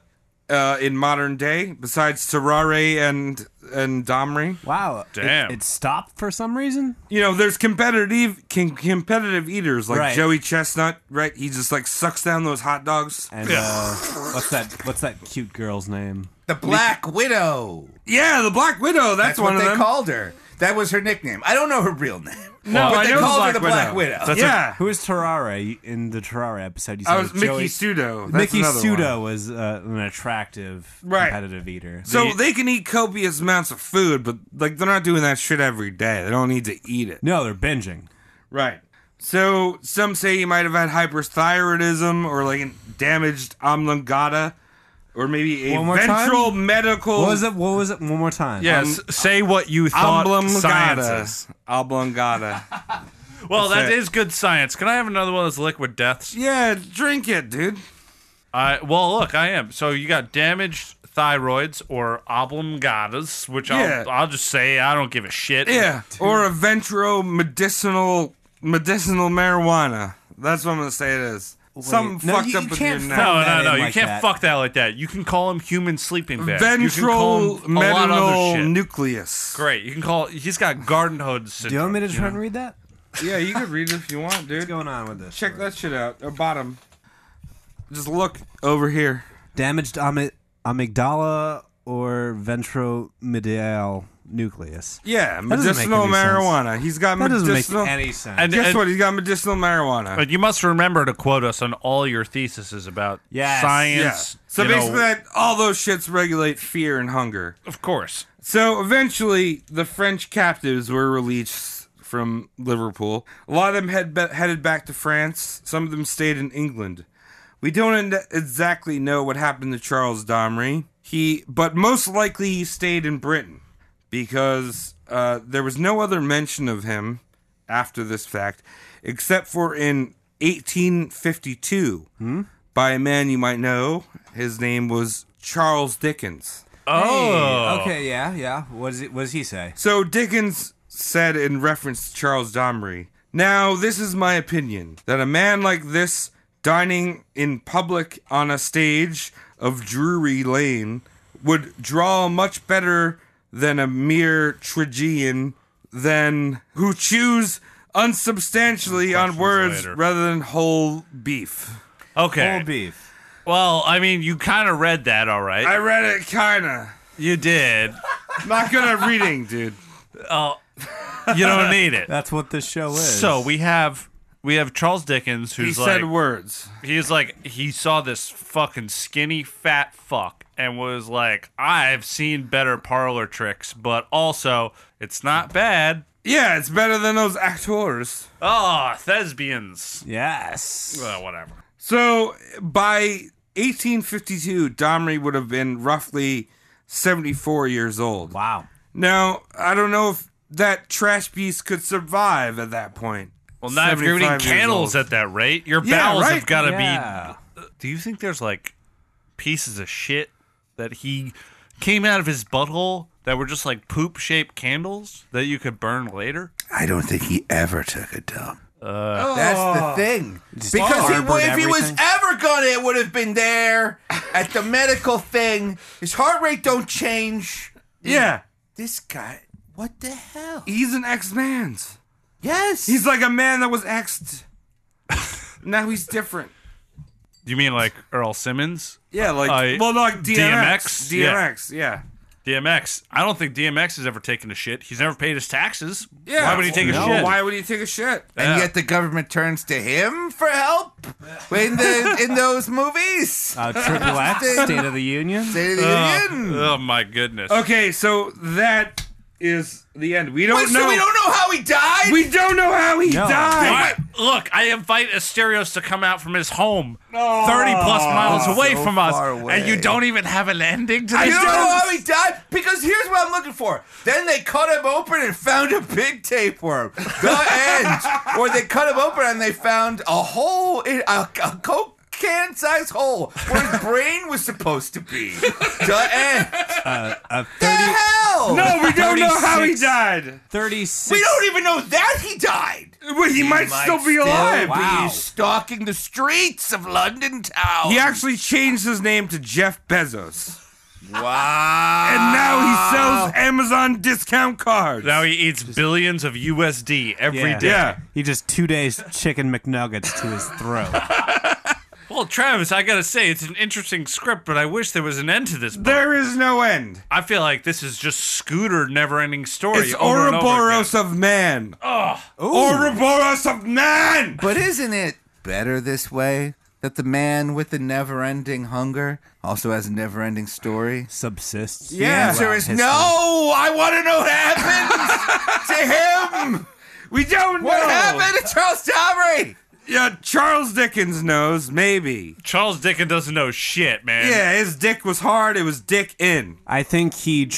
Speaker 9: uh, in modern day, besides Terrare and and Domri.
Speaker 11: Wow. it-
Speaker 8: Damn.
Speaker 11: It, stopped for some reason.
Speaker 9: You know, there's competitive com- competitive eaters like
Speaker 11: Right.
Speaker 9: Joey Chestnut. Right, he just like sucks down those hot dogs.
Speaker 11: And uh, what's that? What's that cute girl's name?
Speaker 1: The Black Widow.
Speaker 9: Yeah, the Black Widow. That's,
Speaker 1: That's
Speaker 9: one
Speaker 1: what
Speaker 9: of
Speaker 1: they
Speaker 9: them.
Speaker 1: called her. That was her nickname. I don't know her real name.
Speaker 9: no,
Speaker 1: but
Speaker 9: I
Speaker 1: they
Speaker 9: know
Speaker 1: called her the Black Widow.
Speaker 8: That's
Speaker 9: yeah,
Speaker 11: Who is Terrare in the Terrare episode? You
Speaker 9: I
Speaker 11: said
Speaker 9: was
Speaker 11: Joey-
Speaker 9: Mickey Pseudo. That's
Speaker 11: Mickey
Speaker 9: another
Speaker 11: Suda
Speaker 9: one.
Speaker 11: was uh, an attractive
Speaker 9: Right.
Speaker 11: competitive eater.
Speaker 9: So they can eat copious amounts of food, but like they're not doing that shit every day. They don't need to eat it.
Speaker 11: no, they're binging.
Speaker 9: Right. So some say he might have had hyperthyroidism or like an damaged omlongata or maybe a
Speaker 11: One more
Speaker 9: ventral medical
Speaker 11: What was it? What was it? One more time.
Speaker 8: Yes, say what you thought.
Speaker 9: oblongata.
Speaker 8: Sciences.
Speaker 9: Oblongata.
Speaker 8: Well,
Speaker 9: That's
Speaker 8: that
Speaker 9: it.
Speaker 8: is good science. Can I have another one of those liquid deaths?
Speaker 9: Yeah, drink it, dude.
Speaker 8: I well, look, I am. So you got damaged thyroids or oblongatas, which
Speaker 9: Yeah.
Speaker 8: I'll, I'll just say I don't give a shit.
Speaker 9: Yeah, or a ventro medicinal medicinal marijuana. That's what I'm gonna say it is. Something
Speaker 11: no,
Speaker 9: fucked
Speaker 11: you-
Speaker 9: up
Speaker 11: you
Speaker 9: with
Speaker 11: can't
Speaker 9: your
Speaker 11: fuck-
Speaker 9: name.
Speaker 8: No, no,
Speaker 11: that
Speaker 8: no.
Speaker 11: in
Speaker 8: You
Speaker 11: like
Speaker 8: can't
Speaker 11: that.
Speaker 8: fuck that like that. You can call them human sleeping bags. You can call
Speaker 9: Ventral
Speaker 8: 'em a lot of other shit.
Speaker 9: medicinal nucleus.
Speaker 8: Great. You can call. He's got garden hose. Syndrome,
Speaker 11: Do you want me to
Speaker 8: know?
Speaker 11: try and read that?
Speaker 9: Yeah, you could read it if you want, dude.
Speaker 11: What's going on with this?
Speaker 9: Check that shit out. Or bottom. Just look over here.
Speaker 11: Damaged amy- amygdala or ventromedial nucleus.
Speaker 9: Yeah,
Speaker 11: doesn't make
Speaker 9: medicinal
Speaker 11: any sense.
Speaker 9: marijuana. He's got
Speaker 11: That doesn't make
Speaker 9: medicinal.
Speaker 11: any sense.
Speaker 8: And-
Speaker 9: Guess
Speaker 8: and-
Speaker 9: what? He's got medicinal marijuana.
Speaker 8: But you must remember to quote us on all your theses about
Speaker 11: Yes.
Speaker 9: yeah.
Speaker 8: science.
Speaker 9: So
Speaker 8: you know,
Speaker 9: basically, that, all those shits regulate fear and hunger.
Speaker 8: of course.
Speaker 9: So eventually, the French captives were released from Liverpool. A lot of them had be- headed back to France. Some of them stayed in England. We don't en- exactly know what happened to Charles Domry. He, but most likely he stayed in Britain because uh, there was no other mention of him after this fact, except for in 1852 by a man you might know. His name was Charles Dickens.
Speaker 8: Oh,
Speaker 11: Okay, yeah, yeah. What, is it, what does he say?
Speaker 9: So Dickens said in reference to Charles Domry, Now, this is my opinion that a man like this dining in public on a stage of Drury Lane would draw much better than a mere tragedian than who chews unsubstantially on
Speaker 8: Questions
Speaker 9: words
Speaker 8: later.
Speaker 9: rather than whole beef.
Speaker 8: okay.
Speaker 11: Whole beef.
Speaker 8: Well, I mean, you kind of read that, all right.
Speaker 9: I read it kinda.
Speaker 8: you did.
Speaker 9: Not good at reading, dude.
Speaker 8: You don't need it.
Speaker 11: That's what this show is.
Speaker 8: So we have we have Charles Dickens,
Speaker 9: He
Speaker 8: who's like
Speaker 9: said words.
Speaker 8: he's like he saw this fucking skinny fat fuck and was like, I've seen better parlor tricks, but also it's not bad.
Speaker 9: Yeah, it's better than those actors.
Speaker 8: Oh, thespians.
Speaker 11: Yes.
Speaker 8: Well, whatever.
Speaker 9: So by 1852, Domri would have been roughly 74 years old.
Speaker 11: Wow.
Speaker 9: Now, I don't know if that trash piece could survive at that point.
Speaker 8: Well, not if you're
Speaker 9: 75
Speaker 8: eating
Speaker 9: years
Speaker 8: candles
Speaker 9: old.
Speaker 8: at that rate, your
Speaker 9: Yeah,
Speaker 8: bowels
Speaker 9: right?
Speaker 8: have got to
Speaker 11: Yeah.
Speaker 8: be. Do you think there's like pieces of shit that he came out of his butthole that were just like poop shaped candles that you could burn later?
Speaker 1: I don't think he ever took a dump.
Speaker 9: Uh,
Speaker 1: That's the thing. Because he,
Speaker 11: harbored
Speaker 1: would- if he was
Speaker 11: everything.
Speaker 1: ever gonna, it would have been there at the medical thing. His heart rate don't change.
Speaker 9: Yeah.
Speaker 1: This guy, what the hell?
Speaker 9: He's an ex man's.
Speaker 1: Yes,
Speaker 9: He's like a man that was exed. now he's different.
Speaker 8: You mean like Earl Simmons? Uh,
Speaker 9: Yeah, like,
Speaker 8: I-
Speaker 9: well, like DMX.
Speaker 8: DMX, yeah.
Speaker 9: DMX, yeah.
Speaker 8: DMX. I don't think DMX has ever taken a shit. He's never paid his taxes.
Speaker 9: Yeah.
Speaker 8: Why would he take
Speaker 9: No,
Speaker 8: a shit?
Speaker 9: Why would he take a shit?
Speaker 1: and yet the government turns to him for help in the in those movies.
Speaker 11: Uh, triple X, State of the Union.
Speaker 1: State of the
Speaker 8: Uh,
Speaker 1: Union.
Speaker 8: oh my goodness.
Speaker 9: Okay, so that is the end. We don't
Speaker 1: Wait,
Speaker 9: know.
Speaker 1: so we don't know how he died.
Speaker 9: We don't know how he
Speaker 11: No.
Speaker 9: died.
Speaker 8: I- look, I invite Asterios to come out from his home,
Speaker 9: Oh,
Speaker 8: thirty plus miles away
Speaker 1: so
Speaker 8: from us,
Speaker 1: far
Speaker 8: and you
Speaker 1: away.
Speaker 8: don't even have an ending to
Speaker 1: I
Speaker 8: this.
Speaker 1: don't know
Speaker 8: joke?
Speaker 1: how he died because here's what I'm looking for. Then they cut him open and found a big tapeworm. The end. Or they cut him open and they found a hole in a, a coke can sized hole where his brain was supposed to be. The end.
Speaker 11: A
Speaker 1: the
Speaker 11: 30,
Speaker 1: hell?
Speaker 9: No, we don't know how he
Speaker 11: 36.
Speaker 9: died.
Speaker 11: 36.
Speaker 1: We don't even know that he died.
Speaker 9: Well, he, might, still be alive.
Speaker 11: Wow.
Speaker 1: stalking the streets of London town.
Speaker 9: He actually changed his name to Jeff Bezos.
Speaker 1: Wow.
Speaker 9: And now he sells Amazon discount cards.
Speaker 8: Now he eats billions of USD every day.
Speaker 11: Yeah.
Speaker 9: yeah.
Speaker 11: He just two days chicken McNuggets to his throat.
Speaker 8: Well, Travis, I gotta say, it's an interesting script, but I wish there was an end to this. book.
Speaker 9: There is no end.
Speaker 8: I feel like this is just Scooter never-ending story.
Speaker 9: It's
Speaker 8: over and over
Speaker 9: Ouroboros
Speaker 8: again.
Speaker 9: of man. Ouroboros of man!
Speaker 1: But isn't it better this way? That the man with the never ending hunger also has a never ending story?
Speaker 11: Subsists.
Speaker 1: The
Speaker 9: Yeah.
Speaker 1: answer is
Speaker 11: History.
Speaker 1: no! I want to know what happened to him!
Speaker 9: We don't
Speaker 1: What
Speaker 9: know.
Speaker 1: happened to Charles Domry?
Speaker 9: Yeah, Charles Dickens knows, maybe.
Speaker 8: Charles Dickens doesn't know shit, man.
Speaker 9: Yeah, his dick was hard. It was dick in.
Speaker 11: I think he
Speaker 9: In it-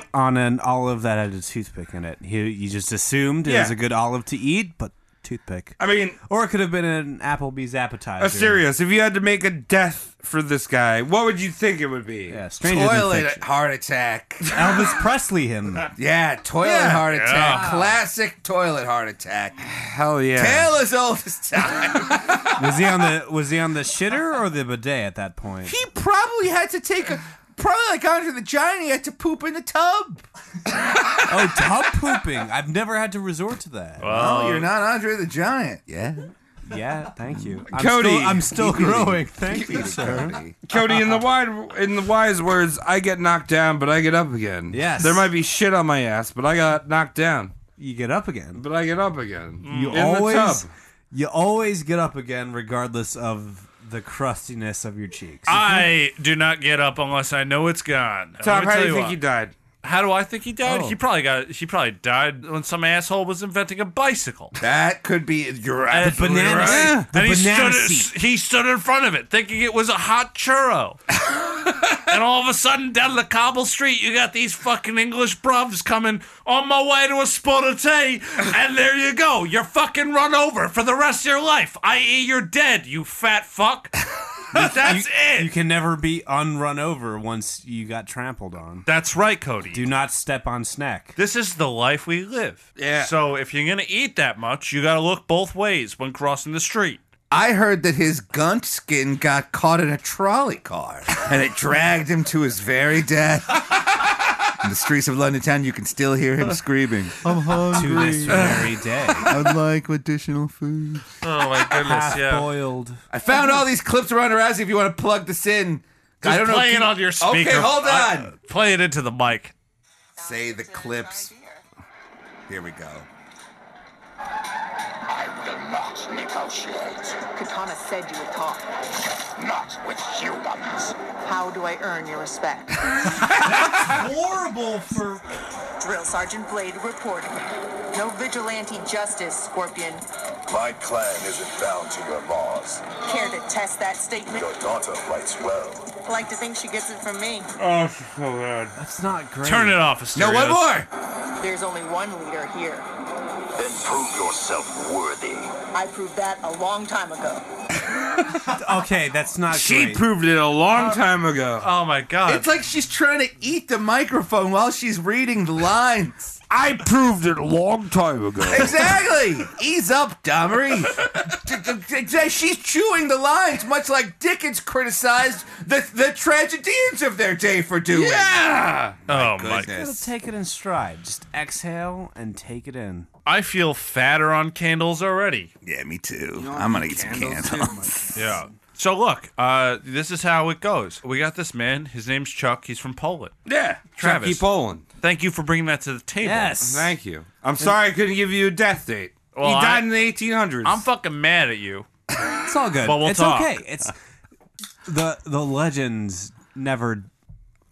Speaker 11: choked on an olive that had a toothpick in it. He you just assumed it
Speaker 9: Yeah.
Speaker 11: was a good olive to eat, but toothpick.
Speaker 9: I mean,
Speaker 11: or it could have been an Applebee's appetizer.
Speaker 9: Uh, serious, if you had to make a death for this guy, what would you think it would be?
Speaker 11: Yeah, stranger than
Speaker 1: Toilet
Speaker 11: fiction.
Speaker 1: heart attack.
Speaker 11: Elvis Presley him.
Speaker 1: Yeah, toilet
Speaker 9: Yeah.
Speaker 1: heart attack.
Speaker 9: Yeah.
Speaker 1: Classic toilet heart attack.
Speaker 9: Hell yeah.
Speaker 1: Taylor's oldest time.
Speaker 11: Was he on the was he on the shitter or the bidet at that point?
Speaker 1: he probably had to take a. Probably like Andre the Giant, he had to poop in the tub.
Speaker 11: Oh, tub pooping. I've never had to resort to that.
Speaker 1: Oh, you're not Andre the Giant. Yeah.
Speaker 11: yeah, thank you. I'm
Speaker 9: Cody.
Speaker 11: still, I'm still growing. Thank you, sir.
Speaker 9: Cody, in the wide, in the wise words, I get knocked down, but I get up again.
Speaker 11: Yes.
Speaker 9: There might be shit on my ass, but I got knocked down,
Speaker 11: You get up again.
Speaker 9: but I get up
Speaker 8: Mm.
Speaker 9: again.
Speaker 11: You
Speaker 9: in
Speaker 11: always
Speaker 9: the tub.
Speaker 11: you always get up again, regardless of the crustiness of your cheeks.
Speaker 8: I do not get up unless I know it's gone. And let
Speaker 9: Tom,
Speaker 8: me
Speaker 9: how
Speaker 8: tell
Speaker 9: do you think
Speaker 8: what.
Speaker 9: he died?
Speaker 8: How do I think he died?
Speaker 11: Oh.
Speaker 8: He probably got. He probably died when some asshole was inventing a bicycle.
Speaker 1: That could be. You're
Speaker 8: And-
Speaker 1: absolutely
Speaker 11: banana-
Speaker 1: right.
Speaker 11: Yeah. The
Speaker 8: and he
Speaker 11: banana
Speaker 8: stood,
Speaker 11: seat.
Speaker 8: he stood in front of it thinking it was a hot churro. and all of a sudden, down the cobble street, you got these fucking English bruvs coming on my way to a spot of tea. And there you go. You're fucking run over for the rest of your life, i.e., you're dead, you fat fuck. That's
Speaker 11: you,
Speaker 8: it.
Speaker 11: You can never be unrun over once you got trampled on.
Speaker 8: That's right, Cody.
Speaker 11: Do not step on snack.
Speaker 8: This is the life we live.
Speaker 1: Yeah.
Speaker 8: So if you're gonna eat that much, you gotta look both ways when crossing the street.
Speaker 1: I heard that his gunt skin got caught in a trolley car and it dragged him to his very death. In the streets of London town, you can still hear him screaming.
Speaker 12: I'm
Speaker 11: To
Speaker 12: hungry.
Speaker 11: this very day.
Speaker 12: I'd like additional food.
Speaker 8: Oh my goodness,
Speaker 11: Half
Speaker 8: yeah.
Speaker 11: boiled.
Speaker 1: I found all these clips around Rousey if you want to plug this in.
Speaker 8: Just
Speaker 1: I don't
Speaker 8: play
Speaker 1: know,
Speaker 8: it on your speaker.
Speaker 1: Okay, hold on.
Speaker 8: I- play it into the mic.
Speaker 1: Say the clips. Here we go.
Speaker 7: I will not negotiate,
Speaker 4: Katana said you would talk.
Speaker 7: not with humans.
Speaker 4: How do I earn your respect?
Speaker 11: Horrible for
Speaker 4: Drill Sergeant Blade reporting. No vigilante justice, Scorpion.
Speaker 7: My clan isn't bound to your laws.
Speaker 4: Care to test that statement?
Speaker 7: Your daughter fights well.
Speaker 4: Like to think she gets it from me.
Speaker 8: Oh,
Speaker 11: That's not great.
Speaker 8: Turn it off,
Speaker 1: No,
Speaker 8: Asteria.
Speaker 1: one more.
Speaker 4: There's only one leader here.
Speaker 7: Then prove yourself worthy.
Speaker 4: I proved that a long time ago.
Speaker 11: Okay, that's not
Speaker 9: She
Speaker 11: great.
Speaker 9: proved it a
Speaker 4: Uh,
Speaker 9: long time ago.
Speaker 8: Oh my god.
Speaker 1: It's like she's trying to eat the microphone while she's reading the lines.
Speaker 9: I proved it a long time ago.
Speaker 1: Exactly. Ease up, Domery. She's chewing the lines, much like Dickens criticized the, the tragedians of their day for doing.
Speaker 9: yeah.
Speaker 8: oh my.
Speaker 11: Gotta
Speaker 1: Goodness.
Speaker 11: take it in stride. Just exhale and take it in.
Speaker 8: I feel fatter on candles already.
Speaker 1: Yeah, me too. I'm gonna get some candles.
Speaker 8: Yeah. So look, uh, this is how it goes. We got this man. His name's Chuck. He's from Poland.
Speaker 9: Yeah.
Speaker 8: Travis.
Speaker 9: Chucky Poland.
Speaker 8: Thank you for bringing that to the table.
Speaker 11: Yes.
Speaker 9: Thank you. I'm sorry I couldn't give you a death date.
Speaker 8: Well,
Speaker 9: he
Speaker 8: I-
Speaker 9: died in the 1800s.
Speaker 8: I'm fucking mad at you.
Speaker 11: It's all good.
Speaker 8: But we'll
Speaker 11: it's
Speaker 8: talk.
Speaker 11: okay. It's the the legends never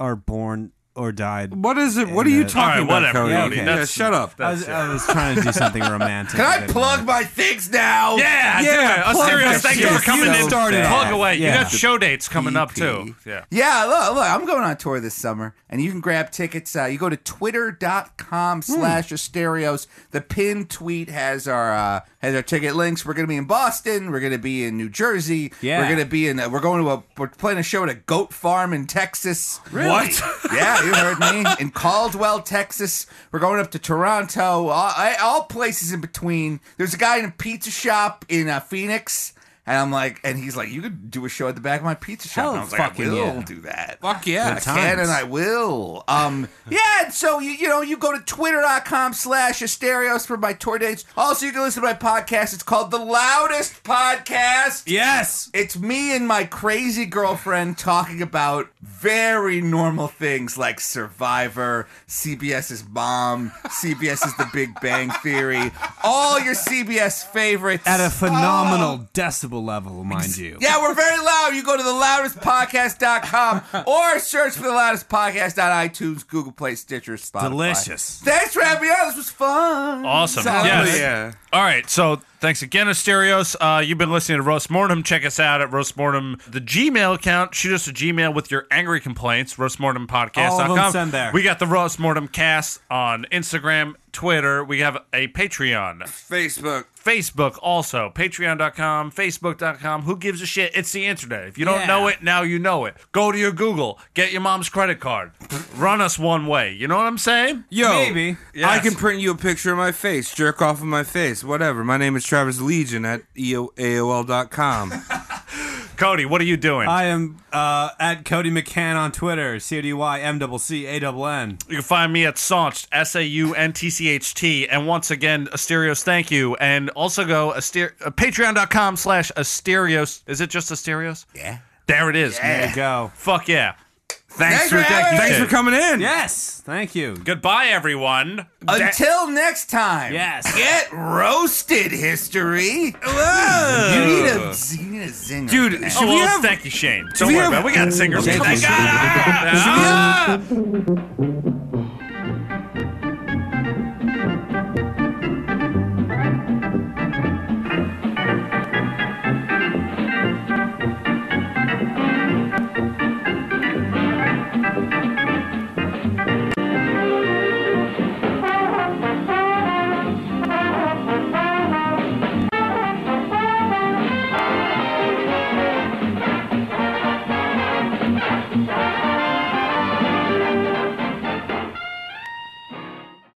Speaker 11: are born or died.
Speaker 9: What is it? What are
Speaker 11: And,
Speaker 9: you
Speaker 11: uh,
Speaker 9: talking
Speaker 8: all right,
Speaker 9: about,
Speaker 8: whatever,
Speaker 9: Cody?
Speaker 11: Yeah,
Speaker 9: Yeah,
Speaker 11: okay.
Speaker 9: yeah,
Speaker 8: That's-
Speaker 9: shut up.
Speaker 11: I was, I was trying to do something romantic.
Speaker 1: Can I
Speaker 11: didn't
Speaker 1: plug my things now?
Speaker 8: Yeah,
Speaker 9: Yeah,
Speaker 8: yeah.
Speaker 9: plug
Speaker 8: Asterios,
Speaker 9: that
Speaker 8: thank you
Speaker 9: shit.
Speaker 8: for coming
Speaker 9: You
Speaker 8: in.
Speaker 11: started
Speaker 8: Plug
Speaker 11: that.
Speaker 8: away. You
Speaker 11: Yeah.
Speaker 8: got show dates coming up too. Yeah.
Speaker 1: Yeah, look, look, I'm going on tour this summer, and you can grab tickets. Uh, you go to twitter.com
Speaker 8: Hmm.
Speaker 1: slash Asterios. The pinned tweet has our uh, has our ticket links. We're going to be in Boston. We're going to be in New Jersey.
Speaker 11: Yeah.
Speaker 1: We're going to be in, uh, we're going to a, we're playing a show at a goat farm in Texas.
Speaker 9: What?
Speaker 1: yeah, you heard me. In Caldwell, Texas. We're going up to Toronto, all, I- all places in between. There's a guy in a pizza shop in uh, Phoenix. And I'm like, and he's like, you could do a show at the back of my pizza shop.
Speaker 11: Hell
Speaker 1: and I was like, I
Speaker 11: fucking
Speaker 1: will
Speaker 11: yeah.
Speaker 1: do that.
Speaker 9: Fuck yeah.
Speaker 1: I can and I will. Um, yeah, and so you, you know, you go to twitter.com slash Asterios for my tour dates. Also, you can listen to my podcast. It's called The Loudest Podcast.
Speaker 11: Yes.
Speaker 1: It's me and my crazy girlfriend talking about very normal things like Survivor, CBS's Mom, CBS's The Big Bang Theory, all your CBS favorites.
Speaker 11: At a phenomenal decibel level, mind you.
Speaker 1: Oh. yeah, we're very loud. You go to the loudestpodcast.com or search for the loudest podcast on iTunes, Google Play, Stitcher, Spotify.
Speaker 11: Delicious.
Speaker 8: Oh,
Speaker 1: Thanks for having me on. This was fun.
Speaker 8: Awesome.
Speaker 1: Solid.
Speaker 8: Yes.
Speaker 9: Yeah.
Speaker 8: All right, so Thanks again, Asterios. Uh, you've been listening to Roast Mortem. Check us out at Roast Mortem, the Gmail account. Shoot us a Gmail with your angry complaints, roastmortempodcast.com.
Speaker 11: All of them send there.
Speaker 8: We got the Roast Mortem cast on Instagram, Twitter. We have a Patreon.
Speaker 9: Facebook.
Speaker 8: Facebook also. Patreon.com, Facebook.com. Who gives a shit? It's the internet. If you don't
Speaker 9: Yeah.
Speaker 8: know it, now you know it. Go to your Google. Get your mom's credit card. Run us one way. You know what I'm saying?
Speaker 9: Yo,
Speaker 11: Oh,
Speaker 9: I can print you a picture of my face, jerk off of my face, whatever. My name is Travis Legion at E EO- AOL.com.
Speaker 8: Cody, what are you doing?
Speaker 11: I am uh, at Cody McCann on Twitter. C O D Y M double C A double N.
Speaker 8: You can find me at Sauncht, S A U N T C H T. And once again, Asterios, thank you. And also go Aster- uh, patreon.com slash Asterios. Is it just Asterios? Yeah. There it is.
Speaker 11: Yeah. There you
Speaker 8: go. Fuck yeah.
Speaker 11: Thanks for having me. Thanks for
Speaker 9: coming in.
Speaker 8: Yes. Thank you. Goodbye, everyone.
Speaker 1: Until next time.
Speaker 8: Yes.
Speaker 1: Get roasted, history.
Speaker 9: Whoa.
Speaker 1: You need a, z- you need a zinger.
Speaker 9: Dude,
Speaker 1: for that.
Speaker 9: should Oh, we well, have-
Speaker 8: thank you, Shane.
Speaker 9: Should
Speaker 8: Don't
Speaker 9: we
Speaker 8: worry
Speaker 9: have-
Speaker 8: about it. We got singers.
Speaker 9: Should we
Speaker 8: coming.
Speaker 9: have-
Speaker 8: Ah!
Speaker 9: Should we have-
Speaker 8: Ah!